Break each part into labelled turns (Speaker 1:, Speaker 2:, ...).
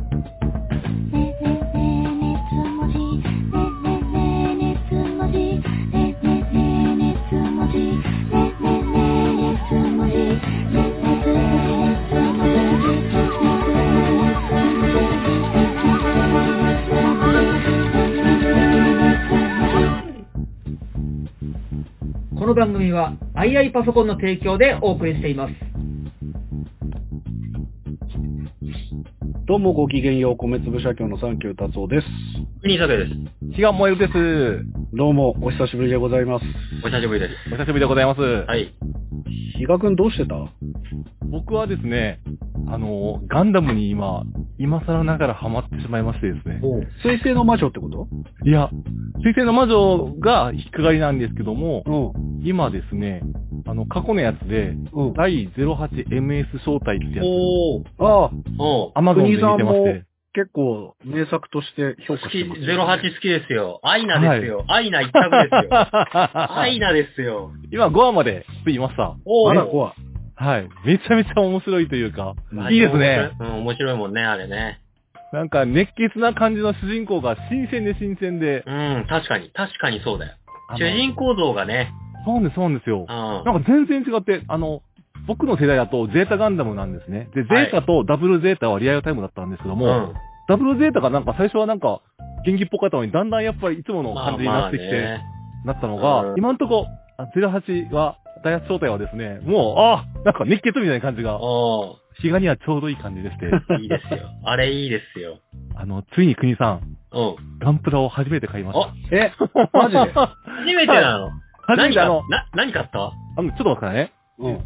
Speaker 1: ねえねえねえねえつもじねえねえねえねえつもじねえねえねえねえつもじねえねえねえねえつもじねえねえねえつもじ
Speaker 2: この番組は II パソコンの提供でお送りしています。
Speaker 3: どうもごきげんよう、米粒社協のサンキュー達夫です。
Speaker 4: 国井拓也です。
Speaker 5: 違う、燃えるです。
Speaker 3: どうも、お久しぶりでございます。
Speaker 4: お久しぶりです。
Speaker 5: お久しぶりでございます。
Speaker 4: はい。
Speaker 3: 比嘉くんどうしてた
Speaker 5: 僕はですね、あの、ガンダムに今、今更ながらハマってしまいましてですね。
Speaker 3: 水星の魔女ってこと
Speaker 5: いや、水星の魔女が引っかかりなんですけども、
Speaker 3: う
Speaker 5: 今ですね、あの、過去のやつで、
Speaker 3: ん。うん。
Speaker 5: 第 08MS 招待ってやつ、
Speaker 4: おー。
Speaker 3: ああ、
Speaker 4: おー。
Speaker 5: アマゾンで見てま
Speaker 3: 国
Speaker 5: し
Speaker 3: 井さんも
Speaker 5: て、
Speaker 3: 結構名作として評価
Speaker 4: 好
Speaker 3: し
Speaker 4: き、
Speaker 3: てます。
Speaker 4: 08好きですよ。アイナですよ。アイナ一択ですよ。 アイナですよ。
Speaker 5: 今5話までついました。
Speaker 4: お
Speaker 3: あら、怖い。
Speaker 5: はい。めちゃめちゃ面白いというか、
Speaker 4: はい
Speaker 5: いいですね。。
Speaker 4: 面白いうん、面白いもんね、あれね。
Speaker 5: なんか熱血な感じの主人公が新鮮で新鮮で、
Speaker 4: うん、確かに。確かにそうだよ。
Speaker 5: あの
Speaker 4: 主人公像がね、
Speaker 5: そうなんです、そうなんですよ
Speaker 4: う。ん。
Speaker 5: なんか全然違って、あの、僕の世代だとゼータガンダムなんですね。で、
Speaker 4: はい
Speaker 5: ゼータとダブルゼータはリアルタイムだったんですけども、
Speaker 4: うん
Speaker 5: ダブルゼータがなんか最初はなんか元気っぽかったのに、だんだんやっぱりいつもの
Speaker 4: まあ
Speaker 5: 感じに
Speaker 4: ま
Speaker 5: なっ
Speaker 4: あ
Speaker 5: てきて、
Speaker 4: ね。
Speaker 5: なったのが、
Speaker 4: うん
Speaker 5: 今んとこ、あ08は、ダイヤツ招待はですね、もう、あなんか熱血みたいな感じが、
Speaker 4: お
Speaker 5: 日がにはちょうどいい感じでして、
Speaker 4: ー。いいです よ。あれいいですよ。
Speaker 5: あの、ついに国さん、
Speaker 4: うん。
Speaker 5: ガンプラを初めて買いました。
Speaker 3: え、マ ジで
Speaker 4: 初めてなの。
Speaker 5: 初め
Speaker 4: 何
Speaker 5: て
Speaker 4: か
Speaker 5: あの、
Speaker 4: な、何買った
Speaker 5: あの、ちょっと待ってくださいね。
Speaker 3: うん。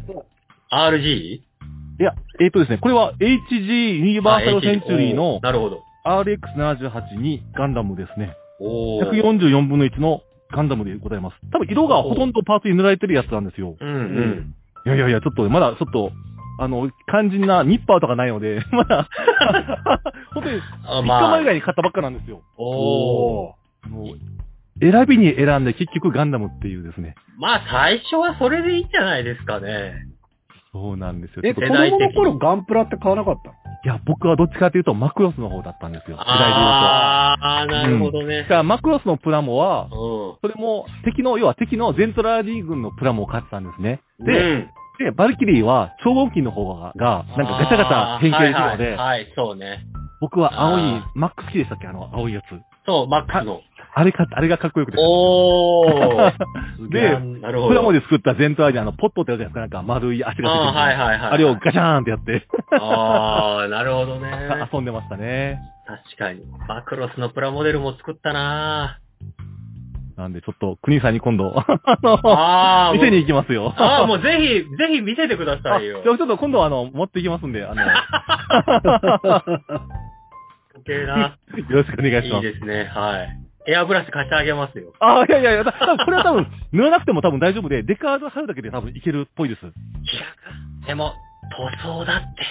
Speaker 4: ?RG?
Speaker 5: いや、えっ、とですね、これは HG ユニバーサルセンチュリーの
Speaker 4: おなるほど。
Speaker 5: RX78 にガンダムですね。
Speaker 4: おー。
Speaker 5: 144分の1のガンダムでございます。多分色がほとんどパーツに塗られてるやつなんですよ。
Speaker 4: うんうん。
Speaker 5: いやいやいや、ちょっとまだちょっと、あの、肝心なニッパーとかないので、 まだ、本当に
Speaker 4: あ
Speaker 5: 3日前ぐらいに買ったばっかなんですよ。
Speaker 4: お
Speaker 3: ー。
Speaker 4: ー。
Speaker 5: あの選びに選んで結局ガンダムっていうですね。
Speaker 4: まあ、最初はそれでいいんじゃないですかね。
Speaker 5: そうなんですよ。
Speaker 3: え、
Speaker 5: ち
Speaker 3: 子
Speaker 5: ょっと
Speaker 4: 世代的
Speaker 3: 供の頃ガンプラって買わなかった
Speaker 5: いや、僕はどっちかというとマクロスの方だったんですよ。世代で言うと。
Speaker 4: ああー、なるほど
Speaker 5: だ
Speaker 4: ね。
Speaker 5: からマクロスのプラモは、
Speaker 4: う
Speaker 5: それも敵の、要は敵のゼントラーリー軍のプラモを買ってたんですね。
Speaker 4: ん。
Speaker 5: で、
Speaker 4: うん、
Speaker 5: で、バルキリーは超合金の方が、がなんかガチャガチャ変形できるので、
Speaker 4: あーはいはい、はい、そうね。
Speaker 5: 僕は青い
Speaker 4: あ、
Speaker 5: マックスキーでしたっけあの、青いやつ。
Speaker 4: そう、マックスの。
Speaker 5: あれか、あれがかっこよくて。
Speaker 4: おー。
Speaker 5: で、
Speaker 4: なるほ
Speaker 5: プ
Speaker 4: ど。
Speaker 5: ラモ
Speaker 4: で
Speaker 5: で作ったゼントラーリーのあの、ポットってやつじゃないですか、なんか丸い足がついてる、
Speaker 4: あーはいはいはい。
Speaker 5: あれをガチャーンってやって、
Speaker 4: ああ、なるほどね。
Speaker 5: 遊んでましたね。
Speaker 4: 確かに。マクロスのプラモデルも作った な
Speaker 5: なんで、ちょっと、国井さんに今度、あの、
Speaker 4: ああ、
Speaker 5: 見せに行
Speaker 4: き
Speaker 5: きますよ。
Speaker 4: ああ、もうぜひ、ぜひ見せてくださ
Speaker 5: あ
Speaker 4: い
Speaker 5: じゃ
Speaker 4: よ
Speaker 5: あ。 ちょっと今度はあの、持ってきますん で、あの、よ
Speaker 4: オッケーな。
Speaker 5: ろしくお願いし
Speaker 4: い
Speaker 5: ま
Speaker 4: い
Speaker 5: す。
Speaker 4: ですね。はい。エアブラシ貸してあげますよ。
Speaker 5: ああ、いやいやいや、た多分これは多分、塗らなくても多分大丈夫で、デカード貼るだけで多分いけるっ ぽいです。
Speaker 4: いや、でも、塗装だって。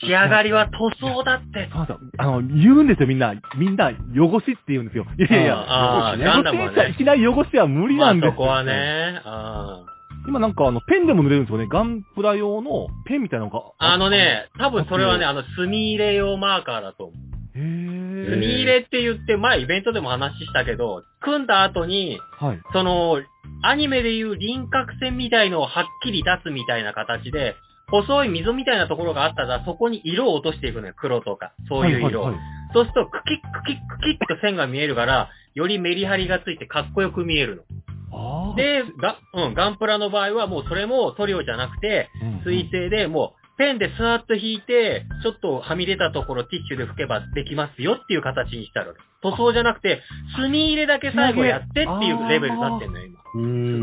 Speaker 4: 仕上がりは塗装だって。
Speaker 5: そうそう。あの、言うんですよ、みんな。みんな、汚しって言うんですよ。いやいやいや。
Speaker 4: あーあーガンダムはね
Speaker 5: いきなり汚しは無理
Speaker 4: ま
Speaker 5: な
Speaker 4: あ
Speaker 5: んですよ。
Speaker 4: そこはね、あ
Speaker 5: 今なんかあの、ペンでも塗れるんですよね。ガンプラ用のペンみたいなのが。
Speaker 4: あの。ね、多分それはね、
Speaker 5: あ
Speaker 4: あの、墨入れ用マーカーだと思う。
Speaker 5: へぇ
Speaker 4: 墨入れって言って、前イベントでも話したけど、組んだ後に、
Speaker 5: はい。
Speaker 4: その、アニメでいう輪郭線みたいのをはっきり出すみたいな形で、細い溝みたいなところがあったら、そこに色を落としていくのよ。黒とか、そういう色を。
Speaker 5: はいはいはい
Speaker 4: そうすると、クキックキックキッと線が見えるから、よりメリハリがついてかっこよく見える
Speaker 5: あ
Speaker 4: の。
Speaker 5: ー、
Speaker 4: で、が、うん、ガンプラの場合はもうそれも塗料じゃなくて、
Speaker 5: うん
Speaker 4: 水性でもう、ペンでスーッと引いて、ちょっとはみ出たところティッシュで拭けばできますよっていう形にしたの。塗装じゃなくて、墨入れだけ最後やってっていうレベルになってんのよ、今。
Speaker 3: うーん。
Speaker 4: う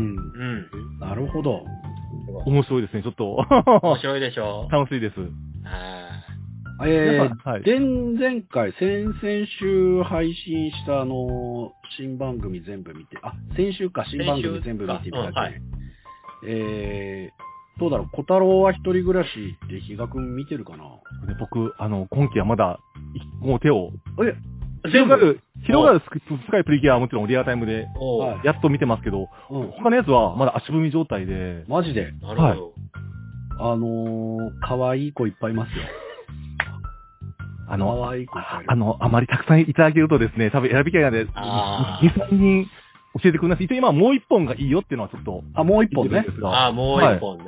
Speaker 4: ん。
Speaker 3: なるほど。
Speaker 5: 面白いですね、ちょっと。
Speaker 4: 面白いでしょ
Speaker 5: 楽しいです。
Speaker 4: あ
Speaker 3: え
Speaker 5: 皆
Speaker 3: ー
Speaker 5: さ、んはい。
Speaker 3: 前々回、先々週配信したあの、新番組全部見て、あ、先週か、新番組全部見ていただ
Speaker 4: 先週かうん
Speaker 3: き
Speaker 4: は
Speaker 3: えー、どうだろう、小太郎は一人暮らしって比嘉くん見てるかな
Speaker 5: 僕、あの、今期はまだ、一個も手を
Speaker 4: 全
Speaker 5: 広が
Speaker 4: 部。
Speaker 5: る、広がるスク深いプリキュアはもちろんリアルタイムで、
Speaker 4: おう
Speaker 3: はい
Speaker 5: やっと見てますけど、
Speaker 3: うん。
Speaker 5: 他のやつはまだ足踏み状態で、
Speaker 3: マジで、
Speaker 4: なるほど。
Speaker 3: あのー、可愛い子いっぱいいますよ。
Speaker 5: あの、
Speaker 3: 可愛い子いっぱいいる
Speaker 5: あの、あまりたくさんいただけるとですね、多分選びきれないので、
Speaker 4: あ
Speaker 5: 2、3人教えてくれます。一応今もう一本がいいよっていうのはちょっと、
Speaker 3: あ、もう一本ね。
Speaker 4: ああ、もう
Speaker 5: はい
Speaker 4: 一本ね。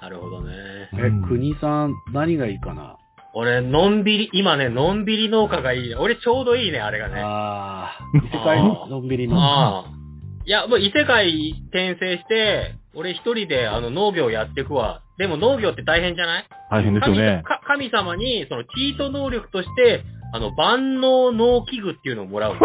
Speaker 4: なるほどね。
Speaker 3: え
Speaker 5: うん、
Speaker 3: 国さん、何がいいかな
Speaker 4: 俺、のんびり、今ね、のんびり農家がいいね。俺ちょうどいいね、あれがね。あ
Speaker 3: ああ、異世界ののんびりの。
Speaker 4: あ。いや、もう異世界転生して、俺一人であの農業やってくわ。でも農業って大変じゃない
Speaker 5: 大変ですよ
Speaker 4: 神
Speaker 5: ね。
Speaker 4: か神様に、そのチート能力として、あの、万能農機具っていうのをもらうの。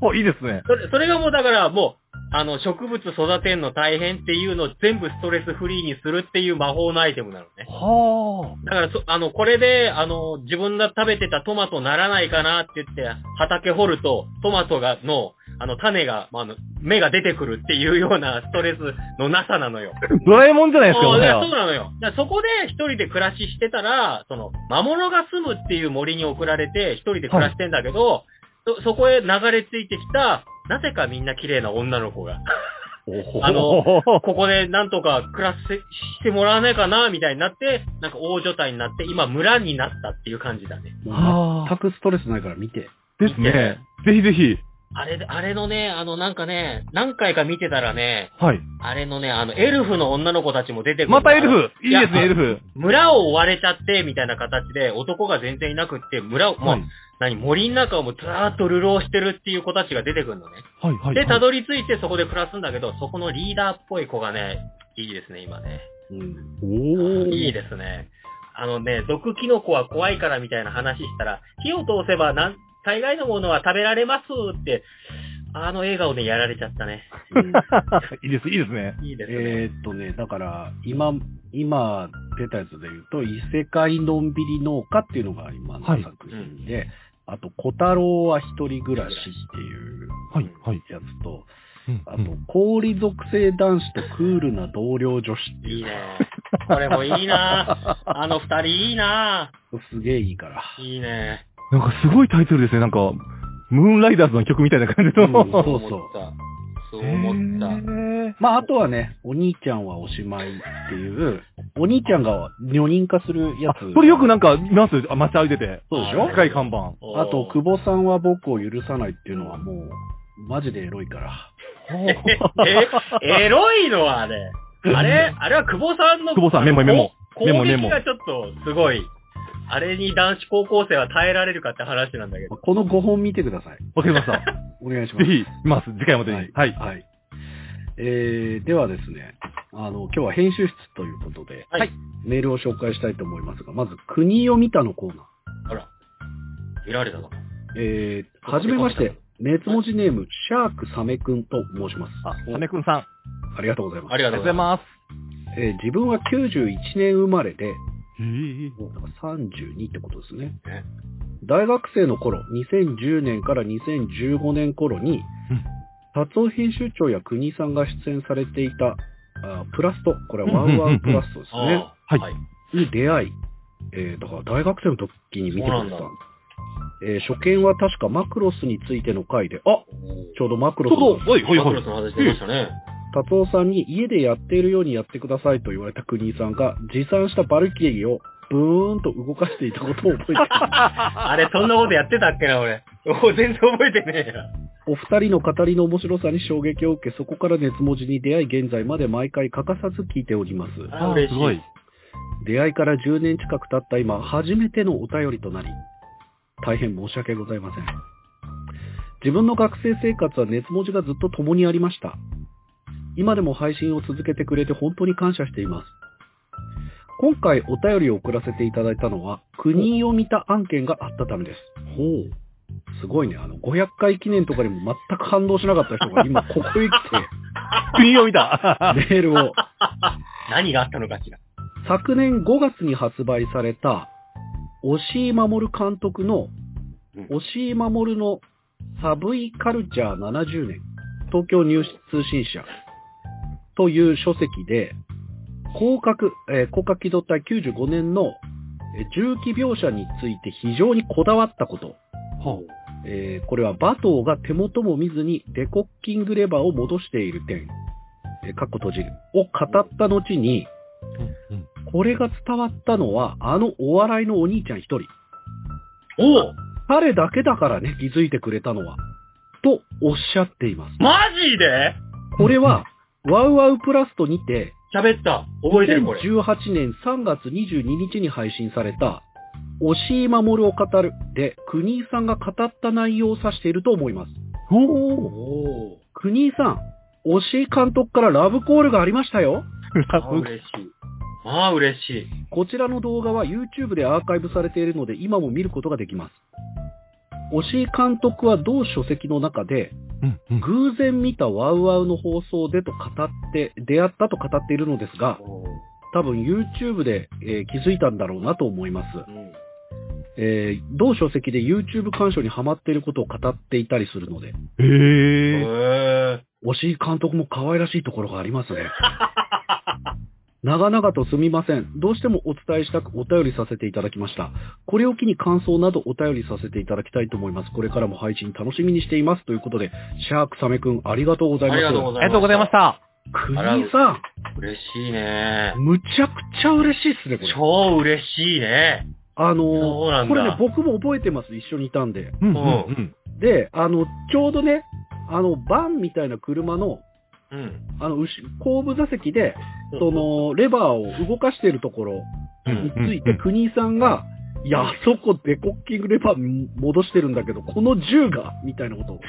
Speaker 5: おいいですね。
Speaker 4: それ、それがもうだからもう、あの、植物育てんの大変っていうのを全部ストレスフリーにするっていう魔法のアイテムなのね。
Speaker 5: は
Speaker 4: だからそ、あの、これで、あの、自分が食べてたトマトならないかなって言って、畑掘ると、トマトが、の、あの、種が、まあ、あの、芽が出てくるっていうようなストレスのなさなのよ。
Speaker 5: あ。ドラえもんじゃないですか、
Speaker 4: そう
Speaker 5: も
Speaker 4: い
Speaker 5: は
Speaker 4: や
Speaker 5: や
Speaker 4: そうなのよ。だからそこで一人で暮らししてたら、その、魔物が住むっていう森に送られて、一人で暮らしてんだけど、そ、そこへ流れ着いてきた、なぜかみんな綺麗な女の子が、あのここでなんとか暮らせ、してもらわないかな、みたいになって、なんか大所帯になって、今村になったっていう感じだね。
Speaker 3: もう全くストレスないから見て。
Speaker 5: ですね。ぜひぜひ。
Speaker 4: あれ、あれのね、あの、なんかね、何回か見てたらね、
Speaker 5: はい。
Speaker 4: あれのね、あの、エルフの女の子たちも出てくる。
Speaker 5: またエルフいいです
Speaker 4: いや
Speaker 5: ね、エルフ。
Speaker 4: 村を追われちゃって、みたいな形で、男が全然いなくって、村を、もう、
Speaker 5: はい。
Speaker 4: 何、森の中をもうずーっと流浪してるっていう子たちが出てくるのね。
Speaker 5: はい、はい。
Speaker 4: で、たどり着いてそこで暮らすんだけど、そこのリーダーっぽい子がね、いいですね、今ね。
Speaker 3: うん。
Speaker 5: おー。
Speaker 4: いいですね。あのね、毒キノコは怖いからみたいな話したら、火を通せばなん、大概のものは食べられますって、あの映画をね、やられちゃったね。
Speaker 3: うん
Speaker 5: いいです、いいですね。
Speaker 4: いいですね。
Speaker 3: えーっとね、だから、今、今出たやつで言うと、異世界のんびり農家っていうのが今の
Speaker 5: はい
Speaker 3: 作品で、あと、小太郎は一人暮らしっていう
Speaker 5: はい、はい。
Speaker 3: やつと、
Speaker 5: うん
Speaker 3: あと、氷属性男子とクールな同僚女子って
Speaker 4: いい
Speaker 3: いう、
Speaker 4: ね。これもいいなあの二人いいな
Speaker 3: すげえいいから。
Speaker 4: いいね。
Speaker 5: なんかすごいタイトルですね、なんか、ムーンライダーズの曲みたいな感じの。
Speaker 3: うんそう
Speaker 4: 思った。そう思った。
Speaker 5: へー
Speaker 3: まあ、あとはね、お兄ちゃんはおしまいっていう、お兄ちゃんが女人化するや
Speaker 5: あ
Speaker 3: つ。
Speaker 5: これよくなんか見ますあ街歩いてて。
Speaker 3: そうでしょ
Speaker 5: でかい看板。
Speaker 3: あと、久保さんは僕を許さないっていうのはもう、マジでエロいから。
Speaker 4: え、エロいのはあれ。あれ、あれは久保さんの。
Speaker 5: 久保さんメモメモ
Speaker 4: こ
Speaker 5: メ
Speaker 4: 攻
Speaker 5: モメモ
Speaker 4: 撃がちょっと、すごい。あれに男子高校生は耐えられるかって話なんだけど。
Speaker 3: この5本見てください。
Speaker 5: わかりました。ぜ
Speaker 3: お願いします。
Speaker 5: ひ、見ます。次回までに。
Speaker 3: は
Speaker 5: はいい。。
Speaker 3: はい。えー、ではですね、あの、今日は編集室ということで、
Speaker 4: はい
Speaker 3: メールを紹介したいと思いますが、まず、国を見たのコーナー。
Speaker 4: ほら。見られたの
Speaker 3: えー、はじめまして、熱文字ネーム、シャークサメくんと申します。
Speaker 5: あ、サメくんさん。あ
Speaker 3: ありがとうございます。
Speaker 4: ありが
Speaker 5: りがと
Speaker 4: と
Speaker 5: う
Speaker 4: う
Speaker 5: ご
Speaker 4: ござ
Speaker 5: ざい
Speaker 4: います。
Speaker 5: ます。
Speaker 3: えー自分は91年生まれで、
Speaker 5: へー
Speaker 3: もうだから32ってことですね
Speaker 4: ね。
Speaker 3: 大学生の頃、2010年から2015年頃に、達夫編集長や国井さんが出演されていた、あプラスト、これはワンワンプラストですね、
Speaker 4: あ
Speaker 5: はい
Speaker 4: はい。
Speaker 3: に出会い、えーだから大学生の時に見てく
Speaker 4: そう
Speaker 3: れ
Speaker 4: な
Speaker 3: た
Speaker 4: んだ。
Speaker 3: えー初見は確かマクロスについての回で、あちょうどマクロ
Speaker 5: そ
Speaker 3: ス
Speaker 5: うそう、
Speaker 3: の
Speaker 5: はい、はい、
Speaker 4: マ
Speaker 5: は
Speaker 4: クロ
Speaker 5: い
Speaker 4: ス。の話出ましたね。
Speaker 3: 達夫さんに家でやっているようにやってくださいと言われた国井さんが持参したバルキリーをブーンと動かしていたことを覚えています
Speaker 4: あれ、そんなことやってたっけな、俺。お全然覚えてねえや。
Speaker 3: お二人の語りの面白さに衝撃を受け、そこから熱文字に出会い、現在まで毎回欠かさず聞いております。
Speaker 4: あ嬉し
Speaker 5: す
Speaker 4: い
Speaker 5: ごい。
Speaker 3: 出会いから10年近く経った今、初めてのお便りとなり、大変申し訳ございません。自分の学生生活は熱文字がずっと共にありました。今でも配信を続けてくれて本当に感謝しています。今回お便りを送らせていただいたのは、国を見た案件があったためです。ほう。すごいね。あの、500回記念とかにも全く反応しなかった人が今ここ へ来
Speaker 5: 国を見た。
Speaker 3: て、メールを
Speaker 4: 何があったのかしら。
Speaker 3: 昨年5月に発売された、押井守監督の
Speaker 4: うん、
Speaker 3: 押井守のサブイカルチャー70年、東京ニュース通信社という書籍で、広角、えー広角機動隊95年のえー重機描写について非常にこだわったこと、
Speaker 5: は
Speaker 3: えーこれはバトーが手元も見ずにデコッキングレバーを戻している点、えー、かっこ閉じる、を語った後に、
Speaker 5: あ。うん。
Speaker 3: これが伝わったのは、あのお笑いのお兄ちゃん一人。
Speaker 4: おう
Speaker 3: 彼だけだからね、気づいてくれたのは。とおっしゃっています。
Speaker 4: マジで
Speaker 3: これは、ワウワウプラストにて、
Speaker 4: 喋った。覚えてるこれ。
Speaker 3: 2018年3月22日に配信された、押井守を語るで、国井さんが語った内容を指していると思います。
Speaker 5: おお
Speaker 4: おお。
Speaker 3: 国井さん、押井監督からラブコールがありましたよ。
Speaker 4: ああ、嬉しい。ああ、嬉しい。
Speaker 3: こちらの動画は YouTube でアーカイブされているので今も見ることができます。押井監督は同書籍の中で、
Speaker 5: うんうん。
Speaker 3: 偶然見たワウワウの放送でと語って、出会ったと語っているのですが、
Speaker 4: お
Speaker 3: 多分 YouTube で、えー気づいたんだろうなと思います。
Speaker 4: うん。
Speaker 3: えー同書籍で YouTube 鑑賞にハマっていることを語っていたりするので、
Speaker 4: へ
Speaker 5: へ
Speaker 4: え。
Speaker 5: え。
Speaker 3: 押井監督も可愛らしいところがありますね。長々とすみません。どうしてもお伝えしたくお便りさせていただきました。これを機に感想などお便りさせていただきたいと思います。これからも配信楽しみにしています。ということで、シャークサメくんありがとうございま
Speaker 4: あ
Speaker 3: す。
Speaker 4: りがとうご
Speaker 5: あ
Speaker 4: ざいます。
Speaker 5: りがとうございまし。た。
Speaker 3: ク
Speaker 4: あり
Speaker 3: ニ
Speaker 4: がとうご
Speaker 3: さ
Speaker 4: 嬉しいね
Speaker 3: ん、。むちゃくちゃ嬉しいっすね、これ。
Speaker 4: 超嬉しいね。
Speaker 3: あの
Speaker 4: そう
Speaker 3: ー
Speaker 4: なんだ
Speaker 3: これね、僕も覚えてます。一緒にいたんで。
Speaker 5: うんん
Speaker 4: う
Speaker 5: うんん
Speaker 4: う
Speaker 5: うん。
Speaker 3: で、あの、ちょうどね、あの、バンみたいな車の、
Speaker 4: うん。
Speaker 3: あの、後後部座席で、
Speaker 4: そ
Speaker 3: その、レバーを動かしてるところ
Speaker 4: う
Speaker 3: に
Speaker 4: ん
Speaker 3: ついて、国井さんが、いや、あそこデコッキングレバー戻してるんだけど、この銃が、みたいな ことを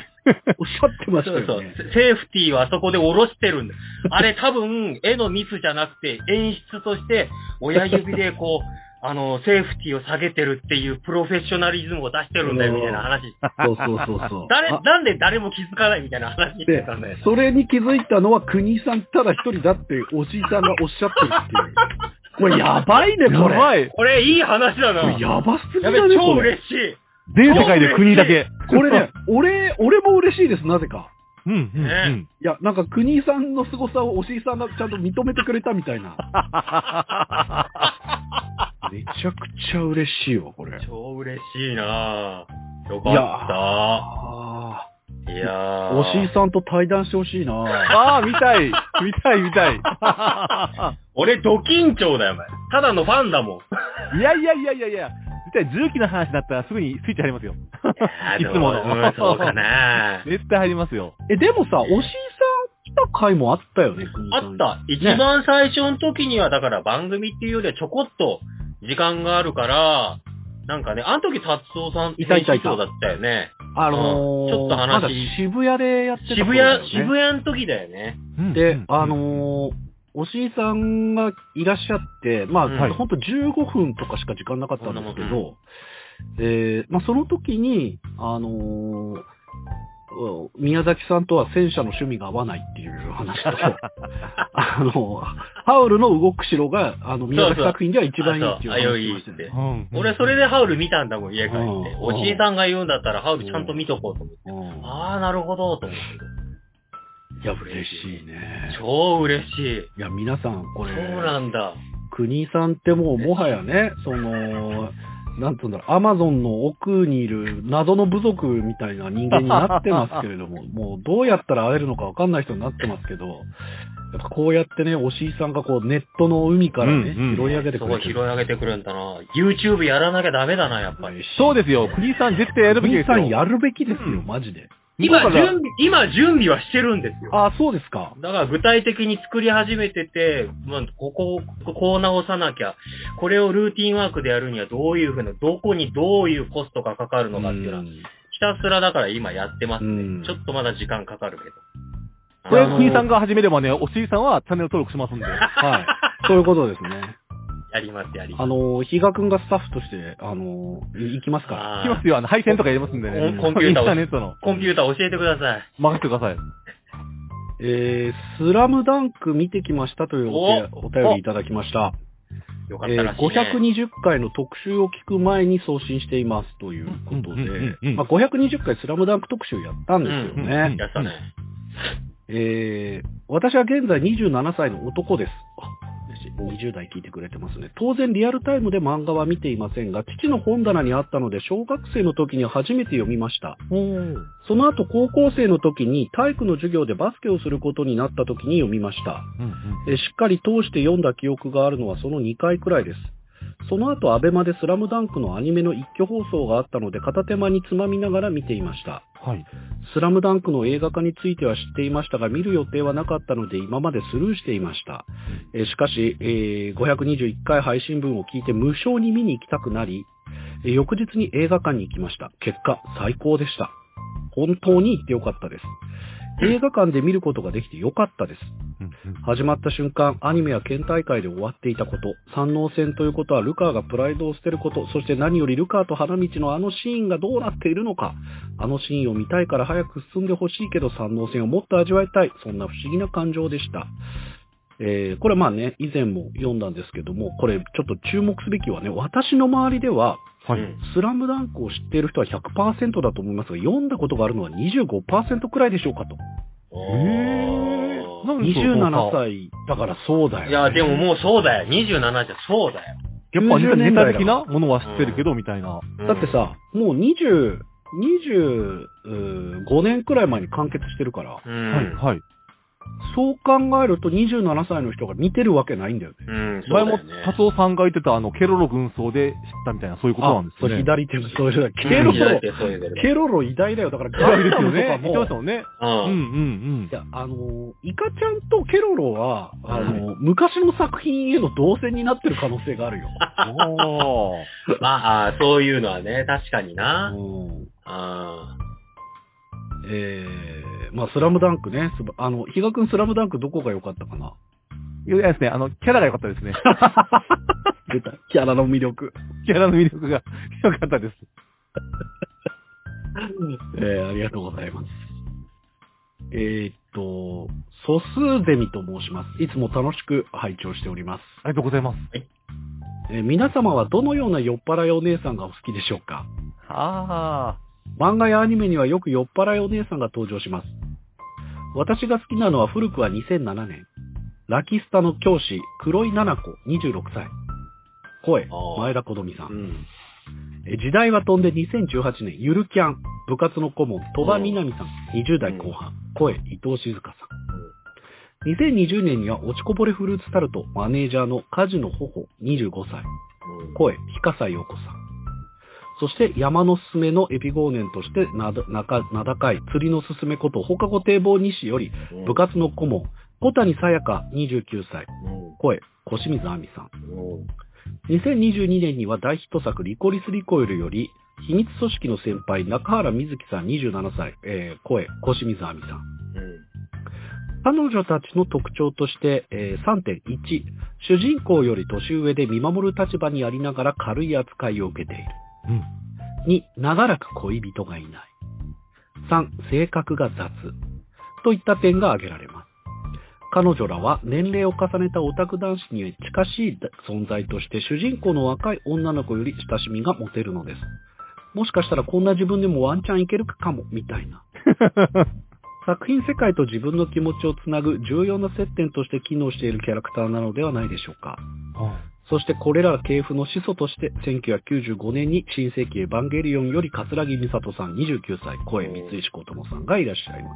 Speaker 3: おっしゃってまし
Speaker 4: そ
Speaker 3: た
Speaker 4: うそ
Speaker 3: よ
Speaker 4: う
Speaker 3: ね。。
Speaker 4: セーフティーはあそこで下ろしてるんだ。あれ多分、絵のミスじゃなくて、演出として、親指で こう、あの、セーフティーを下げてるっていうプロフェッショナリズムを出してるんだよ、みたいな話。
Speaker 3: そうそうそうそう。
Speaker 4: 誰、
Speaker 3: あ
Speaker 4: なんで誰も気づかないみたいな話してたんだよ。
Speaker 3: それに気づいたのは国井さんただ一人だって、おじいさんがおっしゃってるって いう。これやばいね、
Speaker 5: や
Speaker 3: これ。
Speaker 5: ばい。
Speaker 4: これいい話だな。
Speaker 3: これ
Speaker 4: や
Speaker 3: やばすぎ
Speaker 4: べ
Speaker 3: だ、ね、
Speaker 4: 超
Speaker 3: これ。
Speaker 4: 嬉しい。
Speaker 5: 全世界で国だけ。
Speaker 3: これね、俺、俺も嬉しいです、なぜか。
Speaker 5: うんうんうん。
Speaker 3: いや、なんか国井さんの凄さをおしいさんがちゃんと認めてくれたみた いな。めちゃくちゃ嬉しいわ、これ。
Speaker 4: 超嬉しいなぁ。よか
Speaker 3: あ
Speaker 4: った。いや
Speaker 3: あ、
Speaker 4: ー
Speaker 3: おしいさんと対談してほしいな。
Speaker 5: ああ、見たい。見たい見たい。
Speaker 4: 俺、ド緊張だよ、お前。ただのファンだ もん。
Speaker 5: いやいやいやいやいや。絶対重機の話だったらすぐにスイッチ入りますよ。
Speaker 4: い
Speaker 5: いつもの
Speaker 4: そう かな
Speaker 5: 絶対入りますよ。
Speaker 3: え、でもさ、おしいさん来た回もあったよね、国井
Speaker 4: あ
Speaker 3: さん。
Speaker 4: った。一番最初の時には、だから番組っていうよりはちょこっと時間があるから、なんかね、あの時達夫さん
Speaker 3: いたいたいた
Speaker 4: そうだったよね。
Speaker 3: あのー
Speaker 4: うんちょっと話
Speaker 3: まだ渋谷でやってた、
Speaker 4: 渋谷、渋。谷の時だよね。
Speaker 5: うん
Speaker 3: で、あ、
Speaker 5: うん
Speaker 3: のー、おしいさんがいらっしゃって、まあ、
Speaker 4: うん
Speaker 5: はい
Speaker 3: ほんと15分とかしか時間なかったんですけ
Speaker 4: そんなも
Speaker 3: ど、えーまあ、その時に、あのーう宮崎さんとは戦車の趣味が合わないっていう 話と、あのーハウルの動く城が、あの、宮崎作品では一番いいっていう
Speaker 4: あそうあよい
Speaker 3: 話を
Speaker 4: い
Speaker 3: し
Speaker 4: って
Speaker 3: て。。
Speaker 4: て
Speaker 5: うん
Speaker 4: 俺、それでハウル見たんだもん、家帰って
Speaker 3: う。ん
Speaker 4: おじいさんが言うんだったら、ハウルちゃんと見とこうと思って。
Speaker 3: うん
Speaker 4: ああ、なるほど、と思って。
Speaker 3: いや、嬉しいね。
Speaker 4: 超嬉しい。
Speaker 3: いや、皆さん、こ
Speaker 4: そう
Speaker 3: れ、
Speaker 4: なんだ。
Speaker 3: 国井さんってもうもはやね、その、なんつうんだろう、アマゾンの奥にいる謎の部族みたいな人間になってますけれども、もうどうやったら会えるのかわかんない人になってますけど、やっぱこうやってね、おしいさんがこうネットの海からね、
Speaker 5: うんうん
Speaker 3: 拾い上げて
Speaker 4: そ
Speaker 3: く
Speaker 4: こ
Speaker 3: れて
Speaker 4: 拾い
Speaker 3: る。
Speaker 4: 上げてくるんだな。YouTube やらなきゃダメだな、やっぱり。
Speaker 5: そうですよ。国井さん絶対やるべき
Speaker 3: 国
Speaker 5: で
Speaker 3: 井
Speaker 5: すよ。
Speaker 3: さんやるべきですよ、
Speaker 5: うん
Speaker 3: マジで。
Speaker 4: 今
Speaker 5: 向こうから
Speaker 4: 準備、今準備はしてるんですよ。
Speaker 3: あ、そうですか。
Speaker 4: だから具体的に作り始めてて、まあ、ここを、こう直さなきゃ、これをルーティンワークでやるにはどういうふうな、どこにどういうコストがかかるのかっていうのは、ひたすらだから今やってます。
Speaker 3: うん
Speaker 4: ちょっとまだ時間かかるけど。
Speaker 5: これ、
Speaker 4: あの
Speaker 5: 国井さんが始めればね、おしいさんはチャンネル登録します んで。
Speaker 3: はい。そういうことですね。
Speaker 4: やります、やります。
Speaker 3: あの、比嘉くんがスタッフとして、あの、い行きますから。
Speaker 4: あ
Speaker 5: 来ます
Speaker 4: よ。
Speaker 5: よ。あの、配線とかやりますんでね。
Speaker 4: コンコンピューターを
Speaker 5: インターネットの。
Speaker 4: コンピューター教えてください。
Speaker 5: 任せてください。
Speaker 3: えー、スラムダンク見てきましたというお手お便りいただきました。
Speaker 4: よかっ
Speaker 3: え
Speaker 4: たら
Speaker 3: ー
Speaker 4: しい、ね。
Speaker 3: 520回の特集を聞く前に送信していますということ
Speaker 5: うんうんうんう
Speaker 3: で、
Speaker 5: ん
Speaker 3: まあ、520回スラムダンク特集やったんですよ
Speaker 5: うんうん
Speaker 3: ね。
Speaker 4: やったね。
Speaker 3: えー、私は現在27歳の男です。あ嬉しい20代聞いてくれてますね。当然リアルタイムで漫画は見ていませんが、父の本棚にあったので、小学生の時に初めて読みました。その後高校生の時に体育の授業でバスケをすることになった時に読みました。えーしっかり通して読んだ記憶があるのはその2回くらいです。その後、アベマでスラムダンクのアニメの一挙放送があったので、片手間につまみながら見ていました。
Speaker 5: はい。
Speaker 3: スラムダンクの映画化については知っていましたが、見る予定はなかったので今までスルーしていました。えーしかし、えー521回配信分を聞いて無償に見に行きたくなり、えー翌日に映画館に行きました。結果、最高でした。本当に行ってよかったです。映画館で見ることができてよかったです。始まった瞬間、アニメは県大会で終わっていたこと、三能戦ということはルカーがプライドを捨てること、そして何よりルカーと花道のあのシーンがどうなっているのか、あのシーンを見たいから早く進んでほしいけど三能戦をもっと味わいたい、そんな不思議な感情でした。えーこれまあね、以前も読んだんですけども、これちょっと注目すべきはね、私の周りでは、
Speaker 5: は
Speaker 4: う
Speaker 5: い。
Speaker 4: ん
Speaker 3: スラムダンクを知っている人は100%だと思いますが、読んだことがあるのは25%くらいでしょうかと。
Speaker 5: えーなんでその
Speaker 3: 27歳だからそうだよ、ね。
Speaker 4: いや、でももうそうだよ。27じゃそうだよ。
Speaker 5: やっぱ
Speaker 3: 90
Speaker 5: ネ
Speaker 3: 年代だ
Speaker 5: タ的なものは知ってるけど、みたいな。
Speaker 4: うん
Speaker 3: だって、さ、もう20、25年くらい前に完結してるから、
Speaker 4: うん。
Speaker 5: はい、はい。
Speaker 3: そう考えると27歳の人が見てるわけないんだよね。
Speaker 4: うん、そうだ
Speaker 5: 前
Speaker 4: よね
Speaker 5: も、達夫さんが言ってた、あの、ケロロ軍曹で知ったみたいな、そういうことなんです
Speaker 3: それ
Speaker 5: ね。
Speaker 3: 左手もそれだ。
Speaker 4: うん
Speaker 3: ケロ
Speaker 4: 左
Speaker 3: ロ
Speaker 4: 手、そういうことだ
Speaker 3: ケロロ偉大だよ。だから
Speaker 5: そ
Speaker 3: ガ
Speaker 5: う
Speaker 3: ン
Speaker 5: です
Speaker 3: ダムと
Speaker 5: よ
Speaker 3: か
Speaker 5: ね。言ってま
Speaker 3: も
Speaker 5: した。もんね。
Speaker 4: う
Speaker 5: うんう
Speaker 4: ん。
Speaker 5: んう
Speaker 3: い。
Speaker 5: ん
Speaker 3: や、あのー、イカちゃんとケロロは、あのー、昔の作品への動線になってる可能性があるよ。
Speaker 5: おー
Speaker 4: まあ、あーそういうのはね、確かにな。
Speaker 3: うん
Speaker 4: あ
Speaker 3: えー、まあ、スラムダンクね。すばあの、比嘉くんスラムダンクどこが良かったかない
Speaker 5: やですね、あの、キャラが良かった ですね。
Speaker 3: 出た。キャラの魅力。
Speaker 5: キャラの魅力が 良かったです。
Speaker 3: えーありがとうございます。えーっと、素数ゼミと申します。いつも楽しく拝聴しております。
Speaker 5: ありがとうございます。
Speaker 3: えー皆様はどのような酔っ払いお姉さんがお好きでしょうか
Speaker 5: あ
Speaker 3: 漫画やアニメにはよく酔っ払いお姉さんが登場します。私が好きなのは古くは2007年。ラキスタの教師、黒井七子、26歳。声
Speaker 4: あ、ー
Speaker 3: 前田好美さ
Speaker 4: あ。
Speaker 3: ん
Speaker 4: う。ん。
Speaker 3: え時代は飛んで2018年、ゆるキャン、部活の顧問、鳥羽みなみさん、20代後半、声、伊藤静香さん。2020年には、落ちこぼれフルーツタルト、マネージャーの梶野ほほ、25歳、声、ひかさよこさん。そして、山のすすめのエピゴーネンとして、なだ、なか、名高い、釣りのすすめこと、放課後堤防西より、
Speaker 4: うん
Speaker 3: 部、活の顧問、小谷さやか、29歳、
Speaker 4: うん
Speaker 3: 声、小清水亜美さん。
Speaker 4: うん
Speaker 3: 2022年には大ヒット作リコリスリコイルより、秘密組織の先輩、中原瑞希さん27歳、えー声、小清水亜美さん。彼女たちの特徴として、えー3.1、主人公より年上で見守る立場にありながら軽い扱いを受けている。2、長らく恋人がいない。3、性格が雑。といった点が挙げられます。彼女らは年齢を重ねたオタク男子に近しい存在として主人公の若い女の子より親しみが持てるのです。もしかしたらこんな自分でもワンチャンいけるかも、みたいな。作品世界と自分の気持ちをつなぐ重要な接点として機能しているキャラクターなのではないでしょうか。そしてこれら系譜の始祖として、1995年に新世紀エヴァンゲリオンより桂木美里さん29歳、声三石琴乃さんがいらっしゃいます。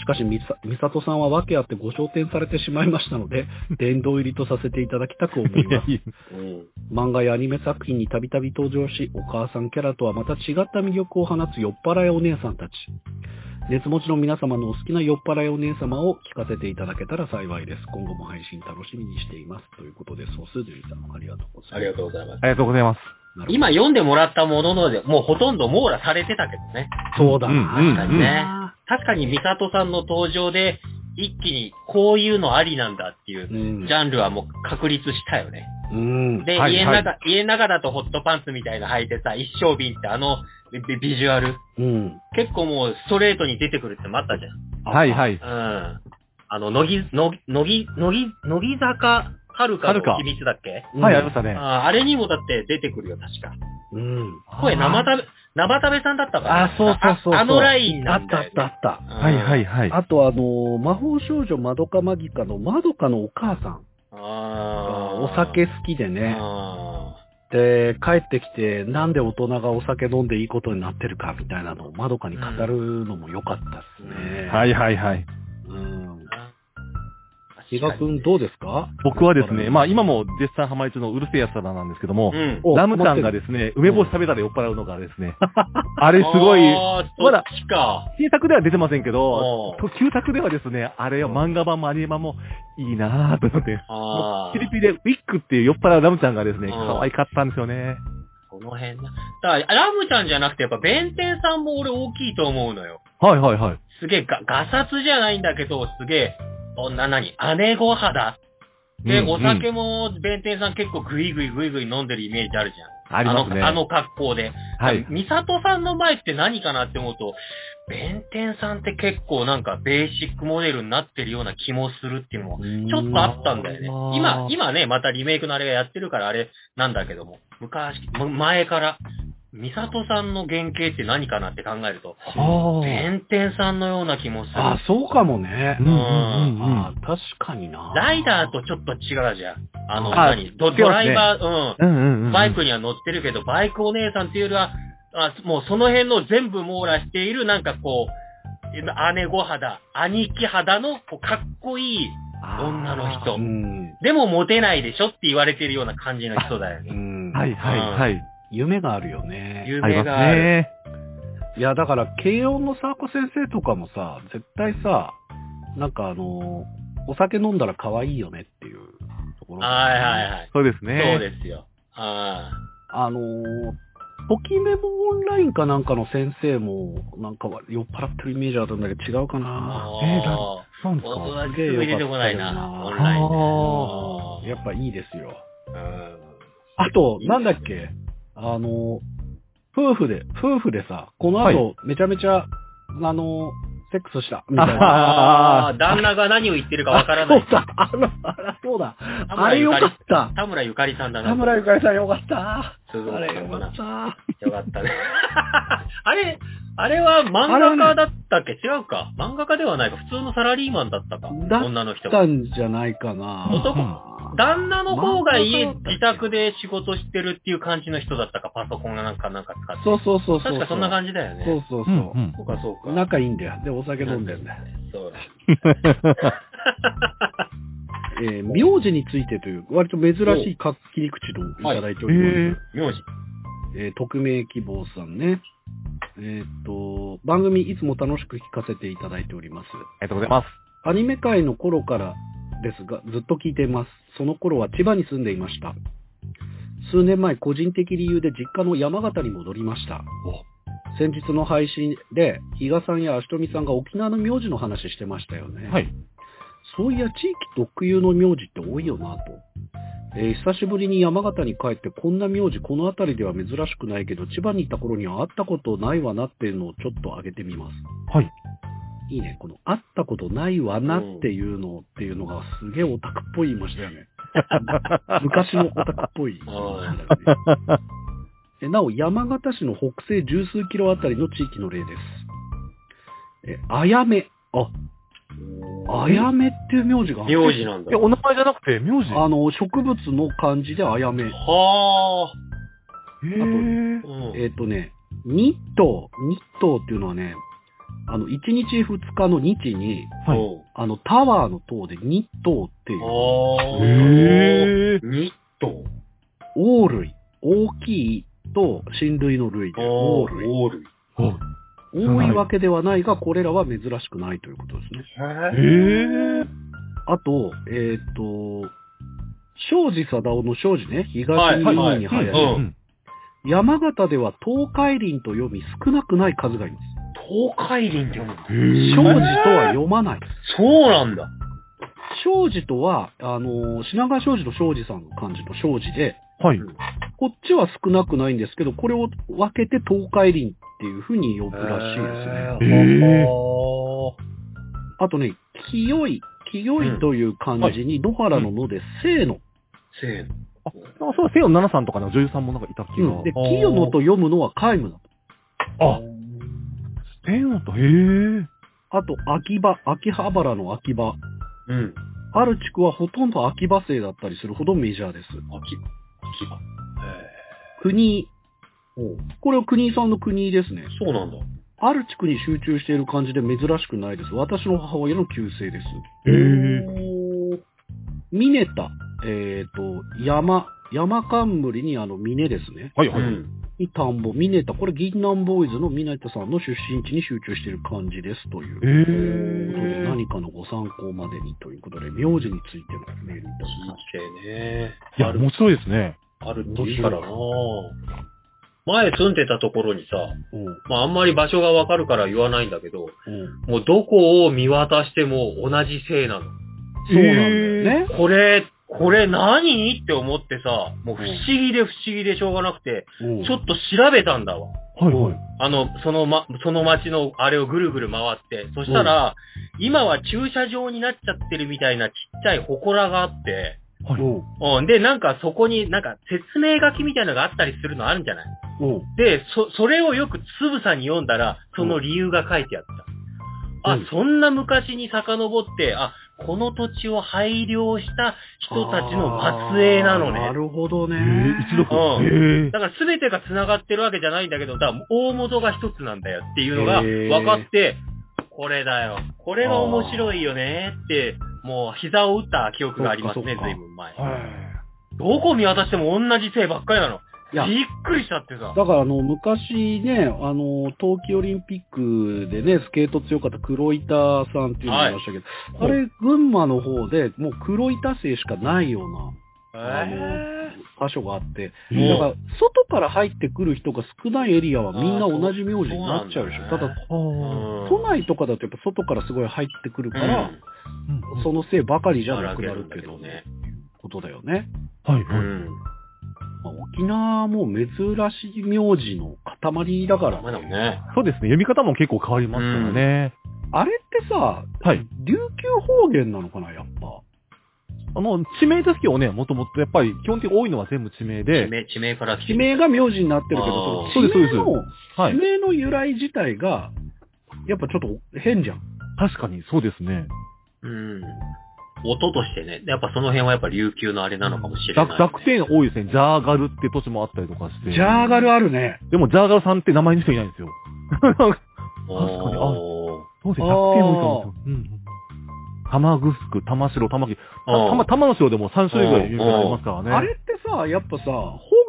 Speaker 3: しかし美さ美里さんは訳あってご焦点されてしまいましたので、殿堂入りとさせていただきたく思
Speaker 5: あ。い
Speaker 3: い
Speaker 5: や
Speaker 3: ます。
Speaker 5: い
Speaker 4: うん。
Speaker 3: 漫画やアニメ作品にたびたび登場し、お母さんキャラとはまた違った魅力を放つ酔っ払いお姉さんたち。熱持ちの皆様のお好きな酔っ払いお姉様を聞かせていただけたら幸いです。今後も配信楽しみにしています。ということで、ソスズリさん、ありがとうございます。
Speaker 4: ありがとうございます。
Speaker 5: ありがとうございます。
Speaker 3: なるほど
Speaker 4: 今読んでもらったものので、もうほとんど網羅されてたけどね。
Speaker 3: そうだな、
Speaker 5: うんうん
Speaker 4: うん確かに美里さんの登場で、一気にこういうのありなんだっていう、
Speaker 3: うん
Speaker 4: ジャンルはもう確立したよね。
Speaker 3: うん。
Speaker 4: で、
Speaker 5: はい
Speaker 4: 家の中、家の中だとホットパンツみたいなの履いてさ、一生瓶ってあのビビビジュアル。
Speaker 3: うん。
Speaker 4: 結構もうストレートに出てくるってもあったじゃん。
Speaker 5: はいはい。
Speaker 4: うん。あの、乃木、乃木、乃木、乃木、乃木坂、はるか
Speaker 5: 遥
Speaker 4: の
Speaker 5: か
Speaker 4: 秘密だっけ
Speaker 5: はい、ありましたね。
Speaker 4: あーあれにもだって出てくるよ、確か。
Speaker 3: うん。
Speaker 4: 声生食べ、生食べさんだったから。
Speaker 3: あ、そうそうそうそう
Speaker 4: ああのライン
Speaker 3: あ
Speaker 4: な
Speaker 3: っ
Speaker 4: ん
Speaker 3: たあ
Speaker 4: だ
Speaker 3: っ
Speaker 4: よ、
Speaker 3: たあ
Speaker 4: ね。
Speaker 3: った。
Speaker 4: あ
Speaker 5: はいはいはい。
Speaker 3: あとあのー魔法少女まどかマギカのまどかのお母さん。
Speaker 4: あ
Speaker 3: お酒好きでね。
Speaker 4: あ
Speaker 3: で、帰ってきて、なんで大人がお酒飲んでいいことになってるかみたいなのをまどかに語るのも良かったですね。
Speaker 5: はいはいはい。
Speaker 3: うん。
Speaker 4: ー
Speaker 3: 比嘉君どうですか
Speaker 5: 僕はですね、まあ今
Speaker 3: も、
Speaker 5: も絶賛ハマり中のうるせえやつらなんですけども、
Speaker 4: うん。
Speaker 3: お
Speaker 5: ラムさ
Speaker 3: 持
Speaker 5: んが
Speaker 3: ってる
Speaker 5: ですね、梅干し食べたら酔っ払うのがで すね、あれすごい、
Speaker 4: あーそ
Speaker 5: ま
Speaker 4: っ
Speaker 5: だ
Speaker 4: ちか。
Speaker 5: 新作では出てませんけ
Speaker 4: お
Speaker 5: ど
Speaker 4: う、
Speaker 5: 旧作ではですね、あれは漫画版もアニメ版もいいなぁと思って、
Speaker 4: あ
Speaker 5: ピリ
Speaker 4: あ。
Speaker 5: ピリでウィックっていう酔っ払うラムちゃんがですね、
Speaker 4: うん
Speaker 5: 可愛かったんですよね。
Speaker 4: この辺な。だから、ラムちゃんじゃなくて、やっぱ弁天さんも俺大きいと思うのよ。
Speaker 5: はいはいはい。
Speaker 4: すげえが、ガサツじゃないんだけど、すげえ、そんな何、姉御肌。で、
Speaker 5: うん
Speaker 4: お酒も弁天さん結構グイグイグイグイ飲んでるイメージあるじゃん。
Speaker 5: ありますね。
Speaker 4: の、あの格好で。
Speaker 5: はい。
Speaker 4: ミサトさんの前って何かなって思うと、弁天さんって結構なんかベーシックモデルになってるような気もするっていうのは、ちょっとあったんだよね
Speaker 5: うーん。
Speaker 4: 今、今ね、またリメイクのあれがやってるからあれなんだけども、昔、む前から、ミサトさんの原型って何かなって考えると、
Speaker 5: あー
Speaker 4: 弁天さんのような気もする。
Speaker 3: あ、そうかもね
Speaker 5: う。んうんうんうん
Speaker 3: あ確かにな。
Speaker 4: ライダーとちょっと違うじゃん。あの、
Speaker 5: あ
Speaker 4: 何ド
Speaker 5: 違いますね
Speaker 4: ドライバー、
Speaker 5: うんうんう。
Speaker 4: うんん。バイクには乗ってるけど、バイクお姉さんっていうよりは、あもうその辺の全部網羅している、なんかこう、姉御肌、兄貴肌のこうかっこいい女の
Speaker 3: う
Speaker 4: 人。
Speaker 3: ん。
Speaker 4: でもモテないでしょって言われてるような感じの人だよ
Speaker 3: う
Speaker 4: ね。
Speaker 3: ん。
Speaker 5: はいはいはい。
Speaker 3: 夢があるよね。
Speaker 4: 有
Speaker 5: あり
Speaker 4: 名
Speaker 5: ます
Speaker 4: がある。
Speaker 5: ね。
Speaker 3: いや、だから、慶応のサーコ先生とかもさ、絶対さ、なんかあの、お酒飲んだら可愛いよねっていうところ。
Speaker 4: はいはいはい。
Speaker 5: そうですね。
Speaker 4: そうですよ。あ
Speaker 3: あのー、ときめもオンラインかなんかの先生も、なんかは酔っ払ってるイメージあるんだけど、違うか
Speaker 4: あ。
Speaker 3: な
Speaker 5: えーだ
Speaker 4: おー
Speaker 5: そうなんです
Speaker 4: 僕
Speaker 5: か。
Speaker 4: はすぐ出てこないな、オンラインで。
Speaker 5: あ
Speaker 3: やっぱいいですよ。
Speaker 4: うん
Speaker 3: あと、なんだっけあの、夫婦で、夫婦でさ、この後、
Speaker 5: はい
Speaker 3: めちゃめちゃ、あの、セックスした、みたいな。
Speaker 4: あ
Speaker 5: あ
Speaker 4: あ、旦那が何を言ってるかわからな
Speaker 3: そう
Speaker 4: い。
Speaker 3: だ、 あの、あら、そうだ。あ
Speaker 4: 村
Speaker 3: れ
Speaker 4: ゆ
Speaker 3: よか
Speaker 4: かり
Speaker 3: った。
Speaker 4: 田村ゆかりさんだな。
Speaker 3: 田村ゆかりさんよかった。
Speaker 4: すごい
Speaker 3: あれよかった。
Speaker 4: よかったね。 あれ、あれは漫画家だったっけ違うか。漫画家ではないか。普通のサラリーマンだったか。
Speaker 3: だ
Speaker 4: 女の人
Speaker 3: あった
Speaker 4: が。
Speaker 3: んじゃないかな。
Speaker 4: 男旦那の方が家、
Speaker 3: 漫画家だったっけ
Speaker 4: 自宅で仕事してるっていう感じの人だったか。パソコンがなんかなんか使って。
Speaker 3: そうそうそうそう。
Speaker 4: 確かそんな感じだよね。
Speaker 3: そうそう
Speaker 5: う
Speaker 3: そ
Speaker 5: ん
Speaker 3: う
Speaker 5: う。ん。
Speaker 4: そうか、そうか。
Speaker 3: 仲いいんだよ。で、お酒飲んでんだよ。
Speaker 4: そうだ。
Speaker 3: えー名字についてという、割と珍しいか切り口といただいてお
Speaker 5: え
Speaker 3: ります。
Speaker 4: 名字。
Speaker 3: えー匿名希望さんね。えーっと、番組いつも楽しく聞かせていただいております。
Speaker 5: ありがとうございます。
Speaker 3: アニメ界の頃からですが、ずっと聞いています。その頃は千葉に住んでいました。数年前、個人的理由で実家の山形に戻りました。先日の配信で、比嘉さんや足富さんが沖縄の名字の話してましたよね。
Speaker 5: はい。
Speaker 3: そういや、地域特有の名字って多いよなと。えー久しぶりに山形に帰って、こんな名字この辺りでは珍しくないけど、千葉に行った頃には会ったことないわなっていうのをちょっと挙げてみます。
Speaker 5: はい。
Speaker 3: いいね。この会ったことないわなっていうのっていうのがすげえオタクっぽい言いましたよね。昔のオタクっぽい言いましたよね。えなお、山形市の北西十数キロあたりの地域の例です。え、あやめ。あ、あやめっていう名字がある
Speaker 4: 名字なんだ
Speaker 5: え、。お名前じゃなくて、名字
Speaker 3: あの、植物の漢字であやめ。
Speaker 4: はあ。
Speaker 5: へー
Speaker 4: うん。
Speaker 3: えっ、とね、日頭、日頭っていうのはね、あの、1日2日の日に、
Speaker 5: はい
Speaker 4: おう
Speaker 3: あの、タワーの塔で日頭っていう、
Speaker 4: あー。
Speaker 5: へー
Speaker 4: ニット。
Speaker 3: 大類、大きいと親類の類で、大類。
Speaker 4: オール。
Speaker 3: 多いわけではないが、これらは珍しくないということですね。
Speaker 5: へー
Speaker 3: あと、えっ、と、庄司貞夫の庄司ね、東日本に流行る、
Speaker 4: はいはいはいうん
Speaker 3: 山形では東海林と読み少なくない数がいるんです。
Speaker 4: 東海林って読むんだ。
Speaker 5: へ
Speaker 3: 庄
Speaker 5: ー
Speaker 3: 司とは読まない。
Speaker 4: そうなんだ。
Speaker 3: 庄司とは、あのー品川庄司の庄司さんの漢字の庄司で、
Speaker 5: はい。
Speaker 3: こっちは少なくないんですけど、これを分けて東海林っていうふうに呼ぶらしいですね。
Speaker 5: へー
Speaker 3: あとね、清い、清いという漢字に野原の野で清野。
Speaker 4: せーの。
Speaker 5: あ、なんかそう、西洋奈々さんとかの女優さんもなんかいた気
Speaker 3: う
Speaker 5: が
Speaker 3: ん、で、。清野と読むのは皆無だ。
Speaker 5: あ、西洋と、へえ。
Speaker 3: あと、秋葉、秋葉原の秋葉。
Speaker 4: うん。
Speaker 3: ある地区はほとんど秋葉生だったりするほどメジャーです。
Speaker 4: 秋葉。え
Speaker 3: 国井。これは国井さんの国井ですね。
Speaker 4: ー、そうなんだ。
Speaker 3: ある地区に集中している感じで珍しくないです。私の母親の旧姓です。
Speaker 5: ええ。
Speaker 3: ミネタ、えっ、と、山、山冠にあの峰ですね。
Speaker 5: はいうはい。
Speaker 4: ん。
Speaker 3: に田んぼ、ミネタ、これ銀南ボーイズのミネタさんの出身地に集中している感じですという。ということで
Speaker 5: ええ。
Speaker 3: 何かのご参考までにということで、名字についてのメールいたしまし
Speaker 4: 人生ね。
Speaker 5: いや、面白いですね。
Speaker 4: あるって言うからな前住んでたところにさ、
Speaker 3: た。うん、
Speaker 4: まああんまり場所がわかるから言わないんだけど、
Speaker 3: うん。
Speaker 4: もうどこを見渡しても同じ姓なの。
Speaker 3: そうなんだよね。
Speaker 4: これ、これ何って思ってさ、もう不思議で不思議でしょうがなくて、
Speaker 3: うん
Speaker 4: ちょっと調べたんだわ。
Speaker 5: はいはい。
Speaker 4: あの、そのま、その街のあれをぐるぐる回って、そしたら、今は駐車場になっちゃってるみたいなちっちゃい祠があって、
Speaker 5: はい。
Speaker 3: うん、
Speaker 4: うん、で、なんかそこになんか説明書きみたいなのがあったりするのあるんじゃない
Speaker 3: うん。
Speaker 4: で、そ、それをよくつぶさに読んだら、その理由が書いてあった。
Speaker 3: うん
Speaker 4: あ、そんな昔に遡って、あ、この土地を配慮した人たちの末裔なの
Speaker 3: あーな
Speaker 4: ね。
Speaker 3: るほどね
Speaker 5: え。え、一度。
Speaker 4: うん
Speaker 5: ええ。
Speaker 4: だから全てが繋がってるわけじゃないんだけど、だから大元が一つなんだよっていうのが分かって、これだよ。これが面白いよねって、もう膝を打った記憶があります
Speaker 3: そっ
Speaker 4: ね、
Speaker 3: かそっか
Speaker 4: 随分前。
Speaker 5: は
Speaker 4: どこ見渡しても同じ姓ばっかりなの。
Speaker 3: いや
Speaker 4: びっくりしちゃってさ。
Speaker 3: だからあの、昔ね、あの、冬季オリンピックでね、スケート強かった黒板さんっていうのがいましたけど、あれ、群馬の方で、もう黒板姓しかないようなあ
Speaker 4: え
Speaker 3: 箇所があって、
Speaker 5: い。
Speaker 4: もう
Speaker 3: だから、外から入ってくる人が少ないエリアはみんな同じ名字になっちゃうでしょ。
Speaker 4: あーそ
Speaker 3: た
Speaker 4: うそうなん
Speaker 3: だ、
Speaker 4: だねー
Speaker 5: は
Speaker 4: うん
Speaker 3: 都内とかだとやっぱ外からすごい入ってくるから、
Speaker 4: うん
Speaker 5: あ。
Speaker 3: そのせいばかりじゃ
Speaker 4: ば
Speaker 3: な
Speaker 4: ら
Speaker 3: く
Speaker 4: け
Speaker 3: な
Speaker 4: る
Speaker 3: る
Speaker 4: んだ
Speaker 3: け
Speaker 4: け
Speaker 3: ど
Speaker 4: ど
Speaker 3: ね
Speaker 4: ね。
Speaker 3: ことだよね。
Speaker 5: はいは
Speaker 4: う
Speaker 5: い。
Speaker 4: ん。
Speaker 3: まあ沖縄も珍しい名字の塊だから、
Speaker 4: まあでもね。
Speaker 5: そうですね。読み方も結構変わりますからね。
Speaker 3: あれってさ、
Speaker 5: はい。
Speaker 3: 琉球方言なのかな、やっぱ。
Speaker 5: あの、地名ですけどね、もともとやっぱり基本的に多いのは全部地
Speaker 4: 地
Speaker 5: 名で、
Speaker 4: 名、地名から来て
Speaker 3: 地
Speaker 4: る
Speaker 3: 名が名字になってるけ
Speaker 4: あ
Speaker 3: ど、
Speaker 4: ー
Speaker 3: その地名の
Speaker 5: そうは
Speaker 3: 地
Speaker 5: い。
Speaker 3: 名の由来自体が、やっぱちょっと変じゃん。
Speaker 5: 確かにそうですね。
Speaker 4: うん。音としてね。やっぱその辺はやっぱ琉球のあれなのかもしれない、ね。
Speaker 5: 濁濁点多いですね。ジャーガルって土地もあったりとかして。
Speaker 3: ジャーガルあるね。
Speaker 5: でもジャーガルさんって名前の人いないんですよ。
Speaker 4: おー
Speaker 5: そうですね。濁点多いと思うんですよ。うん。玉ぐすく、玉城、玉木。
Speaker 4: あー
Speaker 5: 玉、玉の城でも3種類ぐらい有名ありますからね。
Speaker 3: あれってさ、やっぱさ、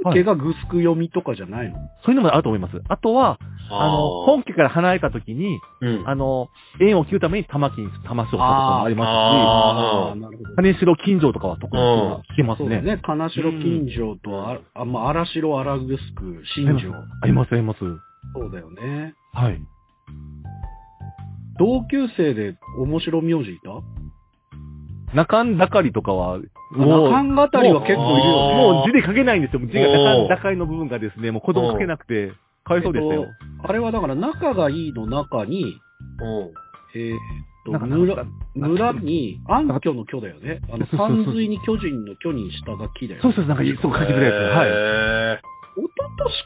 Speaker 3: 本家がグスク読みとかじゃないの、
Speaker 5: そういうのもあると思います。あとは、あの、本家から離れた時に、
Speaker 4: うん。
Speaker 5: あの、縁を切るために玉木に玉城とかもありま
Speaker 4: あー
Speaker 3: なるほど
Speaker 5: すし、。金城近所とかは特に聞けます
Speaker 3: そうだ
Speaker 5: ね。
Speaker 3: ね。金城金城と、あ、あまあ、荒城荒グスク、新城。
Speaker 5: あります、あります。
Speaker 3: そうだよね。
Speaker 5: はい。
Speaker 3: 同級生で面白名字いた
Speaker 5: 中んだかりとかは、もう、
Speaker 3: 中んがたりは結構いるよね。
Speaker 5: もう字で書けないんですよ。字が
Speaker 4: おー
Speaker 5: 中んだかりの部分がですね、もう子供書けなくて、かわいそうでしたよ。
Speaker 3: あれはだから仲がいいの中に、
Speaker 4: うん。
Speaker 3: えーっと、
Speaker 5: なんか
Speaker 3: 村、
Speaker 5: なんか
Speaker 3: 村に、暗居の居だよね。あの、山水に巨人の巨に下が木だよね。
Speaker 5: そうそう、なんか、そう書きづらいや
Speaker 4: へ
Speaker 3: 一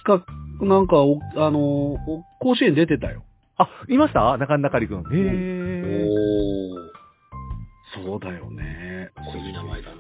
Speaker 3: 昨年か、なんか、おあのー、お甲子園出てたよ。
Speaker 5: つ。はい。あ、いました中んだかりくん。
Speaker 4: ー
Speaker 5: へー。
Speaker 4: おー。
Speaker 3: そうだよね。
Speaker 4: これいい名前だな。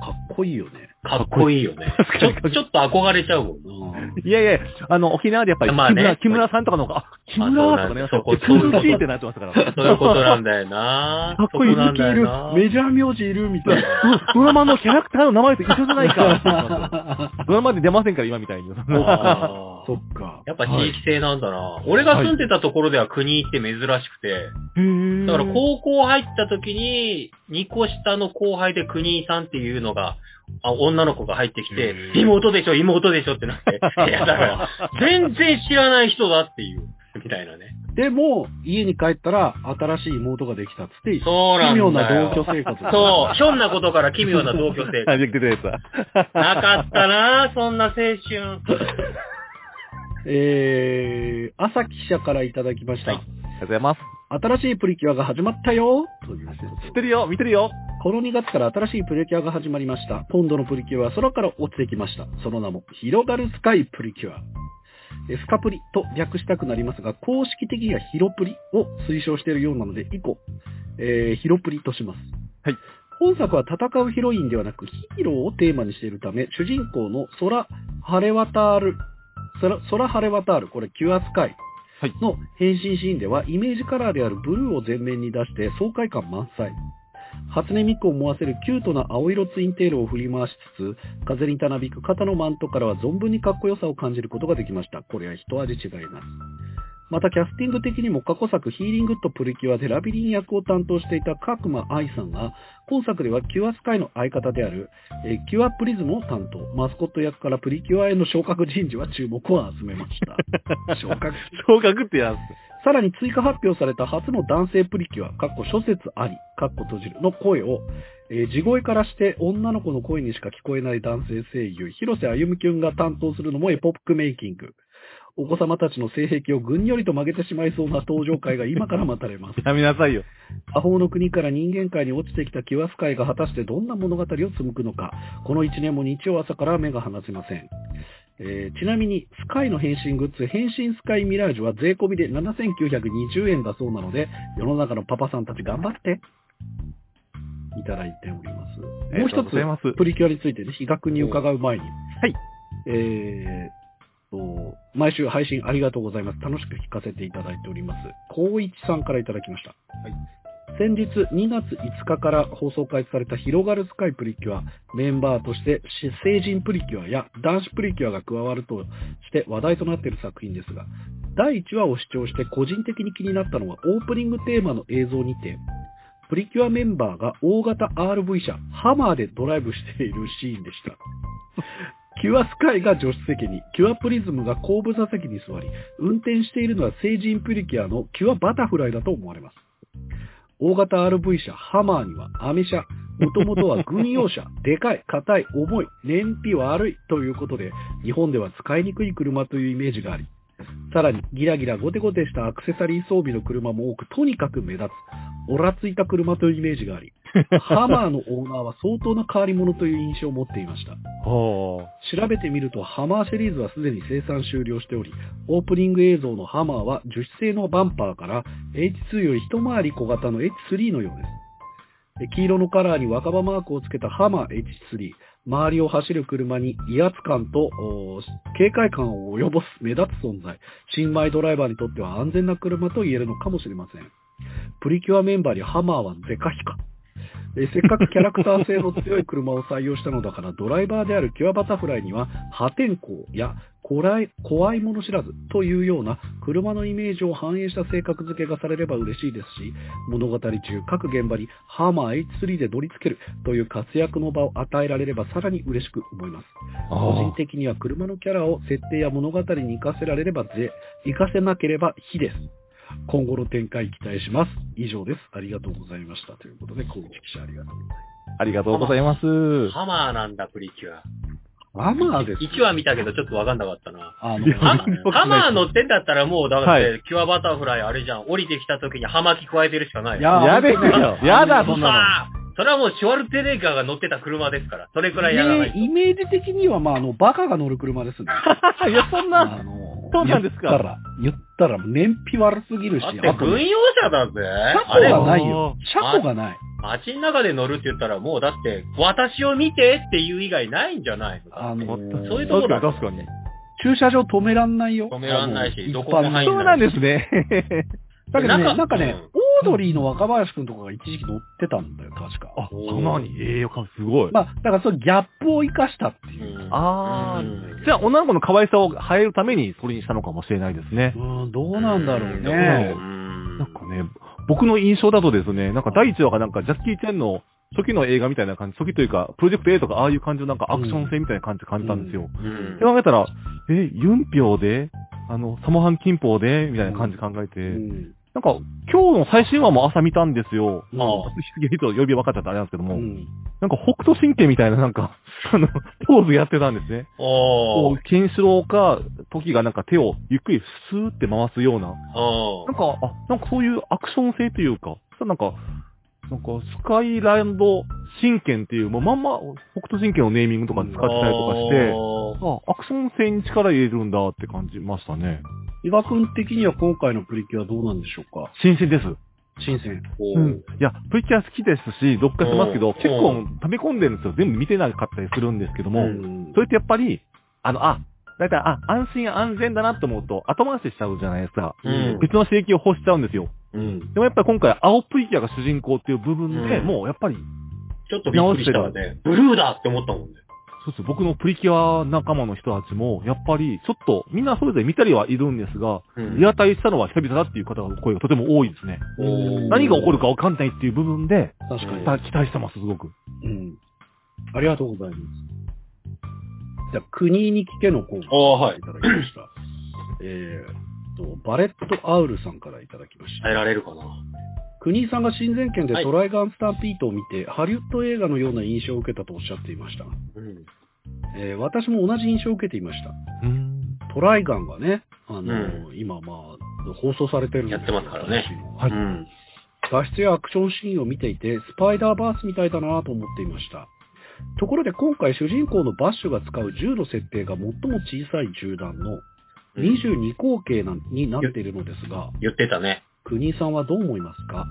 Speaker 3: かっこいいよね。
Speaker 4: かっこいいよね。ちょ、ちょっと憧れちゃうもん。
Speaker 3: うん
Speaker 5: いやいや、あの、沖縄でやっぱり、木
Speaker 4: まあね
Speaker 5: 村、木村さんとかの方が、あ、木村とかね、
Speaker 4: あそうなんですそこ
Speaker 5: 苦しいってなってますから。
Speaker 4: そういうことなんだよな。
Speaker 5: かっこいい
Speaker 4: そなんだよな。
Speaker 3: メジャー名字いるみたいな。
Speaker 5: ドラマのキャラクターの名前と一緒じゃないか。ドラマで出ませんから、今みたいに。
Speaker 4: あ ー
Speaker 3: そっか。
Speaker 4: やっぱ地域性なんだな。俺が住んでたところでは国って珍しくて、だから高校入った時に、2個下の後輩で国井さんっていうのが、あ女の子が入ってきて、妹でしょ、妹でしょってなって、いやだから、全然知らない人だっていう、みたいなね。
Speaker 3: でも、家に帰ったら、新しい妹ができたっつって、
Speaker 4: そうなんだ
Speaker 3: 妙
Speaker 4: よ。
Speaker 3: な同居生活。
Speaker 4: そう、ひょんなことから奇妙な同居 生活。
Speaker 5: 出てたや
Speaker 4: なかったなぁ、そんな青春。
Speaker 3: えー、朝記者からいただきました。
Speaker 4: はい
Speaker 5: つ。ありがとうございます。
Speaker 3: 新しいプリキュアが始まったよということで
Speaker 5: 知ってるよ見てるよ
Speaker 3: この2月から新しいプリキュアが始まりました。今度のプリキュアは空から落ちてきました。その名も、広がるスカイプリキュア。えスカプリと略したくなりますが、公式的にはヒロプリを推奨しているようなので、以降、えーヒロプリとします。
Speaker 5: はい。
Speaker 3: 本作は戦うヒロインではなくヒーローをテーマにしているため、主人公の空晴れ渡る、空空晴れ渡る、これ9扱い
Speaker 5: はい
Speaker 3: の変身シーンでは、イメージカラーであるブルーを前面に出して爽快感満載。初音ミクを思わせるキュートな青色ツインテールを振り回しつつ、風にたなびく肩のマントからは存分にかっこよさを感じることができました。これは一味違います。またキャスティング的にも過去作ヒーリングとプリキュアでラビリン役を担当していた角間愛さんが、今作ではキュアスカイの相方である、えーキュアプリズムを担当。マスコット役からプリキュアへの昇格人事は注目を集めました。昇格
Speaker 5: 昇格ってやつ。
Speaker 3: さらに追加発表された初の男性プリキュア、かっこ諸説あり、かっこ閉じるの声を、えー地声からして女の子の声にしか聞こえない男性声優、広瀬歩夢くんが担当するのもエポックメイキング。お子様たちの性癖をぐんよりと曲げてしまいそうな登場会が今から待たれます。
Speaker 5: やめなさいよ。
Speaker 3: 魔法の国から人間界に落ちてきたキュアスカイが果たしてどんな物語を紡ぐのか、この1年も日曜朝から目が離せません。えーちなみに、スカイの変身グッズ、変身スカイミラージュは税込みで7920円だそうなので、世の中のパパさんたち頑張って、いただいております。もう
Speaker 5: ありがと
Speaker 3: 一
Speaker 5: ございます。
Speaker 3: つ、プリキュアについてね、比較に伺う前に。
Speaker 5: はい。
Speaker 3: えーと、毎週配信ありがとうございます。楽しく聞かせていただいております。高一さんからいただきました。先日2月5日から放送開始された広がるスカイプリキュア、メンバーとしてし成人プリキュアや男子プリキュアが加わるとして話題となっている作品ですが、第1話を視聴して個人的に気になったのはオープニングテーマの映像にて、プリキュアメンバーが大型 RV 車、ハマーでドライブしているシーンでした。キュアスカイが助手席に、キュアプリズムが後部座席に座り、運転しているのは成人プリキュアのキュアバタフライだと思われます。大型 RV 車、ハマーには、アメ車、もともとは軍用車、でかい、硬い、重い、燃費悪いということで、日本では使いにくい車というイメージがあり、さらにギラギラゴテゴテしたアクセサリー装備の車も多く、とにかく目立つ、オラついた車というイメージがあり、ハマーのオーナーは相当な変わり者という印象を持っていました。
Speaker 5: ほ
Speaker 3: 調べてみるとハマーシリーズはすでに生産終了しており、オープニング映像のハマーは樹脂製のバンパーから H2 より一回り小型の H3 のようです。で黄色のカラーに若葉マークをつけたハマー H3、周りを走る車に威圧感とおー警戒感を及ぼす目立つ存在、新米ドライバーにとっては安全な車と言えるのかもしれません。プリキュアメンバーにハマーはゼカヒカ。えーせっかくキャラクター性の強い車を採用したのだから、ドライバーであるキュアバタフライには、破天荒や怖い怖いもの知らずというような車のイメージを反映した性格付けがされれば嬉しいですし、物語中各現場にハーマー H3 で乗り付けるという活躍の場を与えられればさらに嬉しく思います。
Speaker 5: う。
Speaker 3: 個人的には車のキャラを設定や物語に活かせられればぜ、活かせなければ非です。今後の展開期待します。以上です。ありがとうございました。ということで、小口記者ありがとうござい
Speaker 5: ありがとうございます。
Speaker 4: ハマーなんだ、プリキュア。
Speaker 3: ます。ママです。
Speaker 4: 1話見たけどちょっとわかんなかったな。
Speaker 3: あの
Speaker 5: いや
Speaker 4: ハ
Speaker 5: 全然わか
Speaker 4: ハ
Speaker 5: んないです
Speaker 4: マー乗ってんだったらもう、だって、
Speaker 5: は
Speaker 4: キュアバタフライあれじゃん。降りてきた時に葉巻加えてるしかないよ。
Speaker 5: やべえよ。やだ、そんな
Speaker 4: さあ、それはもうシュワルツェネッガーが乗ってた車ですから、それくらいやらない
Speaker 3: ね
Speaker 4: と。
Speaker 3: イメージ的には、まあ、あの、バカが乗る車ですね。
Speaker 5: の。いや、そんな。
Speaker 3: あの
Speaker 5: そうなんですか
Speaker 3: 言ったら、言ったら燃費悪すぎるし、
Speaker 4: だって
Speaker 3: あと
Speaker 4: 軍
Speaker 3: ね、
Speaker 4: 用車だぜ。
Speaker 3: 車
Speaker 4: あれ
Speaker 3: 庫が、ないよ。
Speaker 4: あ
Speaker 3: 車庫がない。
Speaker 4: 街の中で乗るって言ったらもうだって、私を見てっていう以外ないんじゃないの
Speaker 3: あのー、
Speaker 4: そういうところ
Speaker 5: 確
Speaker 4: だ
Speaker 5: かに、確かに。
Speaker 3: 駐車場止めらんないよ。
Speaker 4: 止めらんないし
Speaker 3: あの
Speaker 4: どこも入んない
Speaker 3: 一般
Speaker 5: そうなんですね。
Speaker 3: だけどね、
Speaker 4: なんか
Speaker 3: なんかね
Speaker 4: うん、
Speaker 3: オードリーの若林くんとかが一時期乗ってたんだよ、確か。
Speaker 5: あ、そんなに、ええよか、すごい。
Speaker 3: まあ、だからそのギャップを生かしたっていう。
Speaker 4: うん
Speaker 5: あ
Speaker 4: うん
Speaker 5: ー。じゃあ、女の子の可愛さを生えるために、それにしたのかもしれないですね。
Speaker 3: うん、どうなんだろう
Speaker 4: どうなんだろ
Speaker 3: ね
Speaker 4: う。うん
Speaker 5: なんかね、僕の印象だとですね、なんか第1話がなんかジャッキー・チェンの初期の映画みたいな感じ、初期というか、プロジェクト A とかああいう感じのなんかアクション性みたいな感じで感じたんですよ。
Speaker 4: うん
Speaker 5: で考えたら、え、ユンピョウで、あの、サモハンキンポウで、みたいな感じ考えて、
Speaker 3: うん
Speaker 5: なんか、今日の最新話も朝見たんですよ。
Speaker 3: うん
Speaker 5: ああ、すげえと呼び分かっちゃったあれなんですけど
Speaker 3: う
Speaker 5: も、
Speaker 3: ん
Speaker 5: なんか北斗神拳みたいななんか、 あの、ポーズやってたんですね。
Speaker 4: お
Speaker 5: こ
Speaker 4: ー
Speaker 5: う、ケンシロウか、トキがなんか手をゆっくりスーって回すような、
Speaker 4: お
Speaker 5: なんか、あ、なんかそういうアクション性というか、そしたらなんか、なんか、スカイランド神剣っていう、もうまんま北斗神拳のネーミングとか使ってたりとかして、あ、アクション性に力入れるんだって感じましたね。
Speaker 3: 伊賀くん的には今回のプリキュアどうなんでしょうか
Speaker 5: 新鮮です。
Speaker 3: 新鮮。
Speaker 4: お
Speaker 5: う
Speaker 4: ー
Speaker 5: ん。いや、プリキュア好きですし、読解してますけ
Speaker 4: う
Speaker 5: ど、
Speaker 4: ん
Speaker 5: 結構溜め込んでるんですよ。全部見てなかったりするんですけども、
Speaker 3: ん
Speaker 5: それってやっぱり、あの、あ、だいたい、あ、安心安全だなと思うと、後回ししちゃうじゃないですか。
Speaker 4: うん
Speaker 5: 別の刺激を欲しちゃうんですよ。
Speaker 3: うん。
Speaker 5: でもやっぱり今回、青プリキュアが主人公っていう部分で、
Speaker 4: うん
Speaker 5: もうやっぱり、
Speaker 4: ちょっとびっくりしたわね。ブルーだって思ったもんね。
Speaker 5: そうです。僕のプリキュア仲間の人たちも、やっぱり、ちょっと、みんなそれぞれ見たりはいるんですが、リアタイしたのは久々だっていう方の声がとても多いですね。
Speaker 4: おー
Speaker 5: 何が起こるかわかんないっていう部分で、
Speaker 3: 確か
Speaker 5: 期
Speaker 3: に。
Speaker 5: 待期待してます、すごく。
Speaker 3: うん。ありがとうございます。じゃあ、国に聞けのコーナー
Speaker 4: ああ、はい
Speaker 3: い。ただきま した。えーっと、バレット・アウルさんからいただきました。
Speaker 4: 耐えられるかな。
Speaker 3: 国井さんが親善県で
Speaker 4: はい
Speaker 3: トライガン・スタンピートを見て、ハリウッド映画のような印象を受けたとおっしゃっていました。
Speaker 4: うん。
Speaker 3: えー私も同じ印象を受けていました。
Speaker 5: うん。
Speaker 3: トライガンがね、あのー今まあ、放送されてるんですよ
Speaker 4: やってますからね。
Speaker 3: は
Speaker 5: はいい。
Speaker 4: うん。
Speaker 3: 脱出やアクションシーンを見ていて、スパイダーバースみたいだなと思っていました。ところで今回主人公のバッシュが使う銃の設定が最も小さい銃弾の22口径なになっているのですが、
Speaker 4: 言ってたね。
Speaker 3: 国井さんはどう思いますか、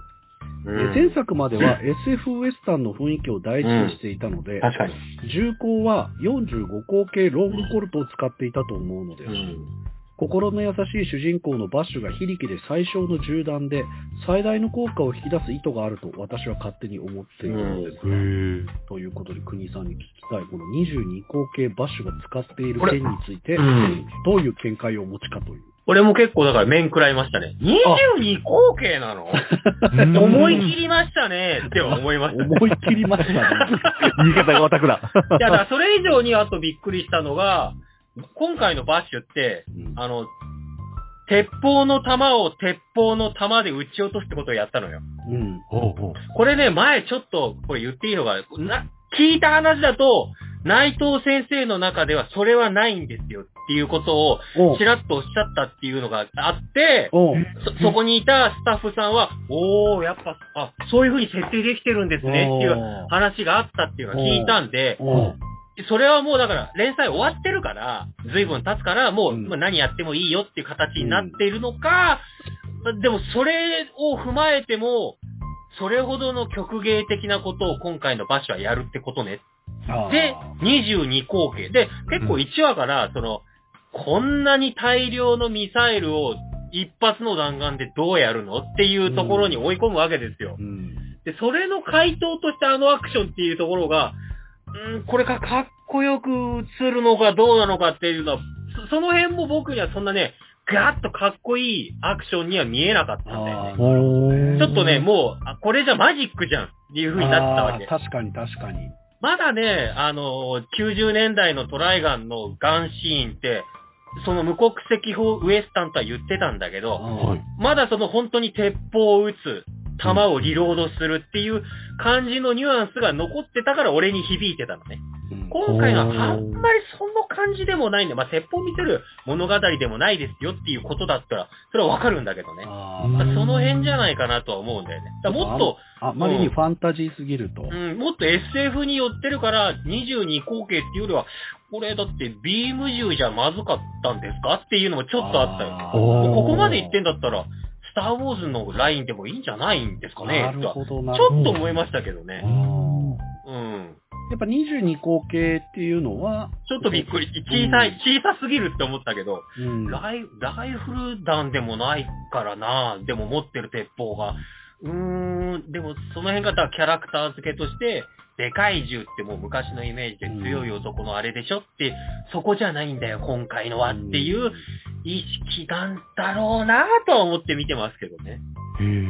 Speaker 4: う
Speaker 3: え前作までは SF ウエスタンの雰囲気を大事にしていたので、
Speaker 4: 確かに。
Speaker 3: 銃口は45口径ロングコルトを使っていたと思うのです。
Speaker 4: うん。
Speaker 3: 心の優しい主人公のバッシュが非力で最小の銃弾で最大の効果を引き出す意図があると私は勝手に思っているのですが、 ということで国井さんに聞きたいこの22口径バッシュが使っている
Speaker 4: これ
Speaker 3: 件について、
Speaker 4: うん
Speaker 3: どういう見解をお持ちかという。
Speaker 4: 俺も結構だから面食らいましたね。22口径なの思い切りましたねって思いましたね。
Speaker 3: 思い切りましたね。
Speaker 5: 言い方がオタクだ。
Speaker 4: いや、だからそれ以上にあとびっくりしたのが、今回のバッシュって、
Speaker 3: うん
Speaker 4: あの、鉄砲の弾を鉄砲の弾で撃ち落とすってことをやったのよ。
Speaker 3: うん。
Speaker 5: ほうほう
Speaker 4: これね、前ちょっと、これ言っていいのが、な、聞いた話だと、内藤先生の中ではそれはないんですよっていうことを、
Speaker 3: おう
Speaker 4: ちらっとおっしゃったっていうのがあって、
Speaker 3: おう
Speaker 4: そ、そこにいたスタッフさんは、おー、やっぱ、あ、そういう風に設定できてるんですねっていう話があったっていうのを聞いたんで、
Speaker 3: おう
Speaker 4: それはもうだから、連載終わってるから、随分経つから、もう、
Speaker 3: うん
Speaker 4: まあ何やってもいいよっていう形になっているのか、まあでもそれを踏まえても、それほどの曲芸的なことを今回のバッシュはやるってことね。
Speaker 3: あー
Speaker 4: で、22口径。で、結構
Speaker 5: うん
Speaker 4: 1話から、その、こんなに大量のミサイルを一発の弾丸でどうやるのっていうところに追い込むわけですよ。
Speaker 3: うん。
Speaker 4: で、それの回答としてあのアクションっていうところが、うん、これがかっこよく映るのかどうなのかっていうのは、そその辺も僕にはそんなね、ガーッとかっこいいアクションには見えなかったん
Speaker 3: あ
Speaker 4: だよね。
Speaker 3: ーなるほどね
Speaker 4: ちょっとね、もう、あこれじゃマジックじゃんっていう風になってたわ
Speaker 3: あ。
Speaker 4: け
Speaker 3: ー確かに確かに。
Speaker 4: まだね、あのー、90年代のトライガンのガンシーンって、その無国籍法ウエスタンとは言ってたんだけど、
Speaker 5: はい。
Speaker 4: まだその本当に鉄砲を撃つ、弾をリロードするっていう感じのニュアンスが残ってたから俺に響いてたのね。
Speaker 3: うん
Speaker 4: 今回はあんまりその感じでもないんだ。まあ、鉄砲見せる物語でもないですよっていうことだったら、それはわかるんだけどね。
Speaker 3: あ
Speaker 5: う
Speaker 3: ー
Speaker 5: ん
Speaker 4: まあその辺じゃないかなとは思うんだよね。だからもっと、
Speaker 3: あまりにファンタジーすぎると。
Speaker 4: うん、もっと SF に寄ってるから、22口径っていうよりは、これだってビーム銃じゃまずかったんですかっていうのもちょっとあったよね。
Speaker 3: あー
Speaker 5: おー
Speaker 4: ここまで言ってんだったら、スターウォーズのラインでもいいんじゃないんですかね
Speaker 3: なるほどな
Speaker 4: ちょっと思いましたけどね。
Speaker 3: うん
Speaker 4: うん。
Speaker 3: やっぱ22口径っていうのは、
Speaker 4: ちょっとびっくり。小さい、小さすぎるって思ったけど、
Speaker 3: うん
Speaker 4: ライライフル弾でもないからなでも持ってる鉄砲が。うーん、でもその辺がだからキャラクター付けとして、でかい銃ってもう昔のイメージで強い男のあれでしょって、そこじゃないんだよ、今回のはっていう意識なんだろうなとは思って見てますけどね。
Speaker 5: へー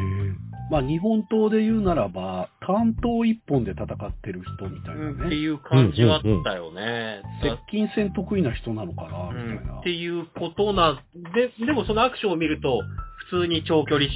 Speaker 3: まあ日本刀で言うならば、単刀一本で戦ってる人みたい
Speaker 4: うん
Speaker 3: な
Speaker 4: っ
Speaker 3: ね。
Speaker 4: ていう感じはあったよね。
Speaker 3: 接近戦得意な人なのかな、
Speaker 4: う
Speaker 3: みたい
Speaker 4: ん
Speaker 3: な。
Speaker 4: っていうことな、で、でもそのアクションを見ると、普通に長距離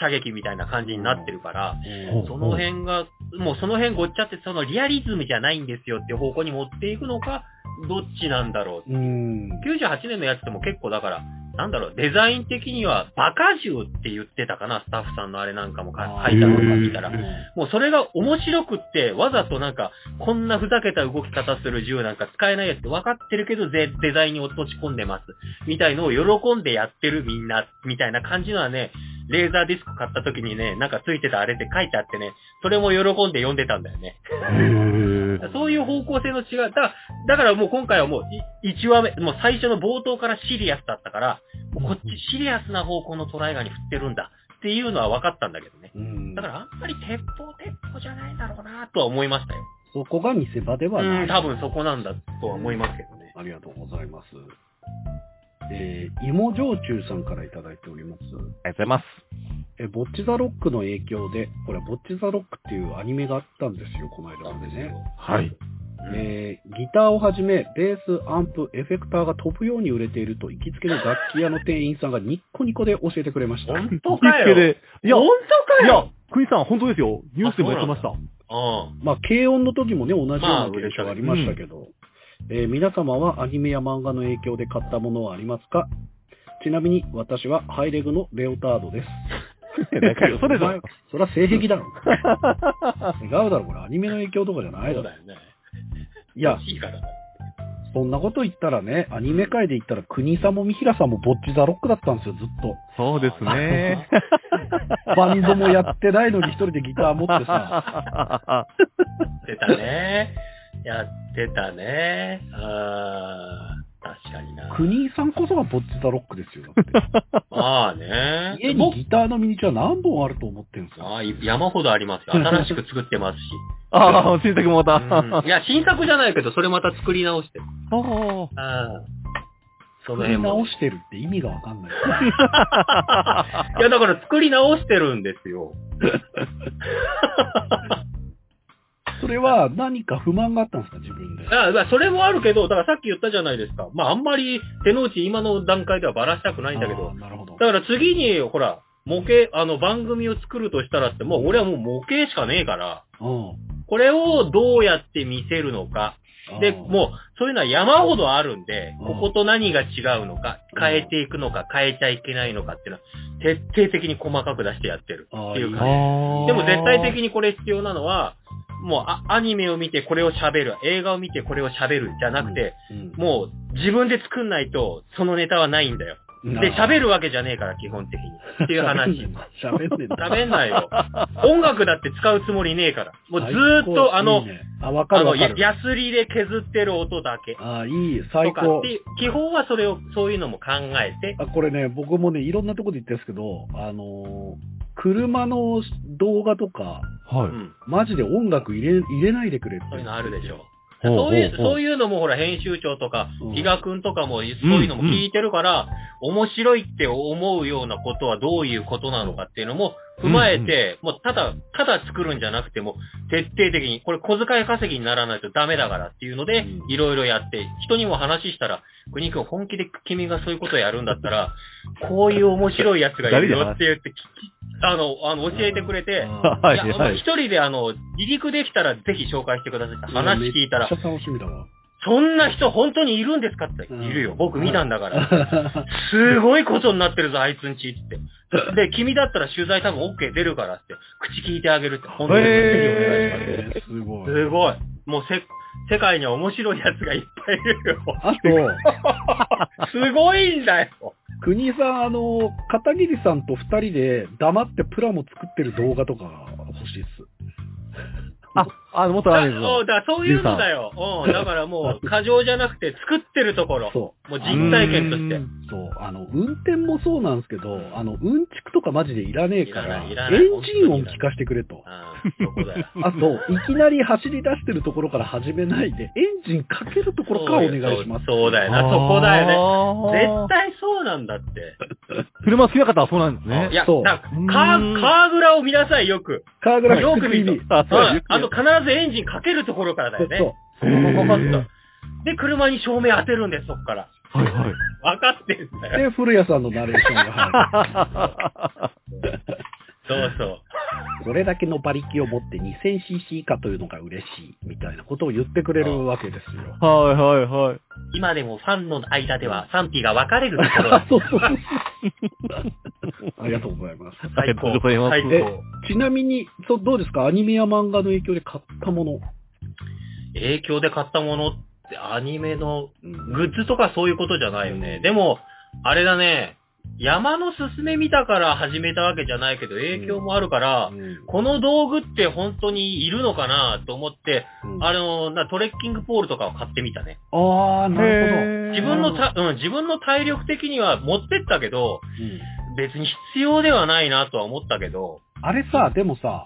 Speaker 4: 射撃みたいな感じになってるから、
Speaker 3: うん
Speaker 4: その辺が、もうその辺ごっちゃって、そのリアリズムじゃないんですよっていう方向に持っていくのか、どっちなんだろう。
Speaker 3: うん。
Speaker 4: 98年のやつでも結構だから、なんだろう、デザイン的にはバカ銃って言ってたかな、スタッフさんのあれなんかもか
Speaker 3: あー
Speaker 4: 書いたのとか見たら
Speaker 5: へ。ー
Speaker 4: もうそれが面白くって、わざとなんか、こんなふざけた動き方する銃なんか使えないやつって分かってるけど、デデザインに落とし込んでます。みたいのを喜んでやってるみんな、みたいな感じのはね、レーザーディスク買った時にね、なんかついてたあれって書いてあってね、それも喜んで読んでたんだよね。
Speaker 5: へえ。
Speaker 4: そういう方向性の違い。だから、だからもう今回はもうい1話目、もう最初の冒頭からシリアスだったから、もうこっちシリアスな方向のトライガーに振ってるんだっていうのは分かったんだけどね。
Speaker 3: うん
Speaker 4: だからあんまり鉄砲鉄砲じゃないだろうなとは思いましたよ。
Speaker 3: そこが見せ場ではな
Speaker 4: う
Speaker 3: い。
Speaker 4: ん、多分そこなんだとは思いますけどね。
Speaker 3: ありがとうございます。えー、芋焼酎さんからいただいております。
Speaker 5: ありがとうございます。
Speaker 3: え、ボッチザロックの影響で、これ、ボッチザロックっていうアニメがあったんですよ、この間までね。
Speaker 5: はい。
Speaker 4: うん
Speaker 3: えーギターをはじめ、ベース、アンプ、エフェクターが飛ぶように売れていると、行きつけの楽器屋の店員さんがニッコニコで教えてくれました。
Speaker 4: 本
Speaker 5: 行
Speaker 4: 当
Speaker 5: きつ
Speaker 4: か
Speaker 5: け
Speaker 4: よ。
Speaker 5: で。いや、
Speaker 4: 本当か
Speaker 5: いや
Speaker 4: よ、
Speaker 5: クイさん、本当ですよ。ニュースでもやってました。
Speaker 4: うん。
Speaker 3: まあ、軽音の時もね、同じよう
Speaker 4: ま
Speaker 3: な
Speaker 4: あ
Speaker 3: 現象がありましたけど、えー皆様はアニメや漫画の影響で買ったものはありますかちなみに、私はハイレグのレオター ドです。
Speaker 5: だから嘘でし
Speaker 3: お前
Speaker 5: ょ。
Speaker 3: それは性癖だろ。違うだろ、これ。アニメの影響とかじゃないだ
Speaker 4: そ
Speaker 3: ろ。
Speaker 4: うだよね。
Speaker 3: いや、
Speaker 4: いいから。
Speaker 3: そんなこと言ったらね、アニメ界で言ったら、国井さんも三平さんもぼっちザロックだったんですよ、ずっと。
Speaker 5: そうですね。
Speaker 3: バンドもやってないのに一人でギター持って さ、
Speaker 4: やってたね。やってたね。あー確かにな。
Speaker 3: 国井さんこそがぼっちザロックですよ。だって
Speaker 4: まあね。
Speaker 3: 家にギターのミニチュア何本あると思ってるんですよ。
Speaker 4: ああ、い山ほどありますよ。新しく作ってますし。
Speaker 5: ああ、親戚もまた。
Speaker 4: うんいや、新作じゃないけど、それまた作り直して。
Speaker 5: あ
Speaker 4: ああ。その
Speaker 3: 作り
Speaker 4: 辺も
Speaker 3: 直
Speaker 4: ね。
Speaker 3: してるって意味がわかんない。
Speaker 4: いや、だから作り直してるんですよ。
Speaker 3: それは何か不満があったんですか、自分で。
Speaker 4: ああ、それもあるけど、だからさっき言ったじゃないですか。まあ、あんまり手の内今の段階ではばらしたくないんだけど
Speaker 3: あー。なるほど。
Speaker 4: だから次に、ほら、模型、あの、番組を作るとしたらって、もう俺はもう模型しかねえから、
Speaker 3: う
Speaker 4: これをどうやって見せるのか。
Speaker 3: ん
Speaker 4: で、
Speaker 3: あー
Speaker 4: もう、そういうのは山ほどあるんで、
Speaker 3: うん
Speaker 4: ここと何が違うのか、変えていくのか、変えちゃいけないのかっていうのは、徹底的に細かく出してやってる。
Speaker 3: あー
Speaker 4: っていう
Speaker 5: あ。
Speaker 4: か
Speaker 5: ああ。
Speaker 4: でも絶対
Speaker 5: に。
Speaker 4: 的にこれ必要なのは、もうあアニメを見てこれを喋る、映画を見てこれを喋るじゃなくて、
Speaker 3: うん
Speaker 4: もう自分で作んないとそのネタはないんだよ。で、喋。るわけじゃねえから、基本的に。っていう話。
Speaker 3: 喋ってんだ。
Speaker 4: 喋んないよ。音楽だって使うつもりねえから。もうずーっ
Speaker 3: 最高
Speaker 4: とあの
Speaker 3: いい、ねあ、わか
Speaker 4: あ
Speaker 3: る
Speaker 4: の、
Speaker 3: わか
Speaker 4: や
Speaker 3: る。
Speaker 4: ヤスリで削ってる音だけ。
Speaker 3: あーいい、最
Speaker 4: とか
Speaker 3: 高
Speaker 4: っ。て、基本はそれを、そういうのも考えて、
Speaker 3: あこれね、僕もね、いろんなとこで言ってるんですけど、あのー車の動画とか、
Speaker 5: は
Speaker 4: う
Speaker 5: い。
Speaker 4: ん、
Speaker 3: マジで音楽入れ入れないでくれって。
Speaker 4: そういうのあるでしょ。そ
Speaker 5: ほ
Speaker 4: ういう、
Speaker 5: ほ
Speaker 4: そういうのもほら、編集長とか
Speaker 3: うん、
Speaker 4: 比嘉くんとかも、そういうのも聞いてるから、面白いって思うようなことはどういうことなのかっていうのも踏まえて、もうただ、ただ作るんじゃなくても、徹底的に、これ小遣い稼ぎにならないとダメだからっていうので
Speaker 3: うん、
Speaker 4: いろいろやって、人にも話したら、国くん本気で君がそういうことをやるんだったら、こういう面白いやつがいるよって言って、ききあの、あの、教えてくれて、
Speaker 3: あ
Speaker 5: はい
Speaker 4: いやあの
Speaker 5: はい
Speaker 4: 一人であの、離陸できたらぜひ紹介してくださいって
Speaker 3: ー
Speaker 4: 話聞いたら
Speaker 3: め、っちゃ楽しみだわ。
Speaker 4: そんな人本当にいるんですかって、
Speaker 3: うん
Speaker 4: いるよ。僕見たんだから。 すごいことになってるぞ、あいつんちって。で、君だったら取材多分 OK 出るからって、口聞いてあげるって、本当に。
Speaker 5: へ
Speaker 3: えーすごい。
Speaker 4: すごい。もうせ、世界には面白いやつがいっぱいいるよ。
Speaker 3: あと、
Speaker 4: すごいんだよ。
Speaker 3: 国井さん、あの、片桐さんと二人で黙ってプラモ作ってる動画とか欲しいっす。
Speaker 5: あ、あの、元アニメの
Speaker 4: そう。だ、そういうのだよ。うん。だからもう、過剰じゃなくて、作ってるところ。
Speaker 3: そ
Speaker 4: もう実体験とし
Speaker 5: う
Speaker 4: て。
Speaker 5: ん
Speaker 3: そう、あの、運転もそうなんですけど、あの、うんちくとかマジでいらねえか
Speaker 4: いら
Speaker 3: ら、
Speaker 4: ない
Speaker 3: エ
Speaker 4: いらない
Speaker 3: ンジン音聞かせてくれと。
Speaker 4: ああ、そこだよ。
Speaker 3: あと、いきなり走り出してるところから始めないで、エンジンかける ところからお願いします。
Speaker 4: そうそうだよな、そこだよね。絶対そうなんだって。
Speaker 5: 対。車好きな方はそうなんですね。
Speaker 4: いや、
Speaker 3: そう
Speaker 4: なんか、カ
Speaker 5: うーん
Speaker 4: ー、カーグラを見なさい、よく。
Speaker 3: カーグラフィ
Speaker 4: よ
Speaker 3: ッ
Speaker 4: く
Speaker 3: クス
Speaker 4: 見
Speaker 3: TV
Speaker 4: る。
Speaker 5: あ、
Speaker 4: う
Speaker 5: そうだ
Speaker 4: んあと、必ずエンジンかけるところからだよね。
Speaker 3: そう
Speaker 5: へー
Speaker 4: パパパッとで、車に照明当てるんです、そこから。
Speaker 5: はいはい。
Speaker 4: 分かってんだよ。
Speaker 3: で、古谷さんのナレーションが入 る。
Speaker 4: そうそう。
Speaker 3: これだけの馬力を持って 2000cc 以下というのが嬉しい、みたいなことを言ってくれるわけですよ。
Speaker 5: はいはいはい。
Speaker 4: 今でもファンの間では賛否が分かれるところ だ
Speaker 3: そうそうそう。ありがとうございます。
Speaker 5: あり
Speaker 4: 最
Speaker 5: がと
Speaker 4: 高
Speaker 5: う。ございます
Speaker 4: 最高。
Speaker 3: ちなみに、そうどうですかアニメや漫画の影響で買ったもの。
Speaker 4: 影響で買ったものって、アニメのグッズとかそういうことじゃないよね。でも、あれだね、山の勧め見たから始めたわけじゃないけど、影響もあるから、この道具って本当にいるのかなと思って、
Speaker 3: うん
Speaker 4: あの、なトレッキングポールとかを買ってみたね。
Speaker 3: ああ、なる
Speaker 5: へー
Speaker 4: 自分のた、うん、自分の体力的には持ってったけど、
Speaker 3: ほど。うん
Speaker 4: 別に必要ではないなとは思ったけど、
Speaker 3: あれさ、でもさ、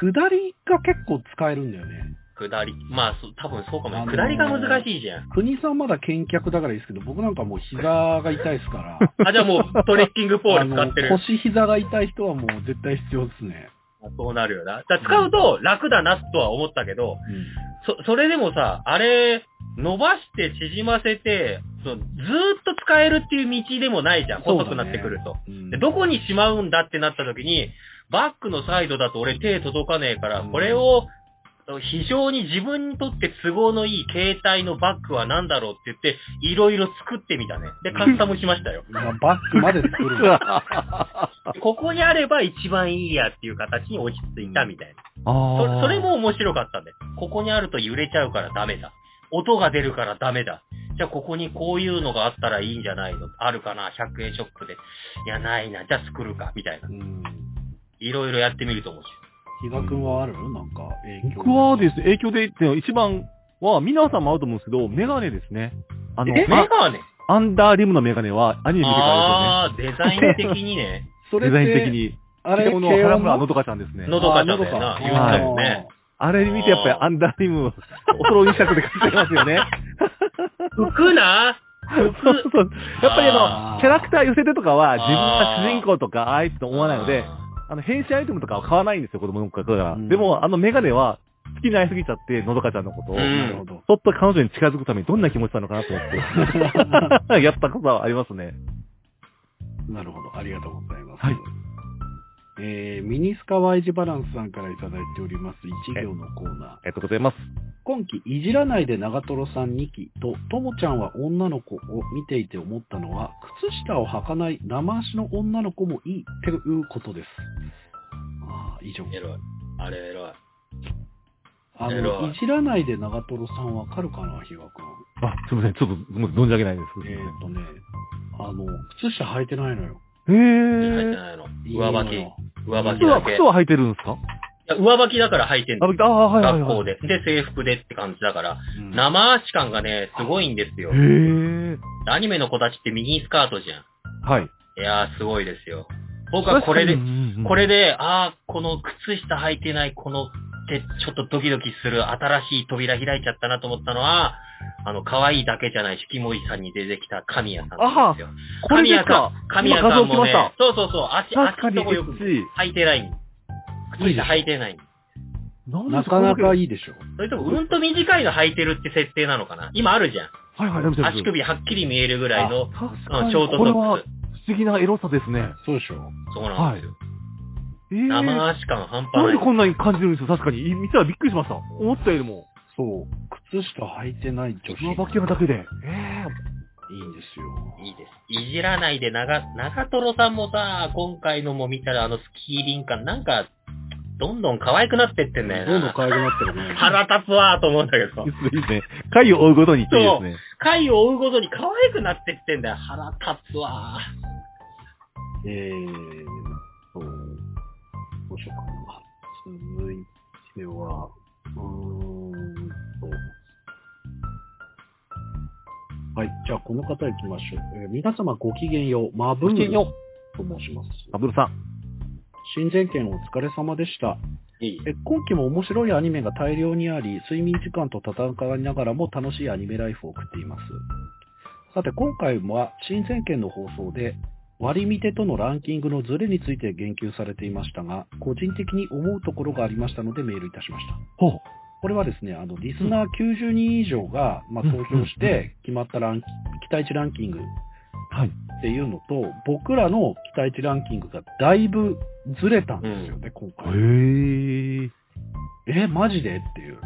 Speaker 3: 下りが結構使えるんだよね。
Speaker 4: 下り、まあ、そ多分そうか
Speaker 3: あの
Speaker 4: もね。
Speaker 3: ー
Speaker 4: 下りが難しいじゃん。
Speaker 3: 国さんまだ健脚だからいいですけど、僕なんかもう膝が痛いですから。
Speaker 4: あ、じゃあもうトレッキングポー
Speaker 3: あ
Speaker 4: ル
Speaker 3: の
Speaker 4: 使ってる。
Speaker 3: 腰膝が痛い人はもう絶対必要ですね。
Speaker 4: そうなるよな。だから使うと楽だなとは思ったけど、そ、それでもさ、あれ、伸ばして縮ませて、そのずーっと使えるっていう道でもないじゃん。
Speaker 3: そうだね
Speaker 4: 細くなってくると。
Speaker 3: うん
Speaker 4: でどこにしまうんだってなった時に、バックのサイドだと俺手届かねえから、これを、非常に自分にとって都合のいい携帯のバッグは何だろうって言って、いろいろ作ってみたね。で、カスタムしましたよ。
Speaker 3: まあバックまで作るんだ。
Speaker 4: ここにあれば一番いいやっていう形に落ち着いたみたいな。
Speaker 5: あ
Speaker 4: そ
Speaker 5: ー
Speaker 4: それ、も面白かったんで。ここにあると揺れちゃうからダメだ。音が出るからダメだ。じゃあここにこういうのがあったらいいんじゃないのあるかな ?100 円ショップで。いや、ないな。じゃあ作るか。みたいな
Speaker 3: う。ん。
Speaker 4: いろいろやってみると思うし。
Speaker 3: 比嘉君はあるなんか影響。
Speaker 5: 僕はですね、影響で言って、一番は、皆さんもあると思うんですけど、メガネですね。あの、
Speaker 4: メ
Speaker 5: ま
Speaker 4: ガネ
Speaker 5: アンダーリムのメガネは、アニメ見てから
Speaker 4: ああー、デザイン的に ね。
Speaker 3: そ
Speaker 5: ですよね。デザイン的。に。
Speaker 3: あれ、
Speaker 5: この原村の
Speaker 3: ど
Speaker 5: どかちゃんですね。
Speaker 4: のどかちゃんだよな。言ってたもんね。
Speaker 5: あれ見てやっぱりアンダーリム、おそろい尺で書いてますよね。
Speaker 4: 浮くな
Speaker 5: そうそう。やっぱり
Speaker 3: あ
Speaker 5: あ
Speaker 3: ー
Speaker 5: の、キャラクター寄せてとかは、自分
Speaker 4: あー
Speaker 5: が主人公とか、ああいつと思わないので、あの、変身アイテムとかは買わないんですよ、子供の頃から。
Speaker 3: うん
Speaker 5: でも、あのメガネは、好きになりすぎちゃって、のどかちゃんのことを。
Speaker 4: うん
Speaker 3: なるほど。
Speaker 5: ちょっと彼女に近づくためにどんな気持ちなのかなと思 って、やったことはありますね。
Speaker 3: なるほど。ありがとうございます。
Speaker 5: はい
Speaker 3: えーミニスカワイジバランスさんからいただいております一行のコーナー。
Speaker 5: ありがとうございます。
Speaker 3: 今期、いじらないで長瀞さん2期と、ともちゃんは女の子を見ていて思ったのは、靴下を履かない生足の女の子もいいということです。ああ、以上
Speaker 4: うん。エロい。あれエロい。
Speaker 3: あ
Speaker 4: 偉
Speaker 3: の、
Speaker 4: い
Speaker 3: いじらないで長瀞さんわかるかな、ひがくん。
Speaker 5: あ、すみません。ちょっと、もう存じ上げないです。
Speaker 3: えーっ、とね、あの、靴下履いてないのよ。
Speaker 5: へ
Speaker 4: 入って
Speaker 5: ぇー。
Speaker 4: ないの。
Speaker 3: いいの
Speaker 4: 上履き。
Speaker 3: よ
Speaker 4: 上履
Speaker 5: 靴
Speaker 4: きだ
Speaker 5: は、
Speaker 4: け。
Speaker 5: 靴は履いてるんですか
Speaker 4: いや上履きだから履いてん
Speaker 5: あ、
Speaker 4: の。
Speaker 5: 僕あー、はいはい
Speaker 4: 学
Speaker 5: は
Speaker 4: 校
Speaker 5: い。
Speaker 4: で。で、制服でって感じだから。
Speaker 3: うん
Speaker 4: 生足感がね、すごいんですよ
Speaker 5: へ。ぇー。
Speaker 4: アニメの子たちってミニスカートじゃん。
Speaker 5: はい。
Speaker 4: いやー、すごいですよ。僕はこれで
Speaker 5: うん、うんうん
Speaker 4: これで、ああ、この靴下履いてない、この手、ちょっとドキドキする新しい扉開いちゃったなと思ったのは、あの、可愛いだけじゃない、しきもいさんに出てきた神谷さんなんですよ。
Speaker 5: これで
Speaker 4: 神谷
Speaker 5: す
Speaker 4: さ
Speaker 5: か
Speaker 4: ん、神谷さんもね
Speaker 5: 今画像来まし、
Speaker 4: そうそうそう、足、
Speaker 5: 確か
Speaker 4: 足
Speaker 5: に、
Speaker 4: のとこよく
Speaker 5: SG。
Speaker 4: 履いてない。靴下履いてない。
Speaker 5: な
Speaker 3: なかなか
Speaker 5: はい
Speaker 3: いいでしょ。
Speaker 4: それとも、うんと短いの履いてるって設定なのかな今あるじゃん。
Speaker 5: はい、でも
Speaker 4: 足首はっきり見えるぐらいの、
Speaker 5: 確
Speaker 4: う
Speaker 5: か
Speaker 4: ん
Speaker 5: に、
Speaker 4: ショート
Speaker 5: これ
Speaker 4: ソ
Speaker 5: は
Speaker 4: ック
Speaker 5: 不思議なエロさですね。
Speaker 3: そうでしょ。
Speaker 4: ス。そうなんですよ。
Speaker 5: えー
Speaker 4: 生足感半
Speaker 5: なん
Speaker 4: 端
Speaker 5: で
Speaker 4: ない。
Speaker 5: こんなに感じるんですよ、確かに。見たらびっくりしました。思ったよりも。
Speaker 3: そう。靴下履いてない女
Speaker 5: 上
Speaker 3: 子。
Speaker 5: 履きなだけで。え
Speaker 3: いいんですよ。
Speaker 4: いいです。いじらないで、長、長瀞さんもさ、今回のも見たらあのスキー林間、なんか、どんどん可愛くなってってんだよな。
Speaker 3: どんどん可愛くなってるね。
Speaker 4: 腹立つわーと思うんだけど
Speaker 5: え。。いいですね。回を追うごとにっていいですね。
Speaker 4: 回を追うごとに可愛くなってってんだよ。腹立つわ
Speaker 3: えー、と、どうしようかな。続いては、うーんと。はい。じゃあ、この方行きましょう。えー皆様ごきげんよう。マブー
Speaker 5: ごきげんよ
Speaker 3: と申します。
Speaker 5: ダブルさん。
Speaker 3: 新前見お疲れ様でした。
Speaker 4: ー。いい。
Speaker 3: え今期も面白いアニメが大量にあり、睡眠時間と戦いながらも楽しいアニメライフを送っています。さて、今回は新前県の放送で、割り見てとのランキングのズレについて言及されていましたが、個人的に思うところがありましたのでメールいたしました。
Speaker 5: ほう。
Speaker 3: これはですね、あの、リスナー90人以上が、まあ、投票して決まったランキ期待値ランキング
Speaker 5: はい。
Speaker 3: っていうのと、僕らの期待値ランキングがだいぶずれたんですよね、今
Speaker 5: へ
Speaker 3: 回。
Speaker 5: ー。
Speaker 3: え、マジでっていう。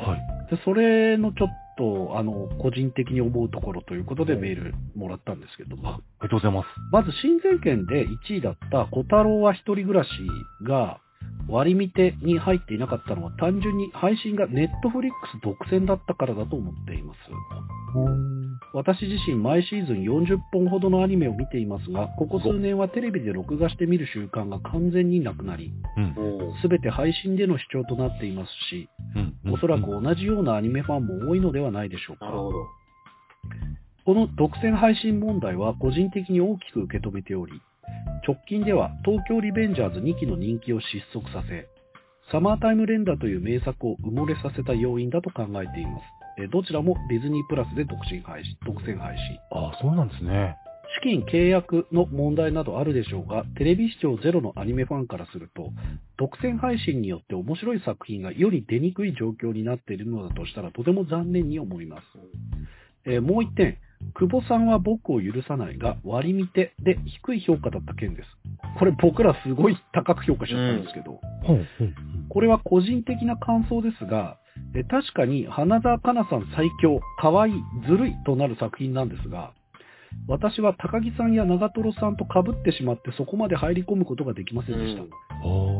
Speaker 5: はい。
Speaker 3: で、それのちょっと、あの、個人的に思うところということでメールもらったんですけども、
Speaker 5: ありがとうございます。
Speaker 3: まず、新前県で1位だった小太郎は一人暮らしが、割り見てに入っていなかったのは単純に配信がネットフリックス独占だったからだと思っています。私自身毎シーズン40本ほどのアニメを見ていますが、ここ数年はテレビで録画して見る習慣が完全になくなり、
Speaker 5: うん。
Speaker 3: すべて配信での視聴となっていますし、
Speaker 5: うん。
Speaker 3: おそらく
Speaker 5: うん。
Speaker 3: 同じようなアニメファンも多いのではないでしょうか
Speaker 4: な。るほど。
Speaker 3: この独占配信問題は個人的に大きく受け止めており、直近では東京リベンジャーズ2期の人気を失速させ、サマータイムレンダーという名作を埋もれさせた要因だと考えています。えどちらもディズニープラスで独占配信。独占配信
Speaker 5: ああ、そうなんですね。
Speaker 3: 資金契約の問題などあるでしょうが、テレビ視聴ゼロのアニメファンからすると、独占配信によって面白い作品がより出にくい状況になっているのだとしたらとても残念に思います。えーもう一点、久保さんは僕を許さないが割り見てで低い評価だった件です。これ僕らすごい高く評価しちゃったんですけど、
Speaker 5: ほうほう。
Speaker 3: これは個人的な感想ですが、え確かに花澤香菜さん最強、可愛い、ずるいとなる作品なんですが、私は高木さんや長瀞さんと被ってしまってそこまで入り込むことができませんでした。
Speaker 4: うん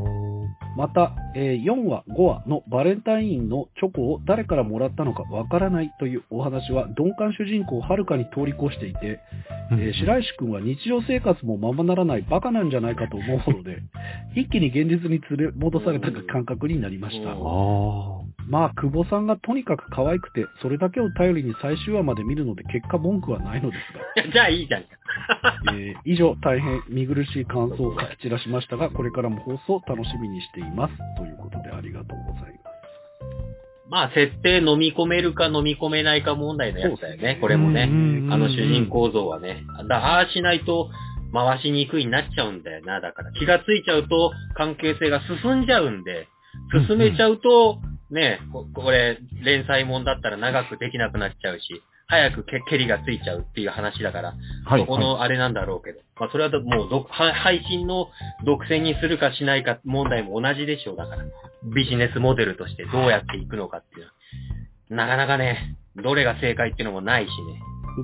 Speaker 3: また、えー4話、5話のバレンタインのチョコを誰からもらったのかわからないというお話は鈍感主人公をはるかに通り越していて、えー白石くんは日常生活もままならないバカなんじゃないかと思うので、一気に現実に連れ戻された感覚になりました。
Speaker 4: うん
Speaker 5: あ
Speaker 3: まあ、久保さんがとにかく可愛くて、それだけを頼りに最終話まで見るので結果文句はないので
Speaker 4: じゃあいいじゃん。
Speaker 3: す が、えー以上、大変見苦しい感想を書き散らしましたが、これからも放送楽しみにしています。ということでありがとうございます。
Speaker 4: まあ、設定飲み込めるか飲み込めないか問題のやつだよね、これも
Speaker 5: う
Speaker 4: ね。
Speaker 5: ん
Speaker 4: あの主人公像はね。だああしないと回しにくいになっちゃうんだよな。だから気がついちゃうと関係性が進んじゃうんで、進めちゃうと、ね、ここれ、連載もんだったら長くできなくなっちゃうし、早くけ、けりがついちゃうっていう話だから、
Speaker 5: はい。
Speaker 4: そこのあれなんだろうけど。まあ、それはどもうど、は配信の独占にするかしないか問題も同じでしょう。だから、ビジネスモデルとしてどうやっていくのかっていうのは。なかなかね、どれが正解っていうのもないしね。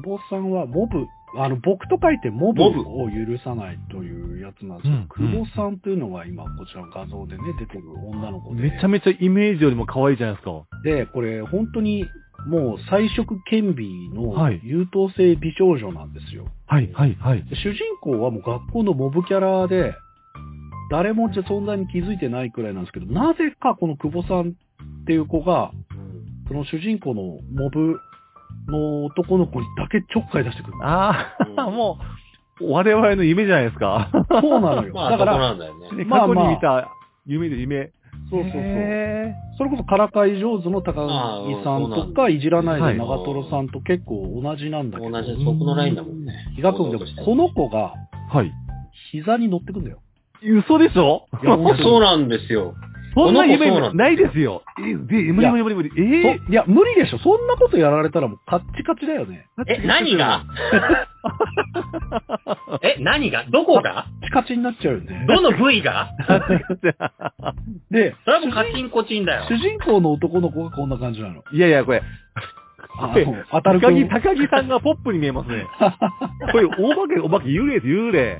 Speaker 3: 久保さんはモブ、あの、僕と書いてモブ
Speaker 4: モブ
Speaker 3: を許さないというやつなんですよ。
Speaker 5: うん
Speaker 3: 久保さんというのが今、こちらの画像でね、出てくる女の子で。
Speaker 5: めちゃめちゃイメージよりも可愛いじゃないですか。
Speaker 3: で、これ、本当に、もう、彩色顕微の
Speaker 5: はい
Speaker 3: 優等生美少女なんですよ。
Speaker 5: はい、はい、はい。
Speaker 3: で主人公はもう学校のモブキャラで、誰も存在に気づいてないくらいなんですけど、なぜかこの久保さんっていう子が、その主人公のモブの男の子にだけちょっかい出してくる。
Speaker 5: ああ、
Speaker 4: うん
Speaker 5: もう、我々の夢じゃないですか。
Speaker 3: そうなのよ。
Speaker 4: まあ、
Speaker 3: だか
Speaker 4: そこ
Speaker 3: ら、
Speaker 4: なんだよね。
Speaker 5: ね
Speaker 3: まあ
Speaker 5: 過
Speaker 3: まあ
Speaker 5: 去に見た夢で夢。
Speaker 3: そうそうそう。
Speaker 5: へ
Speaker 3: それこそからかい上手の高木さん
Speaker 4: ああそうな
Speaker 3: と
Speaker 4: ん
Speaker 3: か、
Speaker 4: だ
Speaker 3: いじらな
Speaker 5: はい
Speaker 3: で
Speaker 5: い
Speaker 3: 長瀞さんと結構同じなんだけど、
Speaker 4: 同じ、そこのラインだもんね。
Speaker 3: 比嘉君でもこの子が
Speaker 5: ーはい。
Speaker 3: 膝に乗ってくんだよ。
Speaker 5: 嘘でしょ
Speaker 3: い や
Speaker 4: いやそう
Speaker 3: な
Speaker 4: なんですよ。
Speaker 5: そんな夢
Speaker 4: この子そうなんだ
Speaker 5: ないですよ。え、で、無理無理無理無理。え
Speaker 3: いや、無理でしょ。そんなことやられたらもうカッチカチだよね。
Speaker 5: ー
Speaker 4: え、何がえ、何がどこが
Speaker 3: カチカチになっちゃうよね。
Speaker 4: どの部位が
Speaker 3: で、
Speaker 4: それはもうカチンコチンだよ
Speaker 3: 主。人公の男の子がこんな感じなの。
Speaker 5: いやいや、これ、
Speaker 3: あの、当たる
Speaker 5: 高木、
Speaker 3: 君。
Speaker 5: 高木さんがポップに見えますね。これ、お化け、お化け、幽霊です、幽霊。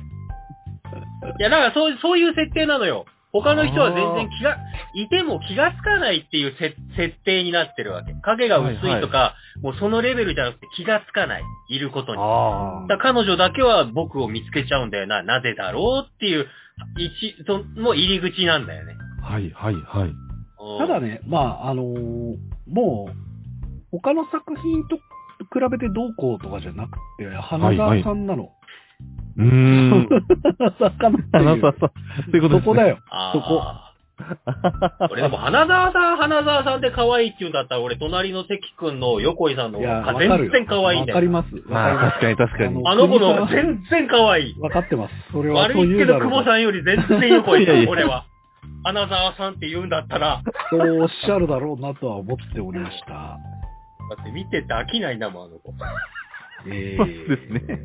Speaker 4: いや、だからそう、そういう設定なのよ。他の人は全然気が、いても気がつかないっていうせ設定になってるわけ。影が薄いとか、もうそのレベルじゃなくて気がつかない。いることに。だか
Speaker 5: あ
Speaker 4: ら彼女だけは僕を見つけちゃうんだよな。なぜだろうっていう、一、その入り口なんだよね。
Speaker 5: あ。はい、はい、はい。
Speaker 3: ただ
Speaker 4: ね、
Speaker 3: ね、まあ、あのーもう、他の作品と比べてどうこうとかじゃなくて、花澤さんなの。
Speaker 5: うーん。
Speaker 3: 花澤香菜って
Speaker 5: あ
Speaker 3: い
Speaker 5: な
Speaker 3: う
Speaker 5: たさ、そういうことですね
Speaker 3: そこだよ。
Speaker 4: ああ。 俺でも花沢さん、花沢さんで可愛いって言うんだったら、俺隣の関君の横井さんの
Speaker 3: いや、わ
Speaker 4: 方が
Speaker 3: かる
Speaker 4: 全
Speaker 3: よ。
Speaker 4: 然可愛いんだ
Speaker 3: わかり
Speaker 4: よな。
Speaker 3: ます。わ
Speaker 5: ま
Speaker 3: か
Speaker 5: あ、確かに確か
Speaker 3: あ
Speaker 5: に
Speaker 3: の。
Speaker 4: あの子の方が全然可愛い
Speaker 3: り。ます。わかってます。それはそう
Speaker 4: 悪い
Speaker 3: い
Speaker 4: け
Speaker 3: うだ
Speaker 4: ど、
Speaker 3: ろう
Speaker 4: 久保
Speaker 3: な
Speaker 4: さんより全然横い
Speaker 5: いやい
Speaker 4: い
Speaker 5: や
Speaker 4: 俺は。花沢さんって言うんだったら、
Speaker 3: そうおっしゃるだろうなとは思っておりました。
Speaker 4: だって見てて飽きないんだもん、あの子。
Speaker 3: え
Speaker 5: そうですね。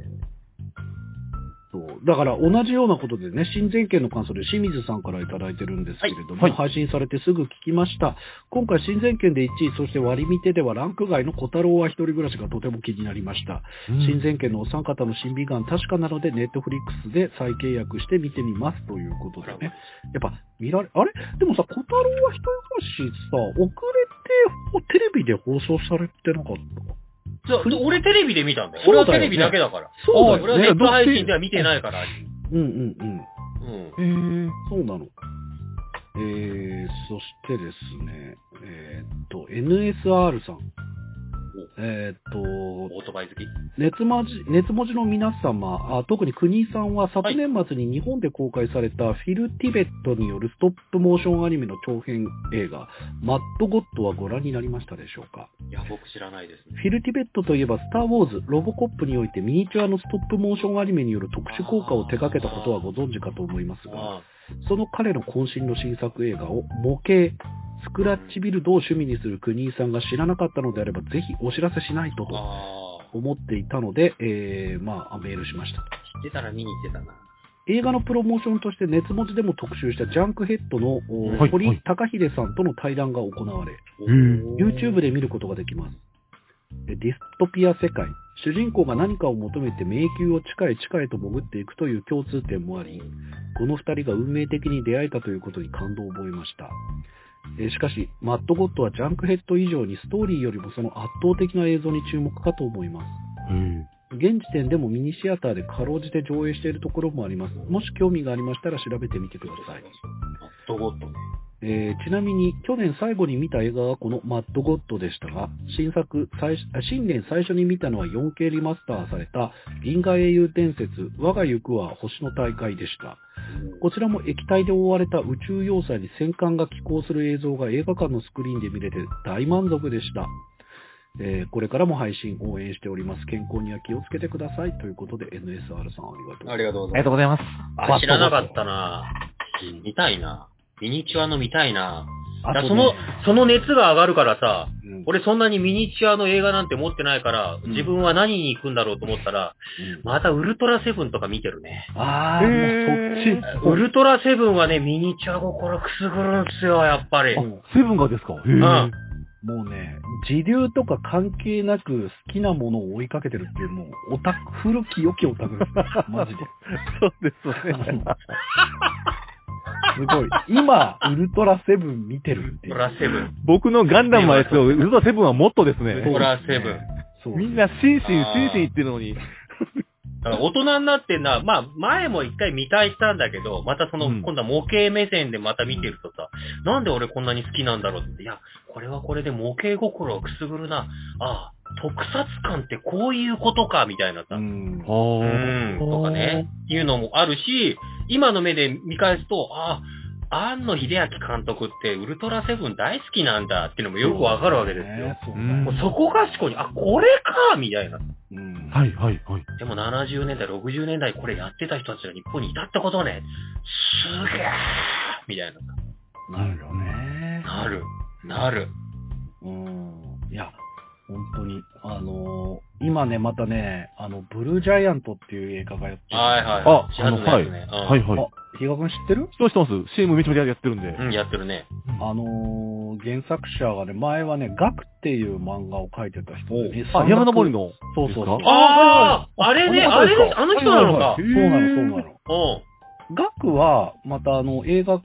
Speaker 3: そう。そう。だから同じようなことでね、新前県の感想で清水さんからいただいてるんですけれども、
Speaker 5: はい
Speaker 3: 配信されてすぐ聞きました。今回新前県で1位、そして割り見てではランク外の小太郎は一人暮らしがとても気になりました。新前県のお三方の審美眼確かなので、ネットフリックスで再契約して見てみますということでね。やっぱ見られ、あれでもさ、小太郎は一人暮らしさ、遅れてほテレビで放送されてなかった
Speaker 4: そう俺テレビで見たんだよ。
Speaker 3: そう
Speaker 4: 俺
Speaker 3: だよね
Speaker 4: はテレビだけだから。
Speaker 3: そうだよね
Speaker 4: 俺はネット配信では見てないから。
Speaker 3: うんうんうん。
Speaker 4: うん。
Speaker 5: えー、
Speaker 3: そうなの。えー、そしてですね、えーっと、NSR さん。えーっと、
Speaker 4: オートバイ好き
Speaker 3: 熱文字、熱文字の皆様、あ特に国井さんは昨年末に日本で公開されたフィル・ティベットによるストップモーションアニメの長編映画、マッド・ゴッドはご覧になりましたでしょうか
Speaker 4: いや、僕知らないですね。
Speaker 3: フィル・ティベットといえば、スター・ウォーズ、ロボコップにおいてミニチュアのストップモーションアニメによる特殊効果を手掛けたことはご存知かと思いますが、
Speaker 4: あ
Speaker 3: その彼の渾身の新作映画を模型、スクラッチビルドを趣味にする国井さんが知らなかったのであれば、ぜひお知らせしないと
Speaker 4: あ
Speaker 3: と
Speaker 4: あ
Speaker 3: 思っていたので、えー、まあ、メールしました。
Speaker 4: あ。知ってたら見に行ってたな。
Speaker 3: 映画のプロモーションとして熱文字でも特集したジャンクヘッドの、お
Speaker 5: はいは
Speaker 3: 堀
Speaker 5: い
Speaker 3: 高秀さんとの対談が行われ、
Speaker 5: ん
Speaker 3: YouTube で見ることができます。えディストピア世界。主人公が何かを求めて迷宮を地下へ地下へと潜っていくという共通点もあり、この二人が運命的に出会えたということに感動を覚えました。えーしかし、マッドゴッドはジャンクヘッド以上にストーリーよりもその圧倒的な映像に注目かと思います。現時点でもミニシアターでかろうじて上映しているところもあります。もし興味がありましたら調べてみてください。
Speaker 4: マットゴッドね。
Speaker 3: えーちなみに、去年最後に見た映画はこのマッドゴッドでしたが、新作、最初あ新年最初に見たのは 4K リマスターされた、銀河英雄伝説、我が行くは星の大会でした。こちらも液体で覆われた宇宙要塞に戦艦が寄港する映像が映画館のスクリーンで見れて大満足でした。えーこれからも配信応援しております。健康には気をつけてください。ということで、NSR さんありがとうございます。
Speaker 4: ありがとうご
Speaker 5: あ
Speaker 4: ざい
Speaker 5: とうございます。
Speaker 4: ます。あ知らなかったな見たいなミニチュアの見たいな
Speaker 3: あ
Speaker 4: だ
Speaker 3: とね
Speaker 4: その、その熱が上がるからさ、
Speaker 3: うん
Speaker 4: 俺そんなにミニチュアの映画なんて持ってないから、
Speaker 3: ん
Speaker 4: 自分は何に行くんだろうと思ったら、
Speaker 3: うん
Speaker 4: またウルトラセブンとか見てるね。
Speaker 3: あー、もうそっち。
Speaker 4: ウルトラセブンはね、ミニチュア心くすぐるんすよ、やっぱり。うん。
Speaker 5: セブンがですかへ
Speaker 4: あ
Speaker 5: ー
Speaker 3: もうね、自流とか関係なく好きなものを追いかけてるっていう、もう、オタク、古き良きオタクです。マジで。
Speaker 5: そうですね。
Speaker 3: すごい。今、ウルトラセブン見てるっ
Speaker 4: ウ
Speaker 3: ていう。
Speaker 4: ルトラセブン。
Speaker 5: 僕のガンダムのやつを、ウルトラセブンはもっとです
Speaker 4: ウ
Speaker 5: ね
Speaker 4: ル。トラセブン。
Speaker 3: そう
Speaker 5: みんな、心身、心身言ってるのに。
Speaker 4: だから大人になってんな、まあ、前も一回見たいしたんだけど、またその、
Speaker 5: うん
Speaker 4: 今度は模型目線でまた見てるとさ、なんで俺こんなに好きなんだろうって、いや、これはこれで模型心をくすぐるな、ああ、特撮感ってこういうことか、みたいなさ、
Speaker 3: う
Speaker 4: うん、
Speaker 3: ん。
Speaker 5: あ
Speaker 4: とかね、いうのもあるし、今の目で見返すと、ああ、庵野秀明監督ってウルトラセブン大好きなんだっていうのもよくわかるわけですよ。
Speaker 3: そうだ
Speaker 5: うん
Speaker 4: もう
Speaker 3: ね。
Speaker 4: そこがしこに、あ、これかみたいな。
Speaker 3: うん
Speaker 5: はいはいはい。
Speaker 4: でも70年代、60年代これやってた人たちが日本にいたってことね。すげえみたいな。
Speaker 3: なるよね。
Speaker 4: なる。なる。
Speaker 3: うん。いや、本当に、あのー今ね、またね、あの、ブルージャイアントっていう映画がやってる
Speaker 4: はいはい。
Speaker 5: あ
Speaker 4: ジャズのやつね。うん
Speaker 5: はいはい。
Speaker 3: あ、比嘉君知ってる
Speaker 5: 知ってます知ってます。CM めちゃめちゃやってるんで。
Speaker 4: うん、やってるね。
Speaker 3: あのー原作者がね、前はね、ガクっていう漫画を描いてた人でね、
Speaker 5: あ、山登りの。
Speaker 3: そうそうそう
Speaker 5: ですか
Speaker 4: あああれね、
Speaker 5: あ
Speaker 4: あ
Speaker 5: れ
Speaker 4: れ
Speaker 5: で
Speaker 4: ね
Speaker 5: す、か
Speaker 4: あの人なのか。
Speaker 5: は
Speaker 4: う
Speaker 5: い
Speaker 4: ん
Speaker 5: はい
Speaker 3: そうなの、そうなの。。ガクは、またあの、映画、や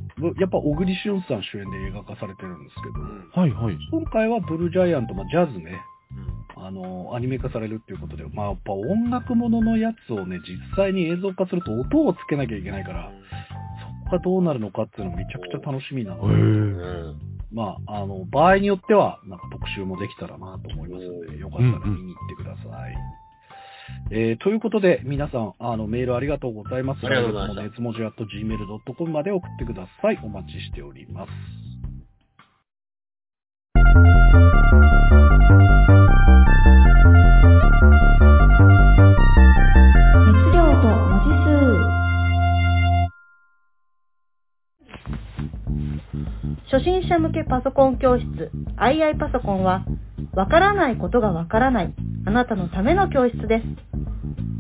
Speaker 3: っぱ小栗旬さん主演で映画化されてるんですけど、
Speaker 5: はいはい。
Speaker 3: 今回はブルージャイアント、まあ、ジャズね、あのーアニメ化されるっていうことで、まあ、やっぱ音楽もののやつをね、実際に映像化すると音をつけなきゃいけないから、そこがどうなるのかっていうのもめちゃくちゃ楽しみなので、
Speaker 4: うん。
Speaker 5: へ
Speaker 4: うん
Speaker 3: まあ、あの、場合によっては、なんか特集もできたらなと思いますので、よかったら見に行ってください。えーということで、皆さん、あの、メールありがとうございます。
Speaker 4: ありがとうございました
Speaker 3: 熱文字 at gmail.com まで送ってください。お待ちしております。
Speaker 1: 熱量と文字数。
Speaker 6: 初心者向けパソコン教室 II パソコンは、わからないことがわからないあなたのための教室です。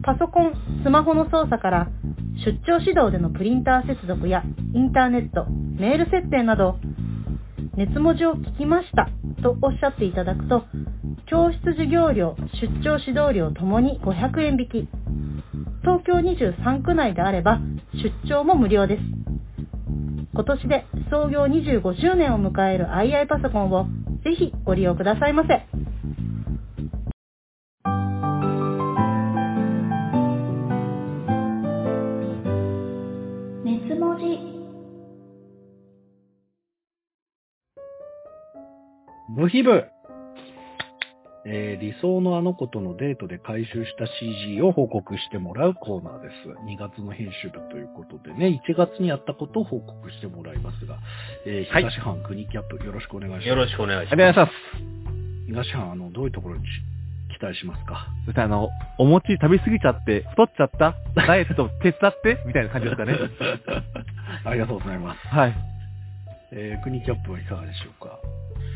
Speaker 6: パソコン、スマホの操作から出張指導でのプリンター接続やインターネット、メール設定など、熱文字を聞きましたとおっしゃっていただくと、教室授業料、出張指導料ともに500円引き。東京23区内であれば出張も無料です。今年で創業25周年を迎える II パソコンをぜひご利用くださいませ。
Speaker 1: 熱文字
Speaker 3: ブヒブ、えー理想のあの子とのデートで回収した CG を報告してもらうコーナーです。2月の編集部ということでね、1月にやったことを報告してもらいますが、えー
Speaker 4: はい
Speaker 3: 東藩国キャップよろしくお願いします。
Speaker 4: よろしくお願いし
Speaker 5: あ
Speaker 4: ま
Speaker 5: りがとうございます。
Speaker 3: 東藩、あの、どういうところに期待します か
Speaker 5: そしてあの、お餅食べ過ぎちゃって、太っちゃったダイエット手伝ってみたいな感じですかね。
Speaker 3: ありがとうございます。
Speaker 5: はい。
Speaker 3: えー、国キャップはいかがでしょうか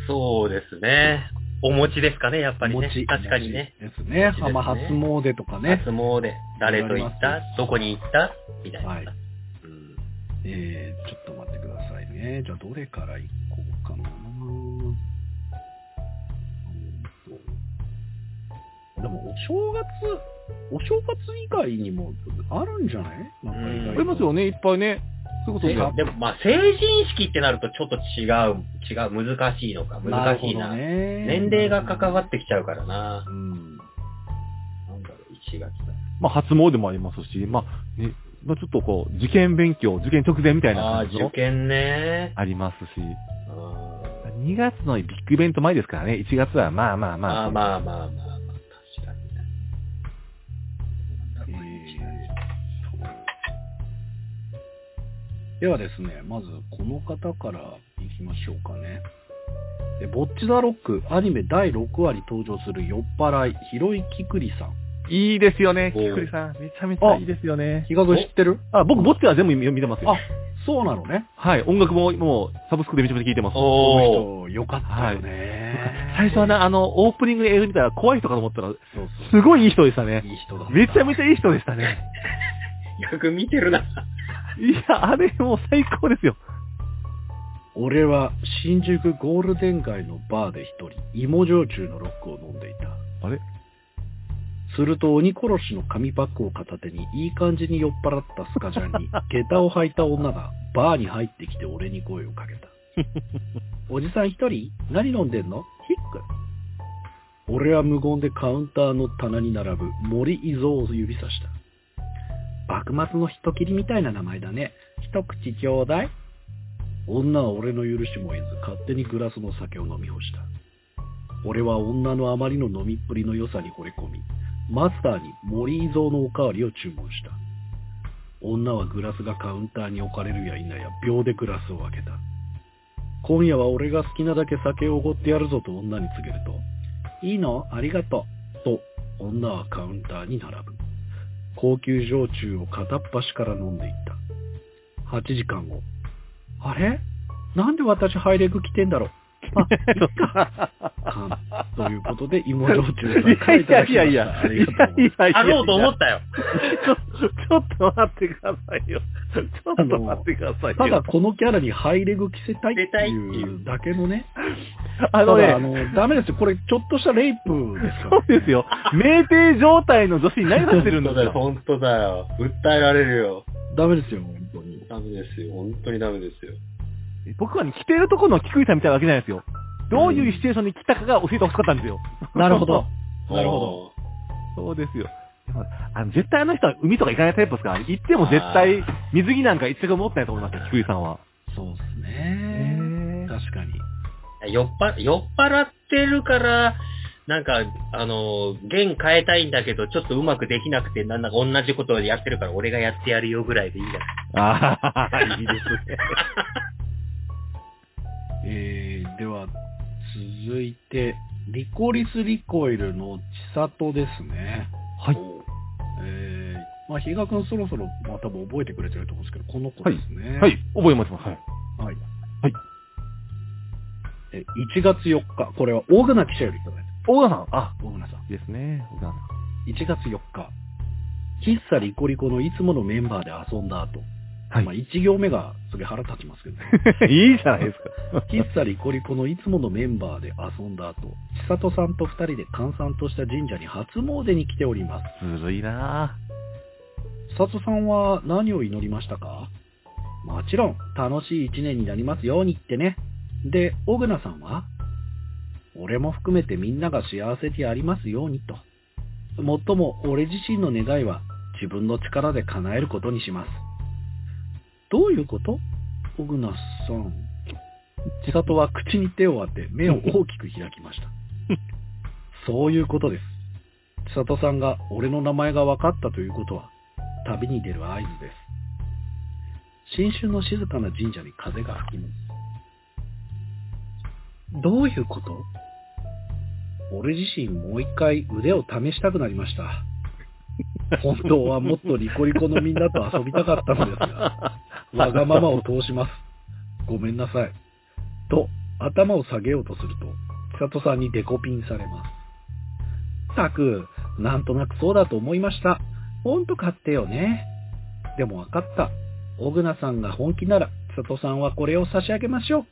Speaker 4: す。そうですね。お餅ですかね、やっぱりね
Speaker 3: お餅。
Speaker 4: 確かにね。。
Speaker 3: お餅ですね。
Speaker 4: お餅ですね
Speaker 3: 浜初詣とかね
Speaker 4: 初。詣、誰と行っ
Speaker 3: あ
Speaker 4: た
Speaker 3: り
Speaker 4: どこに行ったみたいな。
Speaker 3: はい
Speaker 4: うん
Speaker 3: えー、ちょっと待ってくださいね。じゃあ、どれから行こうかな。うんとでも、お正月、お正月以外にもあるんじゃないなんか意外
Speaker 4: うん
Speaker 5: あ
Speaker 3: と
Speaker 5: りますよね、いっぱいね。そういうこと
Speaker 4: でで
Speaker 5: で。
Speaker 4: も、まあ、成人式ってなるとちょっと違う、違う、難しいのか、
Speaker 3: なる
Speaker 4: 難し
Speaker 3: ほ
Speaker 4: い
Speaker 3: ど
Speaker 4: な。
Speaker 3: ね。
Speaker 4: 年齢が関わってきちゃうからな。
Speaker 3: うん。
Speaker 4: なんだろう、1月だ。
Speaker 5: まあ、初詣もありますし、まあ、ね、まあ、ちょっとこう、受験勉強、受験直前みたいな
Speaker 4: ああー、
Speaker 5: 感じ
Speaker 4: 受
Speaker 5: も
Speaker 4: 験ね。
Speaker 5: ありますし、
Speaker 4: あー
Speaker 5: 2月のビッグイベント前ですからね、1月はまあまあま
Speaker 4: ま
Speaker 5: あ。
Speaker 4: あまあまあまあまあ、確かにね。
Speaker 3: えーとではですね、まずこの方からいきましょうかね。えボッチザロックアニメ第6話に登場する酔っ払い、ひろゆきくりさん。
Speaker 5: いいですよね、
Speaker 4: おう
Speaker 5: きっくりさん。めちゃめちゃいいですよね。
Speaker 3: 比嘉君知ってる
Speaker 5: あ、僕、ボッチは全部見見てますよ。
Speaker 3: そうなのね。
Speaker 5: はい、音楽ももう、サブスクでめちゃめちゃ聴いてます。
Speaker 4: おー。
Speaker 3: この人、よかったよね。
Speaker 5: 最初はね、あの、オープニングで映像見たら怖い人かと思ったら、
Speaker 3: そう
Speaker 5: すごいいい人でした
Speaker 3: そう。
Speaker 5: ね。
Speaker 3: いい人だった。
Speaker 5: めちゃめちゃいい人でしたね。
Speaker 4: よく見てるな。
Speaker 5: いや、あれもう最高ですよ。
Speaker 3: 俺は新宿ゴールデン街のバーで一人、芋焼酎のロックを飲んでいた。
Speaker 5: あれ
Speaker 3: すると鬼殺しの紙パックを片手にいい感じに酔っ払ったスカジャ ンに下駄を履いた女がバーに入ってきて俺に声をかけた。おじさん一人何飲んでんのヒック。俺は無言でカウンターの棚に並ぶ森伊蔵を指さした。幕末の人切りみたいな名前だね。一口ちょうだい。女は俺の許しも得ず勝手にグラスの酒を飲み干した。俺は女のあまりの飲みっぷりの良さに惚れ込み、マスターに森伊蔵のおかわりを注文した。女はグラスがカウンターに置かれるや否や秒でグラスを開けた。今夜は俺が好きなだけ酒をおごってやるぞと女に告げると、いいのありがとう。と、女はカウンターに並ぶ。高級焼酎を片っ端から飲んでいった。8時間後。あれなんで私ハイレグ着てんだろうあ、いっか。あ ということで、芋焼酎さんからいただきました。ありがとうございます。
Speaker 5: やい
Speaker 4: あろうと思ったよ。
Speaker 5: ちょちょっと待ってくださいよ。ちょっと待ってくださいよ。
Speaker 3: ただこのキャラにハイレグ着せたいっていうだけのね。
Speaker 5: あ
Speaker 3: た
Speaker 5: の
Speaker 3: だ、あ
Speaker 5: ね、
Speaker 3: の、ダメですよ。これ、ちょっとしたレイプですか
Speaker 5: そうですよ。酩酊状態の女子に何さってるんだ
Speaker 4: だよ、
Speaker 5: よ。
Speaker 4: 本当だよ。訴えられるよ。
Speaker 3: ら。ダメですよ、本当に。
Speaker 4: ダメですよ。本当にダメですよ。
Speaker 5: 僕はね、着てるところの菊井さんみたいなわけじゃないですよ。どういうシチュエーションに来たかが教えてほしかったんですよ。
Speaker 3: なるほど。なるほど。
Speaker 4: ど。
Speaker 5: そうですよ。でもあの絶対あの人は海とか行かないタイプですから、行っても絶対水着なんか一着持ってないと思いますよ、菊井さんは。
Speaker 3: そうですね。確かに。
Speaker 4: 酔っぱ、酔っ払ってるから、なんか、あの、弦変えたいんだけど、ちょっとうまくできなくて、なんだか同じことをやってるから、俺がやってやるよぐらいでいいんじゃない
Speaker 5: ああ、いいですね。
Speaker 3: えー、では、続いて、リコリスリコイルの千里ですね。
Speaker 5: はい。
Speaker 3: えー、まあ、比嘉君そろそろ、まあ、多分覚えてくれてると思うんですけど、この子ですね。
Speaker 5: は。い、覚えました。はい。
Speaker 3: はい。
Speaker 5: はい。
Speaker 3: え、1月4日、これは大船記者よりいただいた。
Speaker 5: 大田さん、あ、
Speaker 3: 大船さん。
Speaker 5: ですね、小田さん。
Speaker 3: 1月4日、喫茶リコリコのいつものメンバーで遊んだ後、
Speaker 5: はい
Speaker 3: まあ1行目がすげえ腹立ちますけど、
Speaker 5: いいじゃないですか。
Speaker 3: 喫茶リコリコのいつものメンバーで遊んだ後、千里さんと二人で閑散とした神社に初詣に来ております。
Speaker 5: ずるいな
Speaker 3: 千里さんは何を祈りましたかもちろん、楽しい一年になりますようにってね。で、小倉さんは俺も含めてみんなが幸せでありますようにと。もっとも俺自身の願いは自分の力で叶えることにします。どういうこと小倉さん。千里は口に手を当て目を大きく開きました。そういうことです。千里さんが俺の名前が分かったということは、旅に出る合図です。新春の静かな神社に風が吹きます。どういうこと俺自身もう一回腕を試したくなりました。本当はもっとリコリコのみんなと遊びたかったのですが、わがままを通します。ごめんなさい。と、頭を下げようとすると、千里さんにデコピンされます。ったく、なんとなくそうだと思いました。ほんと買ってよね。でも分かった。小倉さんが本気なら、千里さんはこれを差し上げましょう。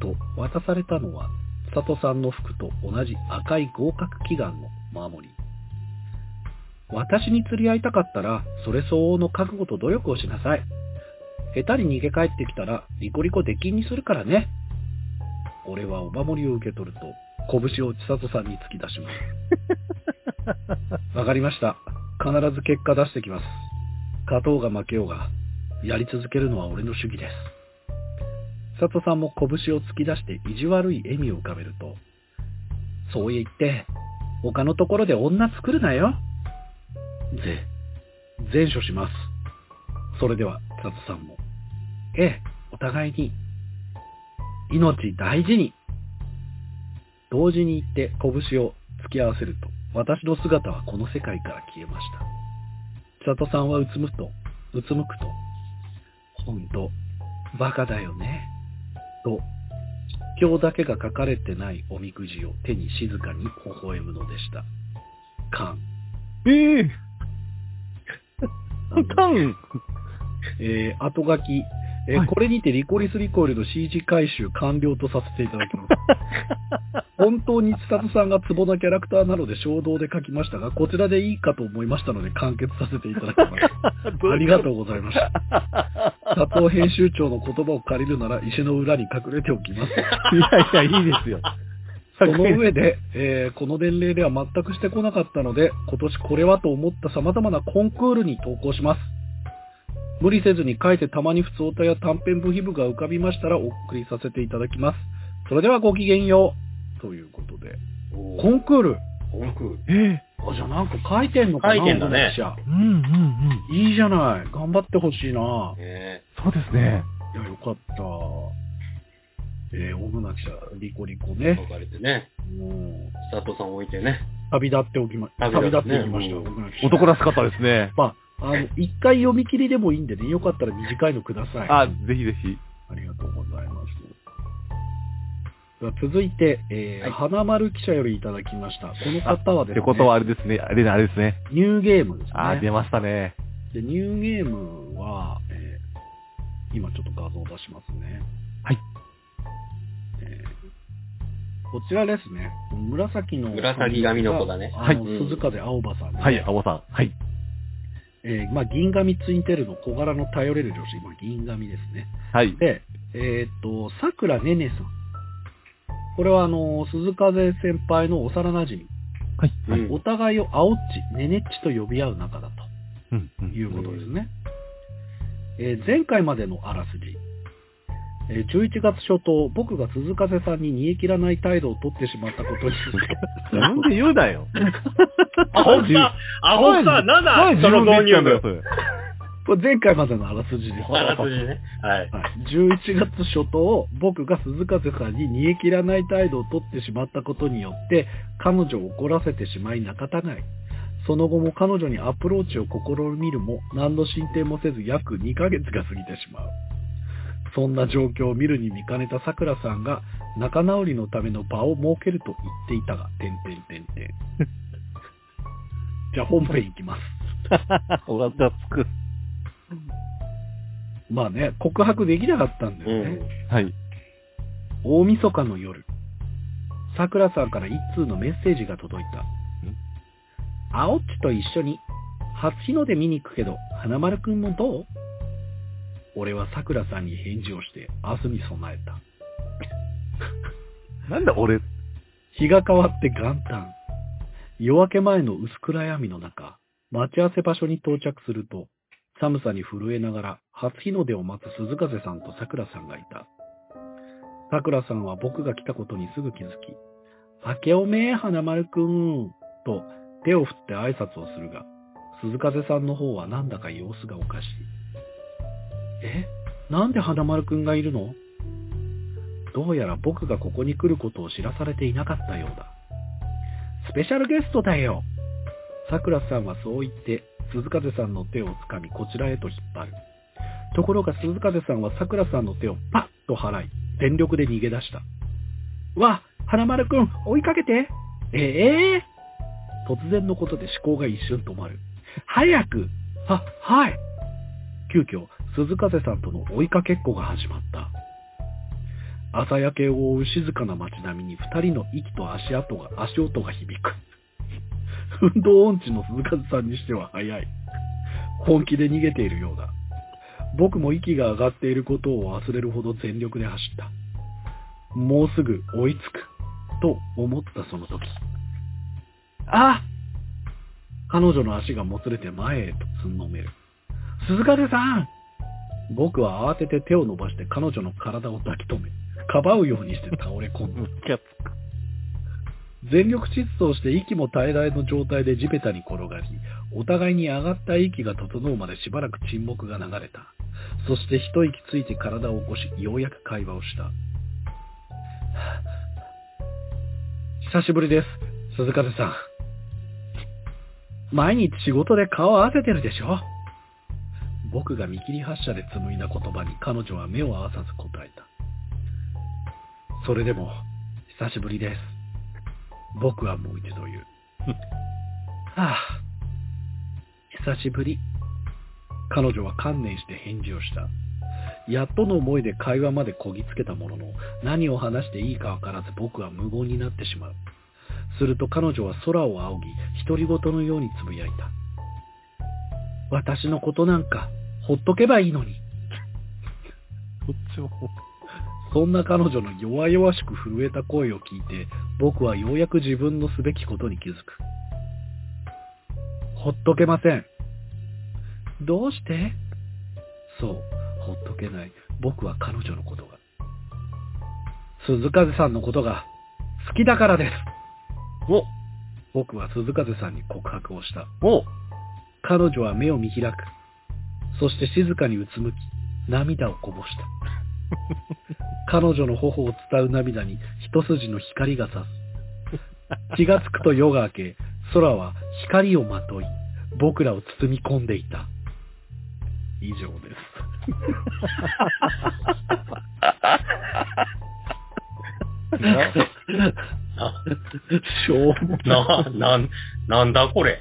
Speaker 3: と渡されたのは、千里さんの服と同じ赤い合格祈願の守り。私に釣り合いたかったら、それ相応の覚悟と努力をしなさい。下手に逃げ帰ってきたら、リコリコ出禁にするからね。俺はお守りを受け取ると、拳を千里さんに突き出します。わかりました。必ず結果出してきます。勝とうが負けようが、やり続けるのは俺の主義です。佐藤さんも拳を突き出して意地悪い笑みを浮かべると、そう言って、他のところで女作るなよ。ぜ、善処します。それでは、佐藤さんも。ええ、お互いに。命大事に。同時に言って拳を突き合わせると、私の姿はこの世界から消えました。千里さんはうつむくと、うつむくと、ほんと、バカだよね。と、今日だけが書かれてないおみくじを手に静かに微笑むのでした。カン。
Speaker 5: ええ
Speaker 3: あの
Speaker 5: ー、カン
Speaker 3: えー、後書き。えー
Speaker 5: はい
Speaker 3: これにてリコリスリコイルの CG 回収完了とさせていただき ます。本当に千里さんがツボなキャラクターなので衝動で書きましたが、こちらでいいかと思いましたので完結させていただき ます。ありがとうございました。佐藤編集長の言葉を借りるなら石の裏に隠れておきます。
Speaker 5: いやいや、いいですよ。
Speaker 3: その上で、えーこの年齢では全くしてこなかったので、今年これはと思った様々なコンクールに投稿します。無理せずに書いてたまに普通歌や短編部皮部が浮かびましたらお送りさせていただきます。それではごきげんよう。ということで。コンクール
Speaker 4: コンクール。
Speaker 5: ええ
Speaker 3: あ、じゃあなんか書いてんのかな
Speaker 4: 書いてんだね
Speaker 3: この記
Speaker 5: うんうんうん。
Speaker 3: 者いいじゃない。頑張ってほしいな。
Speaker 4: ね
Speaker 5: そうですね。
Speaker 3: いや、よかった。えー、小村記者、リコリコ
Speaker 4: え
Speaker 3: ね。
Speaker 4: 別れてね、
Speaker 3: もう、
Speaker 4: 佐藤さん置いてね。
Speaker 3: 旅立っておきま、旅
Speaker 4: 旅
Speaker 3: 立
Speaker 4: 立っ
Speaker 3: ってて
Speaker 4: ね
Speaker 3: おきました。
Speaker 4: うん
Speaker 3: 小村記者
Speaker 5: 男らしかったですね。
Speaker 3: まあ、あの、一回読み切りでもいいんでね、よかったら短いのください。
Speaker 5: あ、ぜひぜひ。
Speaker 3: ありがとうございます。では続いて、えー
Speaker 4: はい
Speaker 3: 花丸記者よりいただきました。この方は
Speaker 5: っ
Speaker 3: です
Speaker 5: て
Speaker 3: ね、
Speaker 5: ことはあれですね。あれね、あれですね。
Speaker 3: ニューゲームです
Speaker 5: あー、出
Speaker 3: ね。
Speaker 5: ましたね。
Speaker 3: でニューゲームは、えー今ちょっと画像を出しますね。
Speaker 5: はい。
Speaker 3: えーこちらですね。紫の。
Speaker 4: 紫髪の子だね
Speaker 3: あの
Speaker 4: はい
Speaker 3: 鈴風青葉さんね、
Speaker 5: はい、青さん。はい。
Speaker 3: えーまあ、銀紙ツインテールの小柄の頼れる女子、今、銀紙ですね。
Speaker 5: はい。
Speaker 3: で、えーっと、さくらねねさん。これは、あの、鈴風先輩の幼馴染
Speaker 5: はい。
Speaker 4: う
Speaker 3: み。
Speaker 4: ん
Speaker 3: お互いをあおっち、ねねっちと呼び合う仲だ
Speaker 5: うんう
Speaker 3: とい
Speaker 5: ん。
Speaker 3: うことですね。えー前回までのあらすじ。えー11月初頭、僕が鈴風さんに煮え切らない態度を取ってしまったことに、
Speaker 5: なんで言う なよ。
Speaker 4: アホさアホさなんだその導入部。
Speaker 5: 部。
Speaker 3: これ前回までのあらすじです。
Speaker 4: あらすじね。はい。
Speaker 3: はい、11月初頭、僕が鈴風さんに煮え切らない態度を取ってしまったことによって、彼女を怒らせてしまい仲違い。その後も彼女にアプローチを試みるも、何の進展もせず約2ヶ月が過ぎてしまう。そんな状況を見るに見かねた桜さんが、仲直りのための場を設けると言っていたが、てんてんてんてん。じゃあ本編いきます。
Speaker 5: おがたつく。
Speaker 3: まあね、告白できなかったんだよね。
Speaker 5: はい。
Speaker 3: 大晦日の夜、桜さんから一通のメッセージが届いた。あおっちと一緒に、初日の出見に行くけど、花丸くんもどう俺は桜さんに返事をして、明日に備えた。
Speaker 5: なんだ俺、
Speaker 3: 日が変わって元旦。夜明け前の薄暗闇の中、待ち合わせ場所に到着すると、寒さに震えながら初日の出を待つ鈴風さんと桜さんがいた。桜さんは僕が来たことにすぐ気づき、明けおめえ、花丸くん、と手を振って挨拶をするが、鈴風さんの方はなんだか様子がおかしい。えなんで花丸くんがいるのどうやら僕がここに来ることを知らされていなかったようだ。スペシャルゲストだよ桜さんはそう言って、鈴風さんの手を掴み、こちらへと引っ張る。ところが鈴風さんは桜さんの手をパッと払い、全力で逃げ出した。わ花丸くん、追いかけてええ突然のことで思考が一瞬止まる。早くは、はい急遽、鈴風さんとの追いかけっこが始まった。朝焼けを覆う静かな街並みに二人の息と足跡が、足音が響く。運動音痴の鈴風さんにしては早い。本気で逃げているようだ。僕も息が上がっていることを忘れるほど全力で走った。もうすぐ追いつく。と思ったその時。あ彼女の足がもつれて前へとつんのめる。鈴風さん僕は慌てて手を伸ばして彼女の体を抱き止め、かばうようにして倒れ込んだ。
Speaker 5: キャッツ。
Speaker 3: 全力疾走して息も平らの状態で地べたに転がり、お互いに上がった息が整うまでしばらく沈黙が流れた。そして一息ついて体を起こし、ようやく会話をした。はぁ久しぶりです、鈴風さん。毎日仕事で顔合わせてるでしょ僕が見切り発車で紡いだ言葉に彼女は目を合わさず答えた。それでも、久しぶりです。僕はもう一度言う。はあ、久しぶり。彼女は観念して返事をした。やっとの思いで会話までこぎつけたものの、何を話していいかわからず僕は無言になってしまう。すると彼女は空を仰ぎ、独り言のようにつぶやいた。私のことなんか、ほっとけばいいのに。
Speaker 5: こっちはほ
Speaker 3: そんな彼女の弱々しく震えた声を聞いて、僕はようやく自分のすべきことに気づく。ほっとけません。どうしてそう、ほっとけない。僕は彼女のことが。鈴風さんのことが好きだからです。
Speaker 5: お
Speaker 3: 僕は鈴風さんに告白をした。
Speaker 5: お
Speaker 3: 彼女は目を見開く。そして静かにうつむき、涙をこぼ した。彼女の頬を伝う涙に一筋の光が差す。気がつくと夜が明け、空は光をまとい、僕らを包み込んでいた。以上です。
Speaker 4: な、
Speaker 3: しょう
Speaker 4: な、なん、なんだこれ。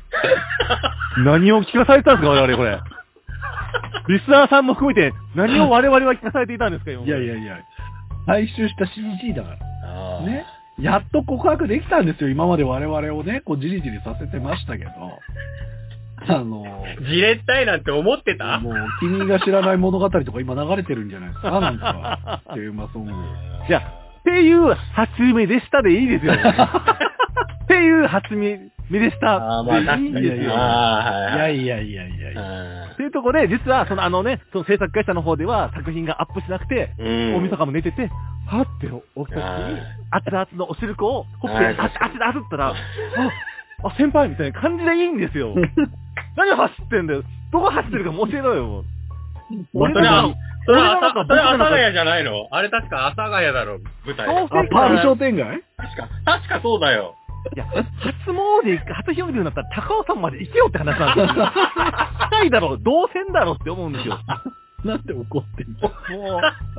Speaker 5: 何を聞かされたんですか、我々こ れ。リスナーさんも含めて、何を我々は聞かされていたんですか、今ま
Speaker 3: も
Speaker 5: で
Speaker 3: いやいやいや、回収した CG だから。
Speaker 4: あー
Speaker 3: ね。やっと告白できたんですよ。今まで我々をね、こう、じりじりさせてま したけど。あの、
Speaker 4: じれったいなんて思ってた
Speaker 3: もう、君が知らない物語とか今流れてるんじゃないですかなんか、テーマソング。
Speaker 5: じゃあ、っていう初夢でしたでいいです よ。っていう初夢でした。
Speaker 4: あーまあ確か
Speaker 5: いいんです
Speaker 4: に。
Speaker 5: よ。
Speaker 3: い
Speaker 4: ああ、
Speaker 3: や
Speaker 4: はい。
Speaker 3: いやいやいやいや。
Speaker 5: というところで、実は、その、あのね、その制作会社の方では作品がアップしなくて、
Speaker 4: うん。
Speaker 5: 大晦日も寝てて、はって起きた時に、熱々のお汁粉を、ほっぺ
Speaker 4: は
Speaker 5: に
Speaker 4: い
Speaker 5: 熱々熱々ったら、あ、あ、先輩みたいな感じでいいん ですよ。何走ってんだよ。どこ走ってるかも教えろよ。
Speaker 4: それは、それは、
Speaker 5: 俺ら
Speaker 4: 朝
Speaker 5: の
Speaker 4: それは阿
Speaker 5: 僕らの
Speaker 4: 佐ヶ谷じゃないのあれ確か阿佐ヶ谷だろ、舞台。
Speaker 5: そう
Speaker 3: あ、パール商店街
Speaker 4: 確か、確かそうだよ。
Speaker 5: いや、初詣、初日の出になったら高尾山まで行けよって話なんですよ。 近いだろ、動線だろって思うんですよ。
Speaker 3: なんで怒ってん
Speaker 5: も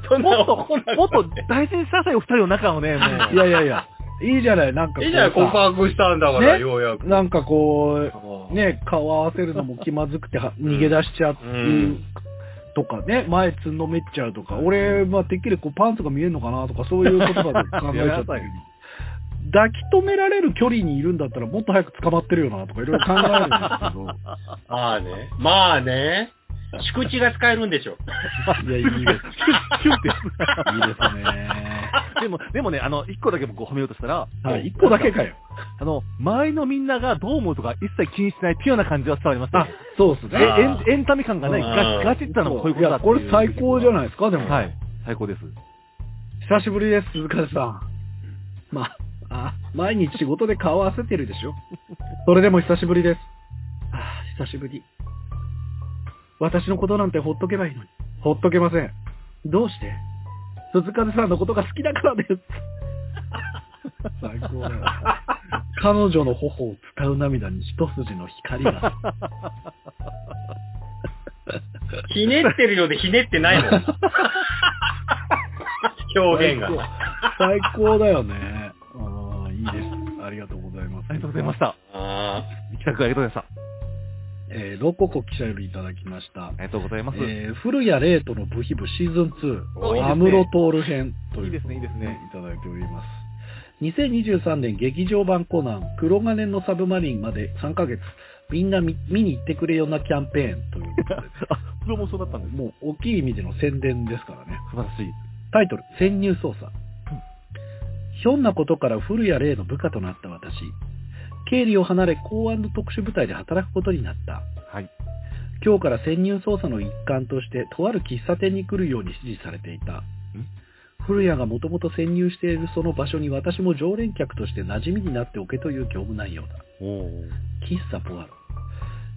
Speaker 4: そ
Speaker 5: うんも
Speaker 4: な
Speaker 5: っと、
Speaker 4: 怒んなくて
Speaker 5: もっと大事にしたさいよ、二人の中をね、もう。
Speaker 3: のいやいやいや。いいじゃない、なんかこうさ。
Speaker 4: いいじゃない、告白したんだから、
Speaker 3: ね
Speaker 4: ようやく。
Speaker 3: なんかこう、
Speaker 4: あー
Speaker 3: ね、顔合わせるのも気まずくては逃げ出しちゃう
Speaker 4: うん
Speaker 3: とかね、前つんのめっちゃうとか、俺、まあ、てっきりこうパンツが見えるのかなとか、そういうことだと考えちゃったけど抱き止められる距離にいるんだったらもっと早く捕まってるよなとかいろいろ考え
Speaker 4: まあね。まあね。宿地が使えるんでしょ。
Speaker 3: るんですけど。いや、いいです。いい
Speaker 5: キュンって。
Speaker 3: ですね。
Speaker 5: でも、でもね、あの、一個だけ僕を褒めようとしたら、
Speaker 3: はい、一個だけかよ。
Speaker 5: あの、周りのみんながどう思うとか一切気にしないピュアな感じは伝わります
Speaker 3: あ
Speaker 5: ね。、
Speaker 3: そうです
Speaker 5: え
Speaker 3: ね。
Speaker 5: エンエンタメ感がない、
Speaker 4: うん
Speaker 5: ガガチッたのがこういうことだ
Speaker 3: や、これ最高じゃ
Speaker 5: ない
Speaker 3: ないですか、でも。
Speaker 5: はい。最高です。
Speaker 3: 久しぶりです、鈴風さん。まあ、あ、毎日仕事で顔合わせてるでし ょ。それでも久しぶりです。ああ、久しぶり。私のことなんてほっとけばいいのに。ほっとけません。どうして鈴風さんのことが好きだからです。最高だ よ。彼女の頬を使う涙に一筋の光が。
Speaker 4: ひねってるようでひねってないもん。表現が。
Speaker 3: 最高。最高だよね。ああ、いいです。ありがとうございます。
Speaker 5: ありがとうございました。
Speaker 4: あ
Speaker 5: 企画ありがとうございました。
Speaker 3: えーロココ記者よりいただきました。
Speaker 5: ありがとうございます。
Speaker 3: えー古谷レートの部品部シーズン
Speaker 4: おい
Speaker 3: 2、
Speaker 4: いですね
Speaker 3: アムロトール編という。
Speaker 5: いいですねいいですね。
Speaker 3: いただいております。2023年劇場版コナン、黒金のサブマリンまで3ヶ月、みんな見見に行ってくれようなキャンペーンということで
Speaker 5: あ、プロモーションだったん です。
Speaker 3: もう大きい意味での宣伝ですからね。
Speaker 5: 素晴らしい。
Speaker 3: タイトル、潜入捜査。ひょんなことから古谷霊の部下となった私。経理を離れ公安の特殊部隊で働くことになった。
Speaker 5: はい。
Speaker 3: 今日から潜入捜査の一環として、とある喫茶店に来るように指示されていた。古谷がもともと潜入しているその場所に私も常連客として馴染みになっておけという業務内容だ。
Speaker 5: お
Speaker 3: 喫茶ポアロ。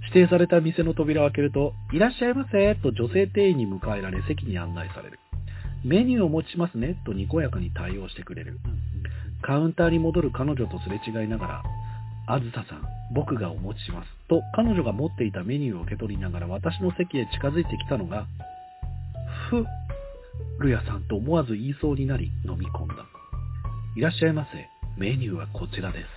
Speaker 3: 指定された店の扉を開けると、いらっしゃいませと女性店員に迎えられ席に案内される。メニューを持ちますねとにこやかに対応してくれる。カウンターに戻る彼女とすれ違いながら、あずささん、僕がお持ちします。と彼女が持っていたメニューを受け取りながら私の席へ近づいてきたのが、ふ、ルヤさんと思わず言いそうになり飲み込んだ。いらっしゃいませ。メニューはこちらです。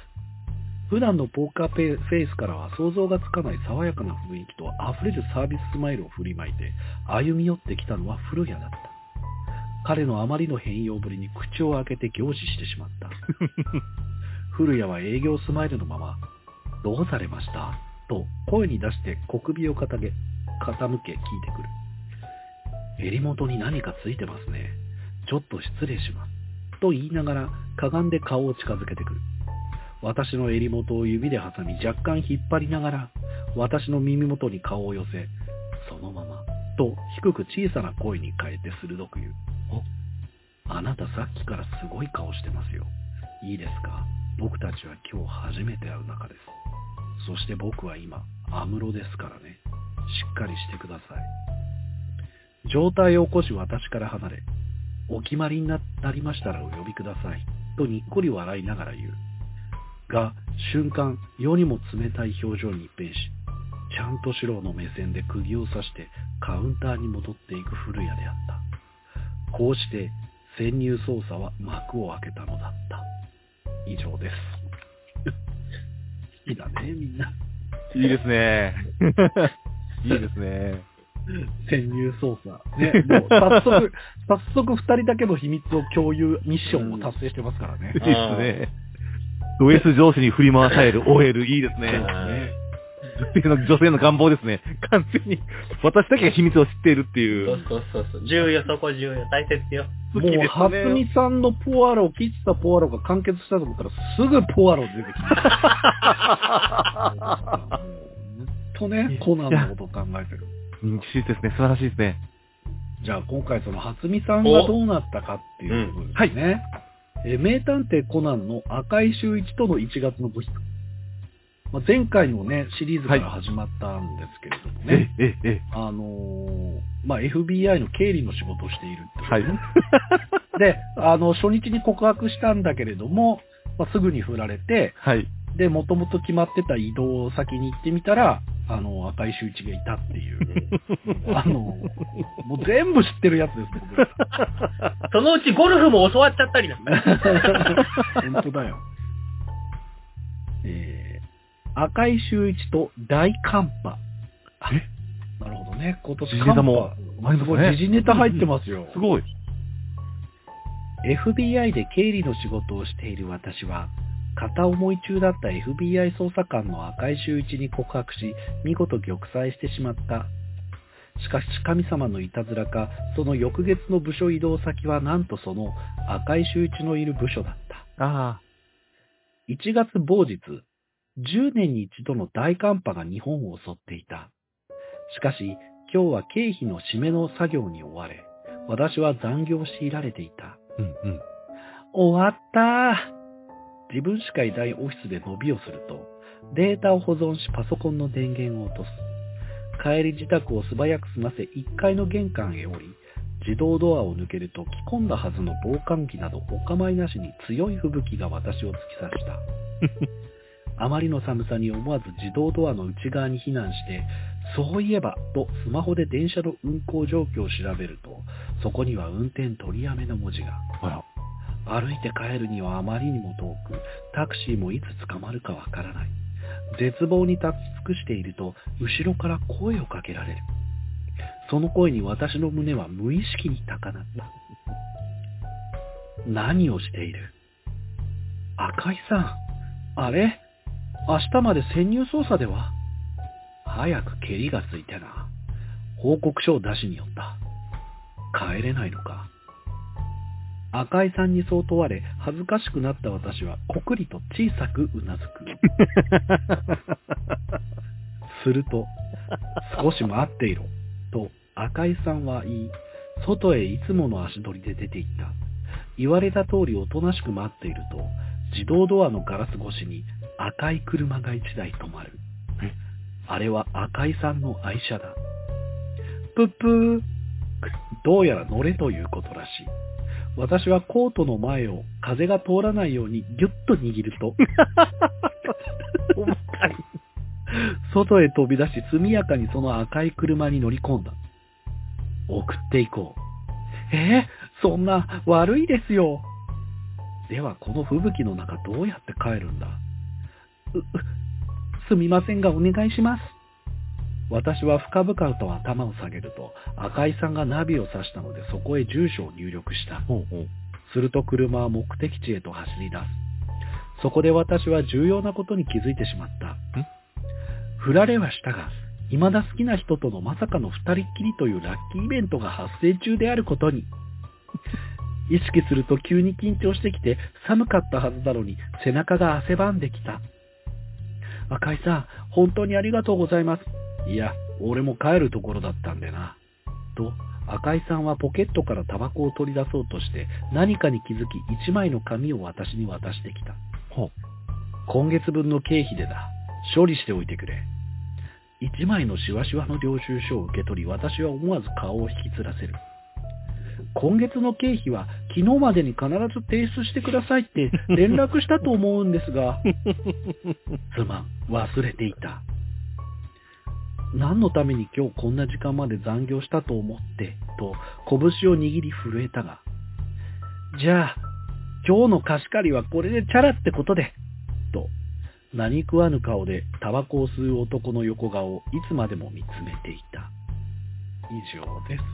Speaker 3: 普段のポーカーペフェイスからは想像がつかない爽やかな雰囲気と溢れるサービススマイルを振りまいて歩み寄ってきたのは古谷だった。彼のあまりの変容ぶりに口を開けて凝視してしまった。古谷は営業スマイルのまま、どうされましたと声に出して小首を傾け、傾け聞いてくる。襟元に何かついてますね。ちょっと失礼します。と言いながら、かがんで顔を近づけてくる。私の襟元を指で挟み若干引っ張りながら私の耳元に顔を寄せそのままと低く小さな声に変えて鋭く言うあなたさっきからすごい顔してますよいいですか僕たちは今日初めて会う仲ですそして僕は今安室ですからねしっかりしてください状態を起こし私から離れお決まりにななりましたらお呼びくださいとにっこり笑いながら言うが瞬間世にも冷たい表情に一変しちゃんとしろの目線で釘を刺してカウンターに戻っていく古谷であったこうして潜入捜査は幕を開けたのだった以上です好きだねみんない
Speaker 5: いです ね。いいですね。
Speaker 3: 潜入捜査ねもう早速早速2人だけの秘密を共有ミッションを達成してますからね
Speaker 5: いいですね。ド S 上司に振り回される OL、いいですね。
Speaker 4: あ。ね
Speaker 5: 女性の女性の願望ですね。完全に、私だけが秘密を知っているってい
Speaker 4: そう
Speaker 5: う。
Speaker 4: そうそうそう。重要、そこ重要。大切よ。
Speaker 5: 好き
Speaker 3: もう、
Speaker 5: です
Speaker 3: は
Speaker 5: ね
Speaker 3: つみさんのポアロ、喫茶ポアロが完結したと思ったら、すぐポアロ出てきた。もうずっとね、コナンのことを考えてる。
Speaker 5: 人気シリーズですね。素晴らしいですね。
Speaker 3: じゃあ今回その、はつみさんがどうなったかっていうことですね。えー名探偵コナンの赤井秀一との1月の部品。まあ、前回のね、シリーズから始まったんですけれどもね、
Speaker 5: え、え、え、
Speaker 3: あのーまあ、FBI の経理の仕事をしているっていう
Speaker 5: はい。
Speaker 3: で、あの、初日に告白したんだけれども、まあ、すぐに振られて、
Speaker 5: はい。
Speaker 3: で、もともと決まってた移動先に行ってみたら、あの、赤い周知がいたって いう。あの、もう全部知ってるやつです、僕。
Speaker 4: そのうちゴルフも教わっちゃったりなんか。
Speaker 3: 本当だよ。えー、赤井秀一と大寒波。なるほどね。今年
Speaker 5: 時事ネタも
Speaker 3: 寒波すごい、
Speaker 5: ね
Speaker 3: 時事ネタ入ってますよ。
Speaker 5: すごい。
Speaker 3: FBI で経理の仕事をしている私は、片思い中だった FBI 捜査官の赤井秀一に告白し、見事玉砕してしまった。しかし神様のいたずらか、その翌月の部署移動先はなんとその赤井秀一のいる部署だった。
Speaker 5: あ
Speaker 3: 1月某日、10年に一度の大寒波が日本を襲っていた。しかし、今日は経費の締めの作業に追われ、私は残業を強いられていた。
Speaker 5: あ。うんうん。
Speaker 3: 終わった自分しかいないオフィスで伸びをすると、データを保存しパソコンの電源を落とす。帰り自宅を素早く済ませ1階の玄関へ降り、自動ドアを抜けると着込んだはずの防寒着などお構いなしに強い吹雪が私を突き刺した。あまりの寒さに思わず自動ドアの内側に避難して、そういえばとスマホで電車の運行状況を調べると、そこには運転取りやめの文字が。
Speaker 5: あら。
Speaker 3: 歩いて帰るにはあまりにも遠く、タクシーもいつ捕まるかわからない。絶望に立ち尽くしていると、後ろから声をかけられる。その声に私の胸は無意識に高鳴った。何をしている赤井さん、あれ明日まで潜入捜査では早く蹴りがついてな。報告書を出しに寄った。帰れないのか赤井さんにそう問われ、恥ずかしくなった私は、こくりと小さくうなずく。すると、少し待っていろ、と赤井さんは言い、外へいつもの足取りで出て行った。言われた通りおとなしく待っていると、自動ドアのガラス越しに赤い車が一台止まる。あれは赤井さんの愛車だ。ぷっぷー。どうやら乗れということらしい。私はコートの前を風が通らないようにギュッと握ると、外へ飛び出し速やかにその赤い車に乗り込んだ。送っていこう。えーそんな悪いですよ。ではこの吹雪の中どうやって帰るんだううすみませんがお願いします。私は深々と頭を下げると赤井さんがナビを指したのでそこへ住所を入力した。
Speaker 5: ほうほう。
Speaker 3: すると車は目的地へと走り出す。そこで私は重要なことに気づいてしまった。振られはしたが、未だ好きな人とのまさかの二人っきりというラッキーイベントが発生中であることに。意識すると急に緊張してきて寒かったはずなのに背中が汗ばんできた。赤井さん、本当にありがとうございます。いや、俺も帰るところだったんでな。と、赤井さんはポケットからタバコを取り出そうとして何かに気づき一枚の紙を私に渡してきた。
Speaker 5: ほう。
Speaker 3: 今月分の経費でだ。処理しておいてくれ。一枚のシワシワの領収書を受け取り、私は思わず顔を引きつらせる。今月の経費は昨日までに必ず提出してくださいって連絡したと思うんですが、すまん、忘れていた。何のために今日こんな時間まで残業したと思って、と拳を握り震えたが、じゃあ、今日の貸し借りはこれでチャラってことで、と、何食わぬ顔でタバコを吸う男の横顔をいつまでも見つめていた。以上です。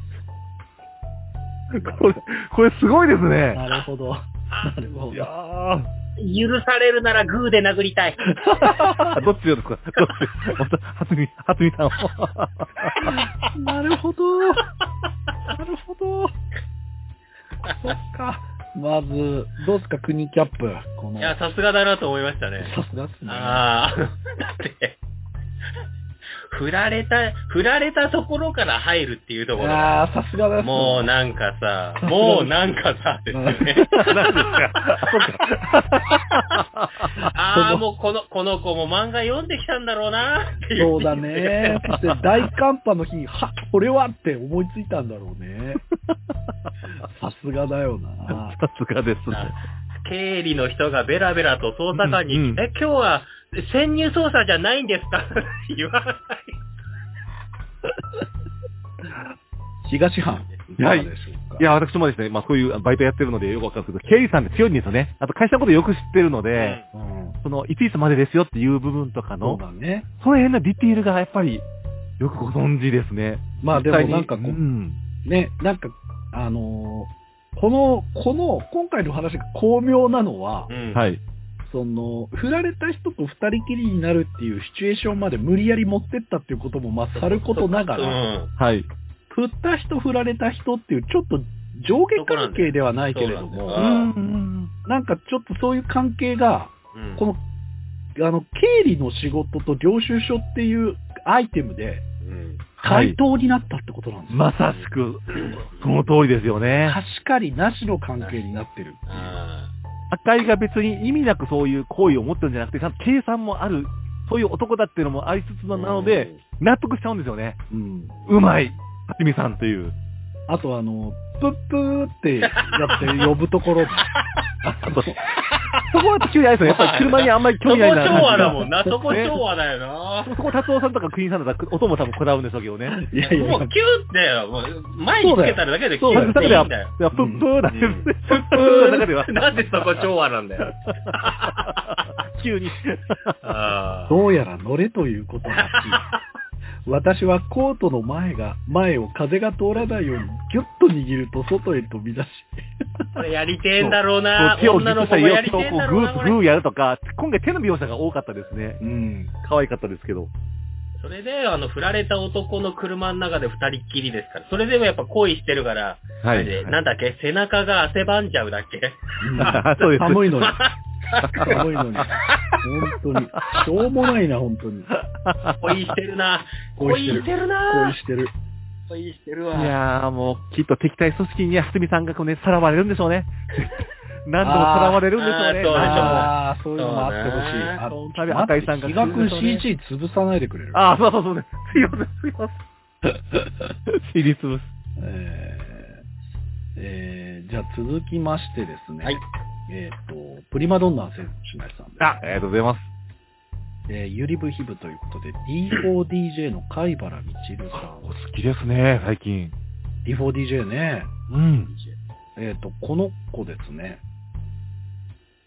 Speaker 5: これ、これすごいですね。
Speaker 3: なるほど。なるほ
Speaker 5: いや
Speaker 3: ど。
Speaker 4: 許されるならグーで殴りたい。
Speaker 5: ー、どっちですかどっちまた、はつみ、はつみさんを。
Speaker 3: なるほど。なるほど。そっか。まず、どうすか、国キャップ。この、
Speaker 4: い
Speaker 3: さ
Speaker 4: や、さすがだなと思いましたね。
Speaker 3: すがっすね。
Speaker 4: ああ、だって、振られた、振られたところから入るっていうところが
Speaker 3: あーさすがだっすね
Speaker 4: もうなんかさ、もうなんかさ、ですよね。 ああ、もうこの、この子も漫画読んできたんだろうな、っていう。
Speaker 3: そうだね。そして大寒波の日に、はこれはって思いついたんだろうね。さすがだよな。
Speaker 5: さすがですね。
Speaker 4: 経理の人がベラベラと捜査官に、
Speaker 5: うんうん
Speaker 4: え、今日は潜入捜査じゃないんですか 言わない。
Speaker 3: 東藩。
Speaker 5: はい
Speaker 3: かがでしょうか
Speaker 5: いや、私もですね、まあそういうバイトやってるのでよくわかるんですけど、経理さんって強いんですよね。あと会社のことよく知ってるので、
Speaker 3: うん
Speaker 5: その、いついつまでですよっていう部分とか
Speaker 3: そう
Speaker 5: の、
Speaker 3: だね。
Speaker 5: その辺のディティールがやっぱり、よくご存知ですね。
Speaker 3: まあでもなんかこ
Speaker 5: 実際にう。
Speaker 3: うんね、なんか、あのーこの、この、今回の話が巧妙なのは、
Speaker 4: うん。。
Speaker 5: はいい。
Speaker 3: その、振られた人と二人きりになるっていうシチュエーションまで無理やり持ってったっていうことも、まあ、さることなが
Speaker 4: う
Speaker 3: ら、
Speaker 4: ん。
Speaker 5: はい。
Speaker 3: 振った人、振られた人っていう、ちょっと上下関係ではないけれど
Speaker 4: そう
Speaker 3: も、
Speaker 4: なんだようん
Speaker 3: なんかちょっとそういう関係が、
Speaker 4: うん
Speaker 3: この、あの、経理の仕事と領収書っていうアイテムで、
Speaker 4: うん。
Speaker 5: は
Speaker 3: 対
Speaker 5: い。
Speaker 3: 等になったってことなんですよ。
Speaker 5: まさしく、その通りですよね。
Speaker 3: 貸し借りなしの関係になってる。
Speaker 4: あ
Speaker 5: 赤井が別に意味なくそういう行為を持ってるんじゃなくて、ちゃんと計算もある、そういう男だっていうのもありつつ
Speaker 4: ー
Speaker 5: のなので、、納得しちゃうんですよね。
Speaker 3: うん。
Speaker 5: うまい、はちみさんという。
Speaker 3: あとあの、プップーってやって呼ぶところ、
Speaker 5: あと、そこは私よりあれですよ。やっぱり車にあんまり
Speaker 4: そ
Speaker 5: 興
Speaker 4: こ
Speaker 5: 味
Speaker 4: 調
Speaker 5: ないな。
Speaker 4: 和だもんな、
Speaker 5: ね
Speaker 4: そこ調和だよな。
Speaker 5: そこ、達夫さんとかクイーンさんとか、お供さんもこだわるんでしょうけどね。
Speaker 3: いやいや
Speaker 4: もう、キューって、もう、前につけたらだけでキュ
Speaker 3: そうだ
Speaker 4: ー
Speaker 3: よ
Speaker 4: っていいんだよ。
Speaker 5: いや、プップーなんて、
Speaker 4: うん
Speaker 5: プ ップーの中では、
Speaker 4: なんでそこ調和なんだよ。
Speaker 5: 急 に。
Speaker 4: あー
Speaker 3: どうやら乗れということらしい。私はコートの前が、前を風が通らないようにギュッと握ると外へ飛び出し、
Speaker 4: これやりてえんだろうな。
Speaker 5: 手をギュ
Speaker 4: 女
Speaker 5: ッと
Speaker 4: の
Speaker 5: した
Speaker 4: 子
Speaker 5: り、
Speaker 4: もや
Speaker 5: よ
Speaker 4: り
Speaker 5: く
Speaker 4: て
Speaker 5: こ
Speaker 4: えんだ
Speaker 5: う、
Speaker 4: ろ
Speaker 5: グ
Speaker 4: うな、こ
Speaker 5: ー、
Speaker 4: れ
Speaker 5: グ。ーやるとか、今回手の描写が多かったですね。
Speaker 3: うん、
Speaker 5: 可愛かったですけど。
Speaker 4: それで、あの、振られた男の車の中で二人っきりですから。それでもやっぱ恋してるから、
Speaker 5: は
Speaker 4: あれでなんだっけ背中が汗ばんじゃうだっけ
Speaker 5: そうです。
Speaker 3: 寒いのに、寒いのに、本当に、しょうもないな、本当に。
Speaker 4: 恋してるな。
Speaker 3: 恋してる
Speaker 4: 恋してる
Speaker 3: 恋
Speaker 4: な。
Speaker 3: してる。
Speaker 4: 恋してる
Speaker 5: い
Speaker 4: わ。
Speaker 5: やーもう、きっと敵対組織にはすみさんがこうね、さらわれるんでしょ うね。何度もさらわれるんでしょうね。
Speaker 4: あーあーそうでしょう
Speaker 3: ああ、そういうのもあってほしい。あ
Speaker 5: その度赤井さんが
Speaker 3: 比嘉君
Speaker 5: 来るんでし
Speaker 3: CG 潰さないでくれる。
Speaker 5: ああ、そうそうそうね。すいません、すいません。 知りつぶす。
Speaker 3: えーえーじゃあ続きましてですね。
Speaker 4: はい
Speaker 3: えっ、と、プリマドンナ選手のやつさんです。
Speaker 5: あ、ありがとうございます。
Speaker 3: えーゆりぶひぶということで、D4DJ の貝原みちるさん
Speaker 5: お。好きですね、最近。
Speaker 3: D4DJ ね。
Speaker 5: うん。
Speaker 3: えっ、と、この子ですね。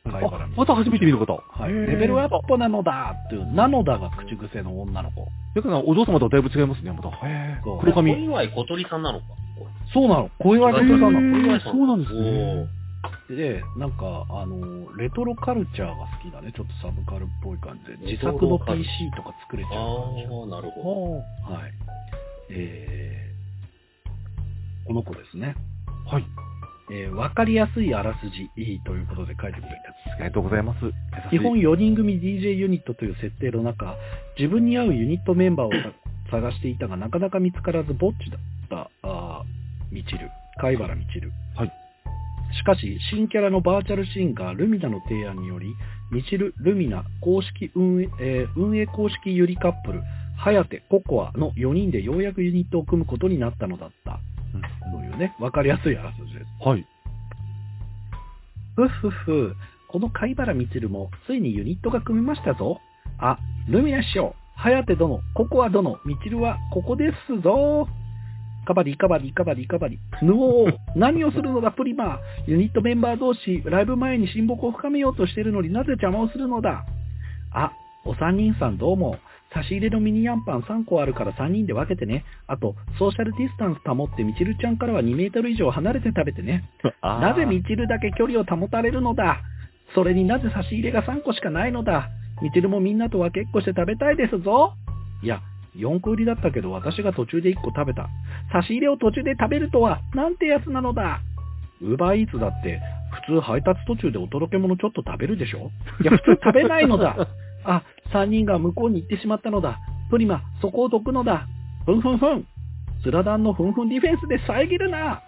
Speaker 3: 貝原
Speaker 5: あ
Speaker 3: みち
Speaker 5: ま
Speaker 3: る。
Speaker 5: た初めて見ること。
Speaker 3: はい。
Speaker 5: へー
Speaker 3: レベルアップなのだっていう、なのだが口癖の女の子。
Speaker 5: だからお嬢様とはだいぶ違いますね、また。へ
Speaker 3: そう
Speaker 5: 黒
Speaker 4: 小
Speaker 5: 髪。
Speaker 4: 祝小鳥さんなのか。
Speaker 3: そうなの。小岩
Speaker 4: へ
Speaker 3: さ
Speaker 4: ー
Speaker 3: んなの。
Speaker 4: へー
Speaker 5: そうなんですね。
Speaker 3: で、なんか、あの、レトロカルチャーが好きだね。ちょっとサブカルっぽい感じで。
Speaker 4: レ
Speaker 3: 自
Speaker 4: トロ
Speaker 3: 作の
Speaker 4: カル
Speaker 3: PC とか作れちゃ
Speaker 4: あ
Speaker 3: う感じが。
Speaker 4: あ、なるほ
Speaker 5: おー
Speaker 3: はい。えー、この子ですね。
Speaker 5: はい。
Speaker 3: えー、わかりやすいあらすじいいということで書いてくれた。
Speaker 5: ありがとうございます。
Speaker 3: 基本4人組 DJ ユニットという設定の中、自分に合うユニットメンバーをさ 探していたが、なかなか見つからずぼっちだった、あーみちる、貝原みちる。
Speaker 5: はい
Speaker 3: しかし、新キャラのバーチャルシンガー、ルミナの提案により、みちる、ルミナ、公式運営、えー運営公式ユリカップル、ハヤテ、ココアの4人でようやくユニットを組むことになったのだった。というね、わかりやすいあらすじです。
Speaker 5: はい。
Speaker 3: ふっふっふ、この貝原みちるもついにユニットが組みましたぞ。あ、ルミナ師匠、ハヤテ殿、ココア殿、みちるはここですぞ。カバリカバリカバリカバリ。ぬおー、何をするのだプリマー。ユニットメンバー同士、ライブ前に親睦を深めようとしてるのになぜ邪魔をするのだ。あ、お三人さんどうも。差し入れのミニヤンパン3個あるから3人で分けてね。あと、ソーシャルディスタンス保ってみちるちゃんからは2メートル以上離れて食べてね。
Speaker 5: あー
Speaker 3: なぜみちるだけ距離を保たれるのだそれになぜ差し入れが3個しかないのだみちるもみんなとは結構して食べたいですぞいや、4個売りだったけど私が途中で1個食べた。差し入れを途中で食べるとは、なんてやつなのだウーバーイーツだって、普通配達途中でお届け物ちょっと食べるでしょいや、普通食べないのだあ、3人が向こうに行ってしまったのだ。プリマ、そこをどくのだ。ふんふんふん。スラダンのふんふんディフェンスで遮るなっ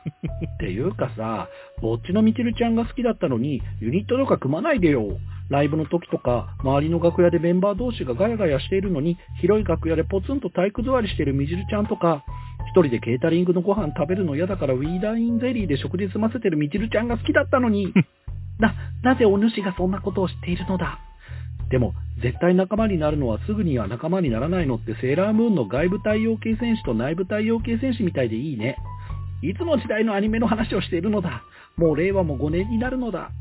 Speaker 3: ていうかさ、ぼっちのみちるちゃんが好きだったのに、ユニットとか組まないでよ。ライブの時とか、周りの楽屋でメンバー同士がガヤガヤしているのに、広い楽屋でポツンと体育座りしているみちるちゃんとか、一人でケータリングのご飯食べるの嫌だからウィーダーインゼリーで食事済ませてるみちるちゃんが好きだったのに、な、なぜお主がそんなことを知っているのだでも、絶対仲間になるのはすぐには仲間にならないのってセーラームーンの外部太陽系戦士と内部太陽系戦士みたいでいいね。いつの時代のアニメの話をしているのだ。もう令和も5年になるのだ。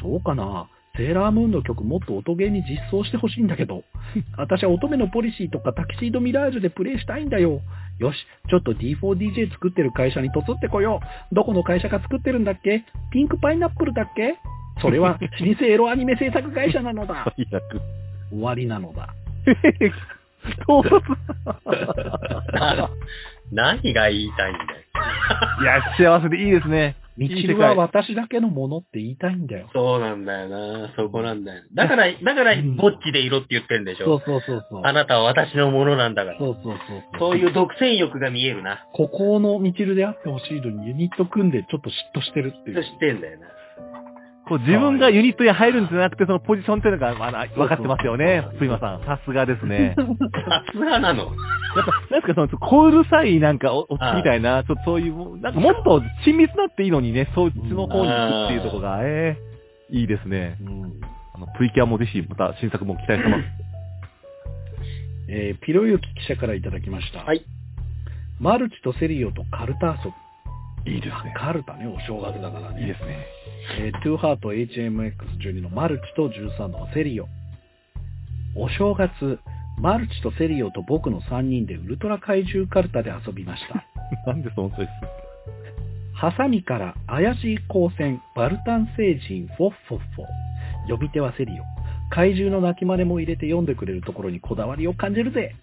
Speaker 3: そうかな。セーラームーンの曲もっと音ゲーに実装してほしいんだけど。私は乙女のポリシーとかタキシードミラージュでプレイしたいんだよ。よし、ちょっと D4DJ 作ってる会社にとつってこよう。どこの会社が作ってるんだっけピンクパイナップルだっけそれは老舗エロアニメ制作会社なのだ。
Speaker 5: 最悪。
Speaker 3: 終わりなの だ。
Speaker 5: 盗撮
Speaker 4: 何が言いたいんだよ。
Speaker 5: いや、幸せでいいですね。
Speaker 3: 道
Speaker 5: いい世
Speaker 3: は
Speaker 5: 界。
Speaker 3: 私だけのものって言いたいんだよ。
Speaker 4: そうなんだよな。そこなんだよ。だから、だから、ぼっちでいろって言ってるんでし
Speaker 3: そ
Speaker 4: ょ。
Speaker 3: うそうそうそう。
Speaker 4: あなたは私のものなんだから。
Speaker 3: そうそうそうそう。
Speaker 4: そういう独占欲が見えるな。
Speaker 3: ここのみちるであってほしいのにユニット組んでちょっと嫉妬してるって
Speaker 4: 知
Speaker 3: い
Speaker 4: っ
Speaker 3: う。
Speaker 4: てんだよな。
Speaker 5: こう自分がユニットに入るんじゃなくて、そのポジションっていうのが、まあ、分かってますよね。すいまさん。さすがですね。
Speaker 4: さすがなの。
Speaker 5: やっぱ、なんすか、その、コールサインなんか、お、おっちみたいな、ちょっとそういう、なんかもっと親密なっていいのにね、そっちの方に行くっていうところが、ええいいですね。
Speaker 3: うん
Speaker 5: あの、プリキュアもぜひ、また新作も期待してます。
Speaker 3: えーピロユキ記者からいただきました。
Speaker 4: はい。
Speaker 3: マルチとセリオとカルタ遊び。
Speaker 5: いいですね
Speaker 3: カルタね、お正月だからね。
Speaker 5: いいですね。
Speaker 3: えー、トゥーハート HMX12 のマルチと13のセリオ。お正月、マルチとセリオと僕の3人でウルトラ怪獣カルタで遊びました。
Speaker 5: なんでそのチョイス
Speaker 3: ハサミから怪しい光線、バルタン星人、フォッフォッフォ。読み手はセリオ。怪獣の鳴き真似も入れて読んでくれるところにこだわりを感じるぜ。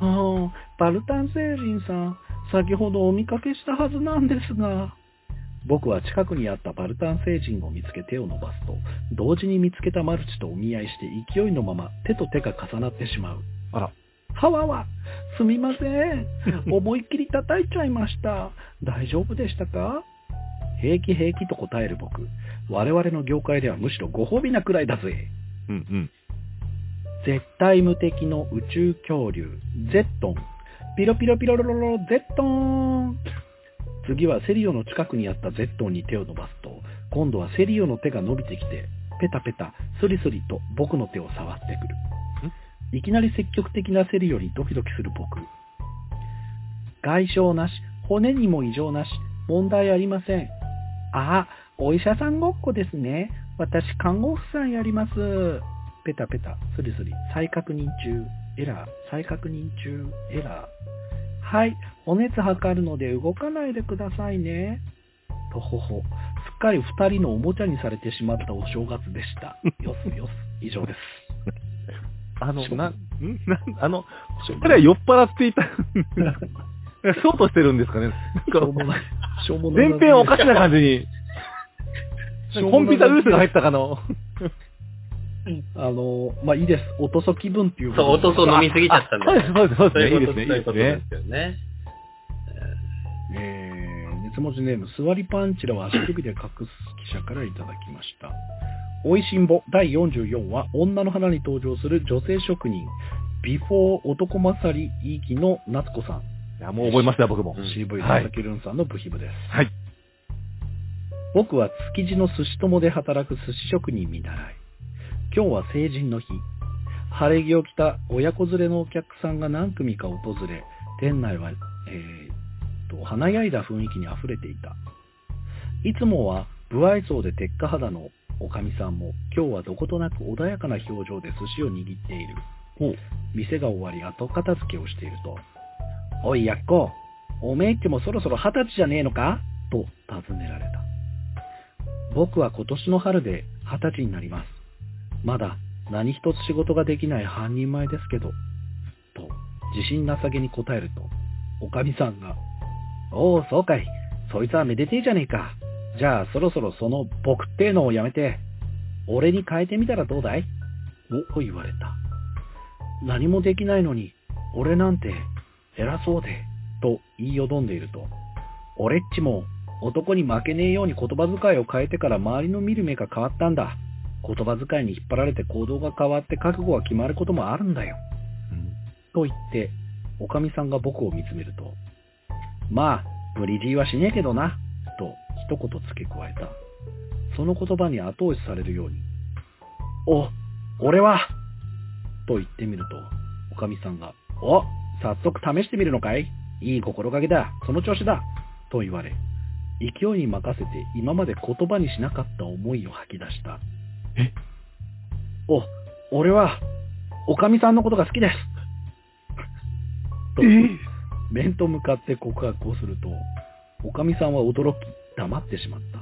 Speaker 3: ああ、バルタン星人さん、先ほどお見かけしたはずなんですが。僕は近くにあったバルタン星人を見つけ手を伸ばすと、同時に見つけたマルチとお見合いして勢いのまま手と手が重なってしまう。
Speaker 5: あら。
Speaker 3: はわわ、すみません。思いっきり叩いちゃいました。大丈夫でしたか平気平気と答える僕。我々の業界ではむしろご褒美なくらいだぜ。
Speaker 5: うんうん。
Speaker 3: 絶対無敵の宇宙恐竜、ゼットン。ピロピロピロロロロ、ゼットン。次はセリオの近くにあったゼットンに手を伸ばすと、今度はセリオの手が伸びてきて、ペタペタ、スリスリと僕の手を触ってくる。いきなり積極的なセリオにドキドキする僕。外傷なし、骨にも異常なし、問題ありません。ああ、お医者さんごっこですね。私、看護婦さんやります。ペタペタ、スリスリ、再確認中、エラー、再確認中、エラー。はい、お熱測るので動かないでくださいね。とほほ、すっかり二人のおもちゃにされてしまったお正月でした。よすよす、以上です。
Speaker 5: あの、
Speaker 3: しょ
Speaker 5: な、ん なんあの、彼は酔っ払っていた。 そうとしてるんですかね。
Speaker 3: し
Speaker 5: な
Speaker 3: ょうん
Speaker 5: か、
Speaker 3: もない、しょうもない。
Speaker 5: 全編おかしな感じに、コンピュータウイルスが入ったかの。
Speaker 3: あの、まあ、いいです。おとそ気分っていう
Speaker 4: そう、おとそ飲みすぎちゃったんだ
Speaker 5: そう
Speaker 4: よ
Speaker 5: です、 そうです、そ
Speaker 4: そ
Speaker 5: う
Speaker 4: う
Speaker 5: ですね。い
Speaker 4: い
Speaker 5: いうで
Speaker 4: こ
Speaker 5: す
Speaker 4: と、
Speaker 5: ね、い
Speaker 4: そういう
Speaker 5: いです
Speaker 4: ことで。
Speaker 5: ね
Speaker 4: すよね。
Speaker 3: えー、熱文字ネーム、座りパンチラは足首で隠す記者からいただきました。おいしんぼ第44話、女の花に登場する女性職人、ビフォー男勝りいいきの夏子さん、
Speaker 5: いや、もう覚えました、僕も。
Speaker 3: CV
Speaker 5: は
Speaker 3: 佐
Speaker 5: い
Speaker 3: 々木ルンさんの部品部です。
Speaker 5: はい。
Speaker 3: 僕は築地の寿司友で働く寿司職人見習い。今日は成人の日。晴れ着を着た親子連れのお客さんが何組か訪れ、店内は、えー、と、華やいだ雰囲気に溢れていた。いつもは、不愛想で鉄火肌のおかみさんも、今日はどことなく穏やかな表情で寿司を握っている。店が終わり、後片付けをしていると、おい、やっこ、おめえってもそろそろ二十歳じゃねえのかと尋ねられた。僕は今年の春で二十歳になります。まだ何一つ仕事ができない半人前ですけど、と自信なさげに答えると、おかみさんが、おお、そうかい。そいつはめでてえじゃねえか。じゃあそろそろその僕ってのをやめて、俺に変えてみたらどうだいお、と言われた。何もできないのに、俺なんて偉そうで、と言いよどんでいると、俺っちも男に負けねえように言葉遣いを変えてから周りの見る目が変わったんだ。言葉遣いに引っ張られて行動が変わって覚悟が決まることもあるんだよ。と言って、おかみさんが僕を見つめると、まあ、無理強いはしねえけどな、と一言付け加えた。その言葉に後押しされるように、お、俺はと言ってみると、おかみさんが、お早速試してみるのかいいい心がけだその調子だと言われ、勢いに任せて今まで言葉にしなかった思いを吐き出した。
Speaker 5: え
Speaker 3: お、俺は、おかみさんのことが好きですと、面と向かって告白をすると、おかみさんは驚き、黙ってしまった。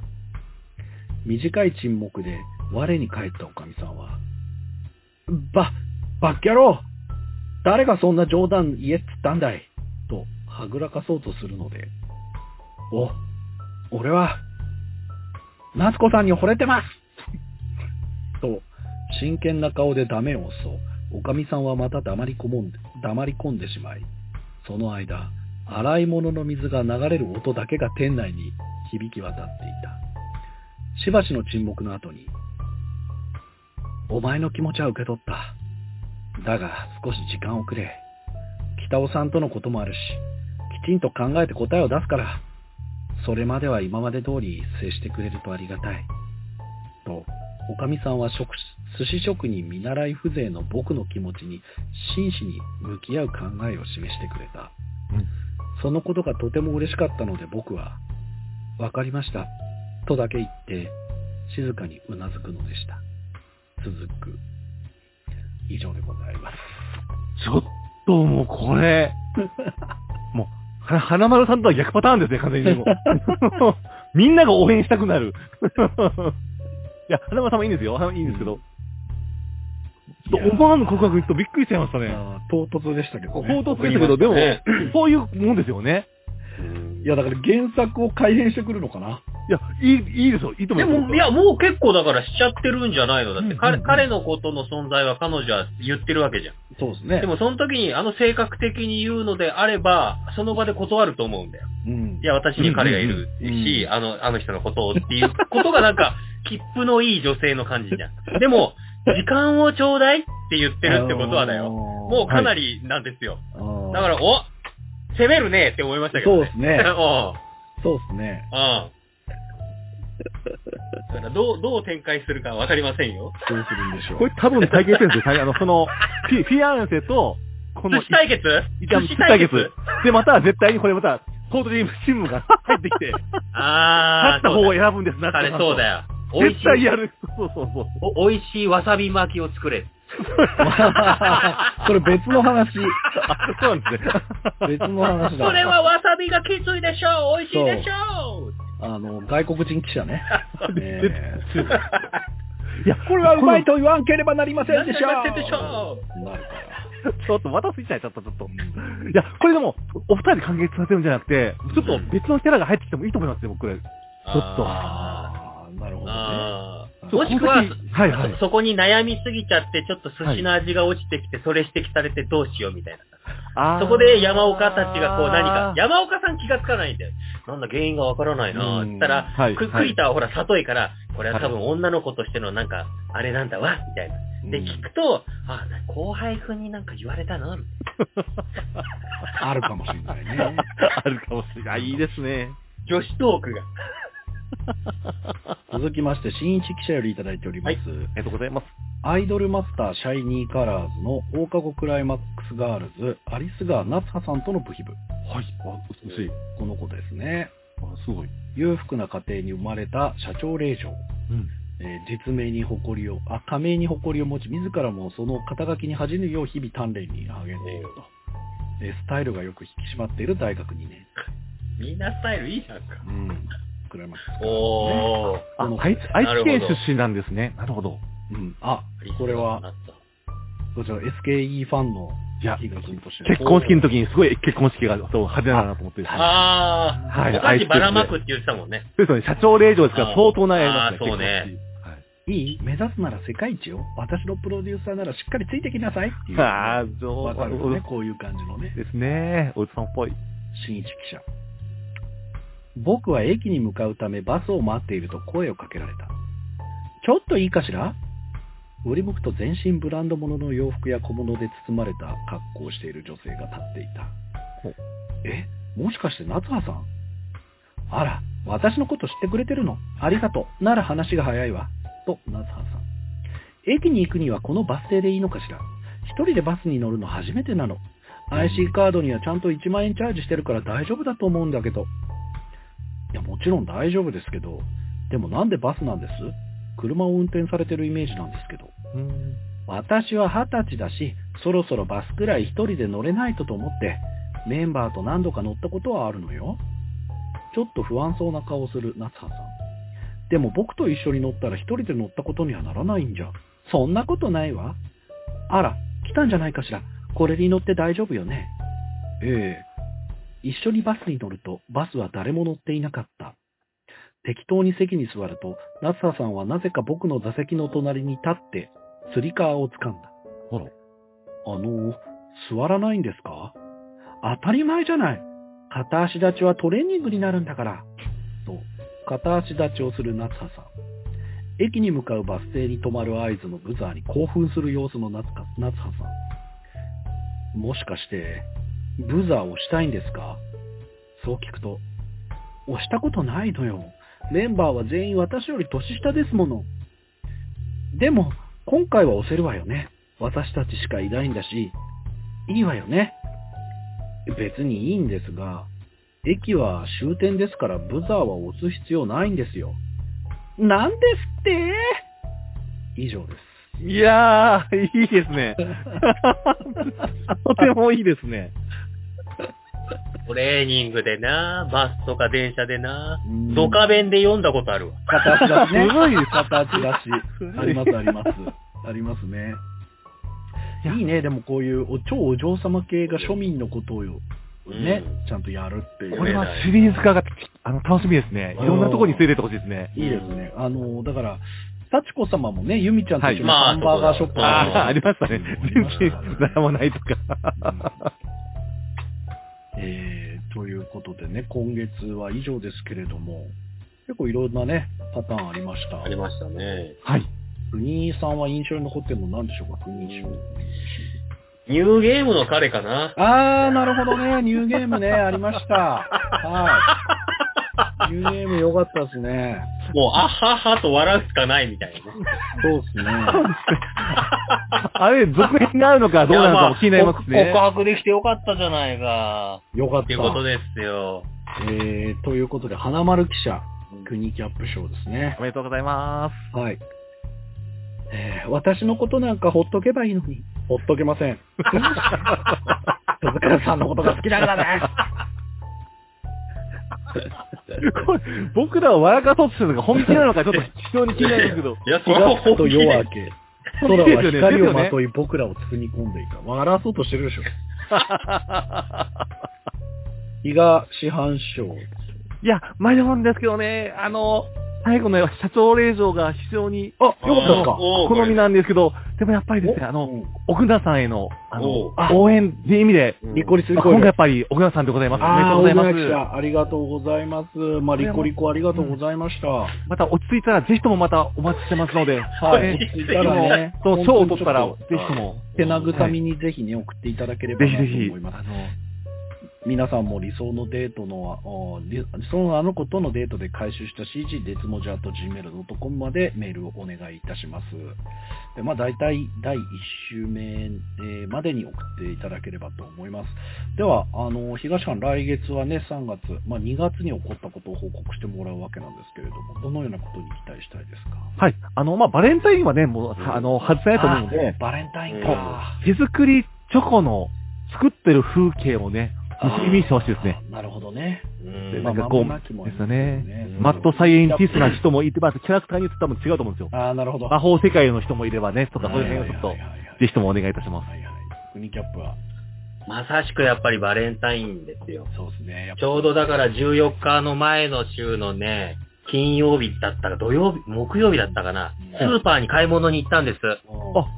Speaker 3: 短い沈黙で我に返ったおかみさんは、ば、バッキャロー誰がそんな冗談言えっつったんだいと、はぐらかそうとするので、お、俺は、夏子さんに惚れてますと、真剣な顔でダメを押すと、おかみさんはまた黙り込もんで黙り込んでしまい、その間、洗い物の水が流れる音だけが店内に響き渡っていた。しばしの沈黙の後に、お前の気持ちは受け取った。だが、少し時間をくれ。北尾さんとのこともあるし、きちんと考えて答えを出すから、それまでは今まで通り接してくれるとありがたい。と、おかみさんは食寿司職人見習い風情の僕の気持ちに真摯に向き合う考えを示してくれた。
Speaker 5: うん
Speaker 3: そのことがとても嬉しかったので僕は、わかりました、とだけ言って、静かにうなずくのでした。続く。以上でございます。
Speaker 5: ちょっともうこれ、 もう、は花丸さんとは逆パターンですね、完全に もう。みんなが応援したくなる。いや、花丸さんもいいんですよ。いいんですけど。ちょっと思わぬ告白にちょっとびっくりしちゃいましたね。
Speaker 3: あー唐突でしたけど
Speaker 5: 唐
Speaker 3: ね。
Speaker 5: 突ですけど、でも
Speaker 4: ね、
Speaker 5: そういうもんですよね。
Speaker 3: いや、だから原作を改変してくるのかな。
Speaker 5: いや、いい、いいですよ。いいと思
Speaker 4: で
Speaker 5: います。
Speaker 4: も、いや、もう結構だからしちゃってるんじゃないのだって、
Speaker 5: うんう
Speaker 4: 彼
Speaker 5: ん
Speaker 4: 彼のことの存在は彼女は言ってるわけじゃん。
Speaker 3: そうですね。
Speaker 4: でもその時にあの性格的に言うのであれば、その場で断ると思うんだよ。
Speaker 3: うん
Speaker 4: いや、私に彼がいる
Speaker 3: うんうんう
Speaker 4: し、あの、あの人のことをっていうことがなんか、切符のいい女性の感じじゃん。でも、時間をちょうだいって言ってるってことはだよ。もうかなりなんですよ。
Speaker 3: あー、
Speaker 4: だから、お攻めるねって思いましたけど
Speaker 3: そう
Speaker 4: ね。
Speaker 3: で。すね
Speaker 4: うん
Speaker 3: そうですね。
Speaker 4: うん。だからどう、どう展開するかわかりませんよ。
Speaker 3: どうするんでしょう。
Speaker 5: これ多分対決ですよ。対あの、その、フィフィアンセと、この
Speaker 4: 寿司、対決
Speaker 5: いや
Speaker 4: 寿司
Speaker 5: 対
Speaker 4: 対
Speaker 5: 決
Speaker 4: 決。
Speaker 5: で、また絶対にこれまた、コートリームチームが入ってきて、勝
Speaker 4: あー、
Speaker 5: った方を選ぶんです
Speaker 4: そ
Speaker 5: な
Speaker 4: うだあれそうだよ。美味し
Speaker 5: 絶対
Speaker 4: い、
Speaker 5: やる。そうそうそう。
Speaker 4: お美味しいわさび巻きを作れ。
Speaker 3: それ別の話。
Speaker 5: あ、そうなんですね。
Speaker 3: 別の話だ。
Speaker 4: それはわさびがきついでしょう美味しいでしょう
Speaker 3: あの、外国人記者 ね。ね
Speaker 5: いや、こ
Speaker 3: これ
Speaker 5: れは
Speaker 3: は
Speaker 5: う
Speaker 3: う
Speaker 5: ま
Speaker 3: ま
Speaker 5: い
Speaker 3: い
Speaker 5: と。
Speaker 3: と言わんければなりませんでしょ
Speaker 4: なんとかしてでしょ
Speaker 3: う。なるから。
Speaker 5: ちょっとまたスイッチ入っちゃった、ちょっと。いや、これでも、お二人で完結させるんじゃなくて、ちょっと別のキャラが入ってきてもいいと思いますよ、僕。ちょっと。
Speaker 3: あ
Speaker 4: あ
Speaker 3: ーなるほ
Speaker 4: ー
Speaker 3: どね。
Speaker 4: あー
Speaker 5: そう
Speaker 4: もしくは
Speaker 5: この、時はいはい
Speaker 4: そそこに悩みすぎちゃって、ちょっと寿司の味が落ちてきて、それ指摘されてどうしようみたいな。
Speaker 5: あー
Speaker 4: そこで山岡たちがこう何か、山岡さん気がつかないんだよ。なんだ原因がわからないな
Speaker 3: うん
Speaker 4: ぁ。つったら、
Speaker 5: はい
Speaker 4: く
Speaker 5: はい
Speaker 4: 栗田はほら、里井から、これは多分女の子としてのなんか、あれなんだわ、みたいな。で、
Speaker 3: うん
Speaker 4: 聞くと、あ、な後輩君になんか言われたな、みたい
Speaker 3: あるかもしれない ね。
Speaker 5: あるかもしれない。いいですね。
Speaker 4: な女子トークが。
Speaker 3: 続きまして、新一記者よりいただいております。
Speaker 5: ありがとうございます。
Speaker 3: アイドルマスターシャイニーカラーズの放課後クライマックスガールズ、アリスガー夏葉さんとの部品部。
Speaker 5: はい。あ、美しい。
Speaker 3: この子ですね。
Speaker 5: あ、すごい。
Speaker 3: 裕福な家庭に生まれた社長令嬢。
Speaker 5: うん。
Speaker 3: えー実名に誇りを、あ、仮名に誇りを持ち、自らもその肩書きに恥じぬよう日々鍛錬に励んでいると。えースタイルがよく引き締まっている大学2年。
Speaker 4: みんなスタイルいいじゃんか。
Speaker 3: うん。クライマックスガールズね
Speaker 4: おー。
Speaker 5: あ
Speaker 3: この、子
Speaker 5: 愛知愛知県
Speaker 4: なるほど
Speaker 5: 出身なんですね。なるほど。
Speaker 3: うん。あ、これは、こちら SKE ファンの
Speaker 5: いや、
Speaker 3: 比嘉君として
Speaker 5: 結婚式の時にすごい結婚式がそう派手だなと思ってる。そう
Speaker 4: あー、
Speaker 5: はい
Speaker 4: お菓子ばらまくって言ってたもんね。
Speaker 5: ですよね。社長令嬢ですか
Speaker 4: あ
Speaker 5: ら
Speaker 4: ー
Speaker 5: 相当なやりますね。
Speaker 4: あーそうね
Speaker 5: 結婚
Speaker 3: いい目指すなら世界一よ。私のプロデューサーならしっかりついてきなさいってい
Speaker 5: 式。
Speaker 3: う。
Speaker 5: ああ、そう
Speaker 3: わかるよね。こういう感じのね。
Speaker 5: ですね。おじさんっぽい。
Speaker 3: 新一記者。僕は駅に向かうためバスを待っていると声をかけられた。ちょっといいかしら振り向くと全身ブランド物の洋服や小物で包まれた格好をしている女性が立っていた
Speaker 5: ほう。
Speaker 3: え、もしかして夏葉さんあら、私のこと知ってくれてるのありがとう。なら話が早いわ。と、夏葉さん。駅に行くにはこのバス停でいいのかしら一人でバスに乗るの初めてなの。IC カードにはちゃんと1万円チャージしてるから大丈夫だと思うんだけど。いや、もちろん大丈夫ですけど、でもなんでバスなんです車を運転されてるイメージなんですけど。
Speaker 5: うん。
Speaker 3: 私は二十歳だし、そろそろバスくらい一人で乗れないとと思って、メンバーと何度か乗ったことはあるのよ。ちょっと不安そうな顔をする夏葉さん。でも僕と一緒に乗ったら一人で乗ったことにはならないんじゃ。そんなことないわ。あら、来たんじゃないかしら。これに乗って大丈夫よね。ええ。一緒にバスに乗ると、バスは誰も乗っていなかった。適当に席に座ると、夏葉さんはなぜか僕の座席の隣に立って、釣り革を掴んだ。
Speaker 5: あら。
Speaker 3: あの、座らないんですか当たり前じゃない。片足立ちはトレーニングになるんだから。と、片足立ちをする夏葉さん。駅に向かうバス停に止まる合図のブザーに興奮する様子の夏か夏葉さん。もしかして、ブザーをしたいんですかそう聞くと、押したことないのよ。メンバーは全員私より年下ですもの。でも、今回は押せるわよね。私たちしかいないんだし、いいわよね。別にいいんですが、駅は終点ですからブザーは押す必要ないんですよ。なんですって以上です。
Speaker 5: いやー、いいですね。とてもいいですね。
Speaker 4: トレーニングでな、バスとか電車でな、ドカ弁で読んだことあるわ。
Speaker 3: 片足だしね。
Speaker 5: すごいです
Speaker 3: 片足だし。ありますあります。ありますね。いいね、でもこういうお超お嬢様系が庶民のことをよね、
Speaker 4: う
Speaker 3: ちゃんとやるっていう。
Speaker 5: これはシリーズ化が、あの、楽しみですね。いろんなとこに連れてってほしいですね。
Speaker 3: いいですね。あの、だから、幸子様もね、由美ちゃんと一緒に
Speaker 4: はい
Speaker 3: ハンバーガーショップ
Speaker 4: うんま
Speaker 5: ああ、あり
Speaker 3: る
Speaker 5: ましたね。全然悩まないとか。
Speaker 3: えー、ということでね、今月は以上ですけれども、結構いろんなね、パターンありました
Speaker 4: あ。りましたね。
Speaker 5: はい。
Speaker 3: 国井さんは印象に残ってるの何でしょうか、国井賞。
Speaker 4: ニューゲームの彼かな。
Speaker 3: あー、なるほどね、ニューゲームね、ありました。はい。ニューゲーム良かったですね。
Speaker 4: もう、あははと笑うしかないみたいなね。
Speaker 3: そうですね。
Speaker 5: あれ、続編があるのかどうなのかも気になりますね。
Speaker 4: 告白できてよかったじゃないか。
Speaker 3: 良かっ。
Speaker 4: ったていうことですよ。
Speaker 3: えー、ということで、花丸記者、国キャップ賞ですね。
Speaker 5: おめでとうございま
Speaker 3: はい。えー私のことなんかほっとけばいいのに。ほっとけま せん。鈴鹿さんのことが好きだ からね。
Speaker 5: す。これ、僕らを笑かそうとしてるのが本気なのかちょっと非常に気になりますけど。
Speaker 4: いや、そ
Speaker 3: 気
Speaker 4: こ
Speaker 3: が
Speaker 4: は
Speaker 3: つく
Speaker 4: 本
Speaker 3: と
Speaker 4: 気で
Speaker 3: 夜明け。空は光をまとい僕らを包み込んでいた。笑わそうとしてる でしょ。日が市販賞。
Speaker 5: いや、前でもんですけどね、あの、最後の社長令嬢が非常に
Speaker 3: あ、よかったですか
Speaker 4: おー
Speaker 5: 好みなんですけど、でもやっぱりですね、あ
Speaker 3: う
Speaker 5: の、
Speaker 3: ん
Speaker 5: 奥田さんへの、あ
Speaker 4: おう
Speaker 5: の、応援っていう意味で、
Speaker 4: うん
Speaker 3: リコリスリ
Speaker 5: まあ
Speaker 3: コ
Speaker 5: 今
Speaker 3: イル
Speaker 5: 回やっ。ぱり奥田さんでございます。おめでと
Speaker 3: あー、
Speaker 5: うござ
Speaker 3: 大
Speaker 5: います
Speaker 3: 泣。き者ありがとうございます。まあ、リコリコありがとうございました。
Speaker 5: また落ち着いたらぜひともまたお待ちしてますので、
Speaker 3: はい。
Speaker 5: えー
Speaker 3: 落ち着いたらね。
Speaker 5: そう、賞を取ったら、ぜひとも、
Speaker 3: 手慰みにぜひね、送っていただければ
Speaker 5: ぜ
Speaker 3: な
Speaker 5: ひ
Speaker 3: と
Speaker 5: ぜひ
Speaker 3: 思い、
Speaker 5: あ
Speaker 3: ます。
Speaker 5: の、
Speaker 3: 皆さんも理想のデートの、あー理理想のあの子とのデートで回収した CG、デツモジャーと gmail.com までメールをお願いいたします。でまあ、大体第1週目、えーまでに送っていただければと思います。では、あの、東館来月はね、3月、まあ、2月に起こったことを報告してもらうわけなんですけれども、どのようなことに期待したいですか
Speaker 5: はい。あの、まあ、バレンタインはね、もう、
Speaker 4: ん
Speaker 5: あの、外せないと思うので、
Speaker 3: バレンタインか。
Speaker 5: 手作りチョコの作ってる風景をね、見せてほしいですね。
Speaker 3: あー。なるほどね。
Speaker 4: うん
Speaker 5: ま
Speaker 3: ま
Speaker 5: あ
Speaker 3: あ、
Speaker 5: 学校
Speaker 3: 間もなきもあり
Speaker 5: です
Speaker 3: ま
Speaker 5: よ
Speaker 3: すよ
Speaker 5: ね
Speaker 3: ね。
Speaker 5: マッドサイエンティストな人もいて、まあ、キャラクターによって多分違うと思うんですよ。
Speaker 3: ああ、なるほど。
Speaker 5: 魔法世界の人もいればね、とか、
Speaker 3: は
Speaker 5: そう
Speaker 3: い
Speaker 5: い
Speaker 3: は
Speaker 5: う
Speaker 3: いはい
Speaker 5: 辺をちょっと
Speaker 3: はい、
Speaker 5: ぜひともお願いいたします。
Speaker 3: はいはい。国キャップは、
Speaker 4: まさしくやっぱりバレンタインですよ。
Speaker 3: そうですね。やっぱ
Speaker 4: ちょうどだから14日の前の週のね、金曜日だったか土曜日、木曜日だったかな、
Speaker 3: うん
Speaker 4: スーパーに買い物に行ったんです。
Speaker 5: あ、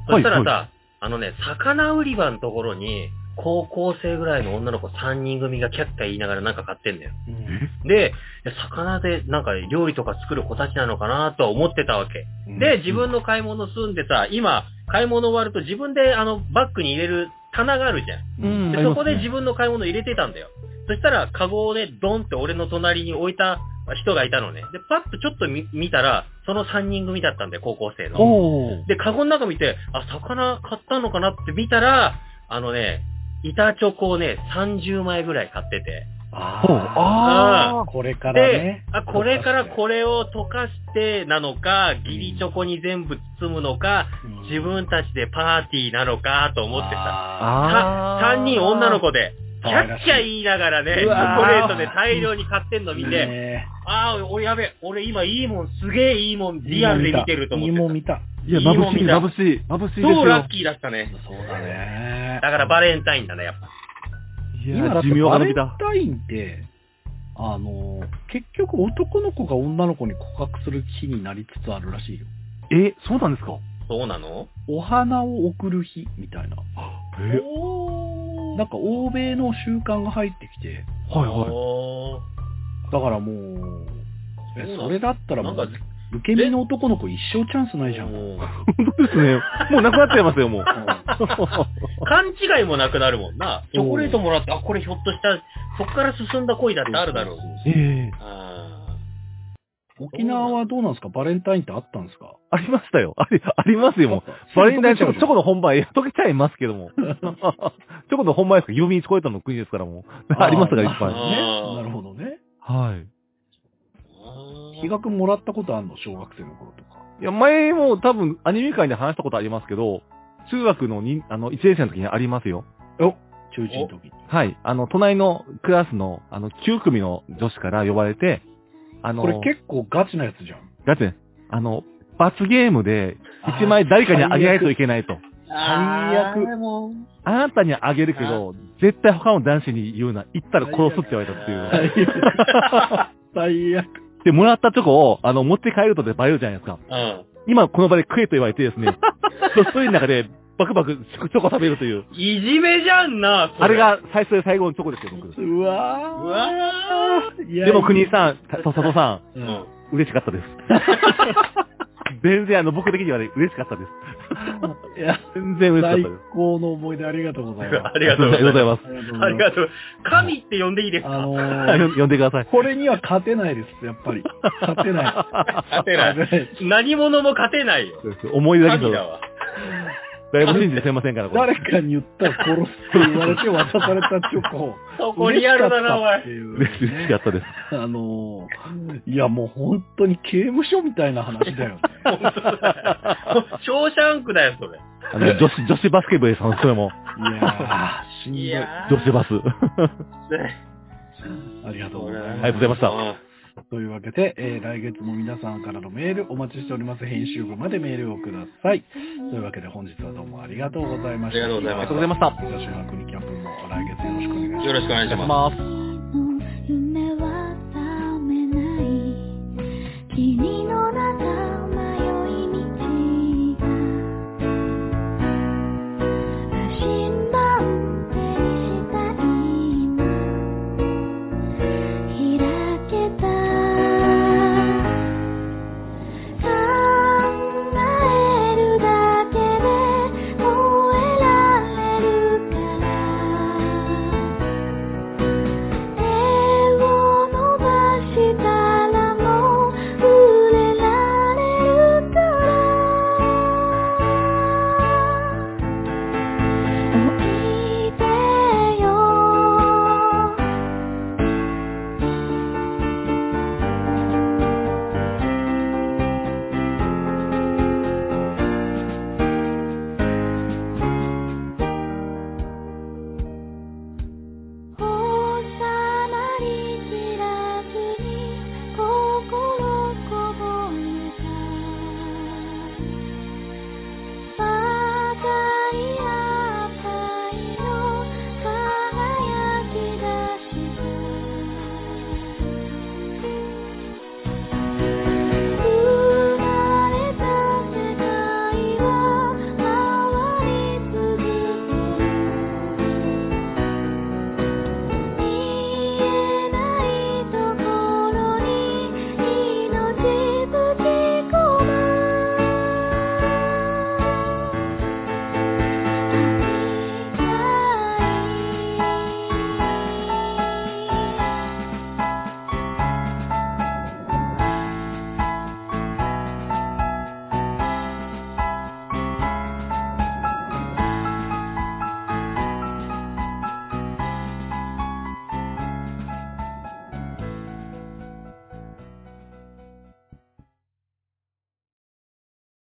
Speaker 4: そ
Speaker 5: は
Speaker 4: し
Speaker 5: い、
Speaker 4: たらさ、
Speaker 5: は
Speaker 4: あのね、魚売り場のところに、高校生ぐらいの女の子3人組がキャッキャ言いながらなんか買ってんだよ。
Speaker 3: うん
Speaker 4: で、いや魚でなんか料理とか作る子たちなのかなとは思ってたわけ。で、自分の買い物済んでさ、今、買い物終わると自分であの、バッグに入れる棚があるじゃん。
Speaker 5: い。うん
Speaker 4: で、そこで自分の買い物入れてたんだよ。そしたら、カゴをね、ドンって俺の隣に置いた人がいたのね。で、パッとちょっと見見たら、その3人組だったんで、高校生の。
Speaker 3: おー。
Speaker 4: で、カゴの中見て、あ、魚買ったのかなって見たら、あのね、板チョコをね、30枚ぐらい買ってて。
Speaker 3: あ
Speaker 4: あ
Speaker 3: ー。これから
Speaker 4: で
Speaker 3: ね。、
Speaker 4: あ、これからこれを溶かしてなのか、ギリチョコに全部包むのか、自分たちでパーティーなのかと思ってさ。
Speaker 3: た。
Speaker 5: ああ。
Speaker 4: 3人女の子で、
Speaker 3: 可
Speaker 4: キャ
Speaker 3: 愛ら
Speaker 4: ッ
Speaker 3: しい
Speaker 4: キャ言いながらね、チ
Speaker 3: うわー
Speaker 4: ョコレートで大量に買ってんの見て、
Speaker 3: ね
Speaker 4: ああ、俺やべ、俺今いいもん、すげえいいもん、リアルで見てると思
Speaker 3: いいもん
Speaker 4: って
Speaker 3: 見た。
Speaker 5: いや、
Speaker 4: いいも
Speaker 5: 眩
Speaker 4: ん
Speaker 5: しい、
Speaker 4: 見た
Speaker 5: 眩しい、眩しいです
Speaker 4: た。
Speaker 5: よ。
Speaker 4: 超ラッキーだったね。
Speaker 3: そうだね
Speaker 4: だ。からバレンタインだね、やっぱ。
Speaker 5: い
Speaker 3: 今だ
Speaker 5: や、
Speaker 3: って
Speaker 5: 寿命
Speaker 3: バレ
Speaker 5: が伸
Speaker 3: ン
Speaker 5: びた。
Speaker 3: タインって、あの、結局男の子が女の子に告白する日になりつつあるらしいよ。
Speaker 5: え、そうなんですか
Speaker 4: そうなの
Speaker 3: お花を贈る日みたいな。
Speaker 5: え、
Speaker 3: なんか欧米の習慣が入ってきて、
Speaker 5: はいはい。
Speaker 4: おー
Speaker 3: だからもう、え
Speaker 4: そうなの
Speaker 3: それだったらも
Speaker 4: なん
Speaker 3: う
Speaker 4: か、
Speaker 3: 受け身の男の子一生チャンスないじゃん。うん
Speaker 4: もう
Speaker 5: 本当ですね。もうなくなっちゃいますよ、もう。
Speaker 4: 勘違いもなくなるもんな。チョコレートもらって、あ、これひょっとしたら、そっから進んだ恋だってあるだろう。
Speaker 5: ええ
Speaker 4: あ
Speaker 3: 沖縄はどうなんですかバレンタインってあったんですか
Speaker 5: ありましたよ。あり、ありますよ、もう。バレンタインチョコ、チョコの本番、いや溶けちゃいますけど も。チョコの本番ですか郵便超えたの国ですからもう。ありますが、いっぱい。
Speaker 3: ね
Speaker 5: は
Speaker 4: あー
Speaker 3: なるほどね。
Speaker 5: い。
Speaker 4: ー
Speaker 3: 比嘉君もらったことあるの小学生の頃とか。
Speaker 5: いや、前も多分、アニメ界で話したことありますけど、中学のに、あの、1年生の時にありますよ。
Speaker 3: 中1の時に。
Speaker 5: はい。あの、隣のクラスの、あの、9組の女子から呼ばれて、あの、
Speaker 3: これ結構ガチなやつじゃん。
Speaker 5: だって、あの、罰ゲームで、1枚誰かにあげないといけないと。
Speaker 3: 最悪。
Speaker 5: あなたにあげるけど、絶対他の男子に言うな。言ったら殺すって言われたっていう。
Speaker 3: 最悪。最悪。
Speaker 5: で、もらったチョコを、あの、持って帰るとでバレるじゃないですか。
Speaker 4: うん。
Speaker 5: 今、この場で食えと言われてですね、そ一人の中で、バクバクチョコ食べるという。
Speaker 4: いじめじゃんな、そ
Speaker 5: あれ。が最初で最後のチョコですよ、僕。
Speaker 3: う
Speaker 4: う
Speaker 3: わ
Speaker 4: わ
Speaker 3: ぁ。いや
Speaker 5: でも、国井さん、たと佐藤さ
Speaker 4: ーうん。
Speaker 5: ん、嬉しかった です。全然、あの、僕的にはね、嬉しかったです。
Speaker 3: いや、
Speaker 5: 全然嬉しかっ
Speaker 3: 最
Speaker 5: たです。
Speaker 3: 高の思い出ありがとうございま
Speaker 4: ありがとうございます。
Speaker 5: ます。
Speaker 3: す。ありがとうご
Speaker 4: あ
Speaker 3: ざい
Speaker 4: り
Speaker 3: ます。
Speaker 4: がとう。神って呼んでいいです
Speaker 3: あ
Speaker 4: か
Speaker 3: の
Speaker 5: あ
Speaker 3: ー、
Speaker 5: よ呼んでください。
Speaker 3: これには勝てないです、やっぱり。勝てない。
Speaker 4: 勝てない。
Speaker 3: 勝てない
Speaker 4: 何者も勝てないよ。
Speaker 5: そうです思い出だけ
Speaker 4: 神
Speaker 5: ど、
Speaker 4: だわ。
Speaker 5: だいぶ信じてすいませんから、こ
Speaker 3: 誰
Speaker 5: れ。
Speaker 3: かに言ったら殺すって言われて渡されたチョコ。
Speaker 4: そこリアルだな、お
Speaker 3: 嬉しかったっ
Speaker 4: い
Speaker 3: て。いう
Speaker 5: 嬉し嬉しかったです。
Speaker 3: あのー、いやもう本当に刑務所みたいな話だよね。
Speaker 4: 本当だ よショーシャンクだよ、それ。
Speaker 5: あの、女子、女子バスケ部でさん、それも、
Speaker 3: いやー、しんど
Speaker 4: い
Speaker 3: い。
Speaker 4: やー
Speaker 5: 女子バス。
Speaker 3: ありがとうございます。
Speaker 5: ありがとうございました
Speaker 4: うん
Speaker 3: というわけで、えー来月も皆さんからのメールお待ちしております。編集部までメールをください。というわけで本日はどうもありがとうございました。
Speaker 4: ありがとうございま
Speaker 5: あ
Speaker 4: し
Speaker 5: りがとうございました。
Speaker 3: じゃあ、週白にキャンプも来月よろしくお願いします。
Speaker 4: よろしくお願いし ます。
Speaker 5: す。
Speaker 1: の夢は覚めない君の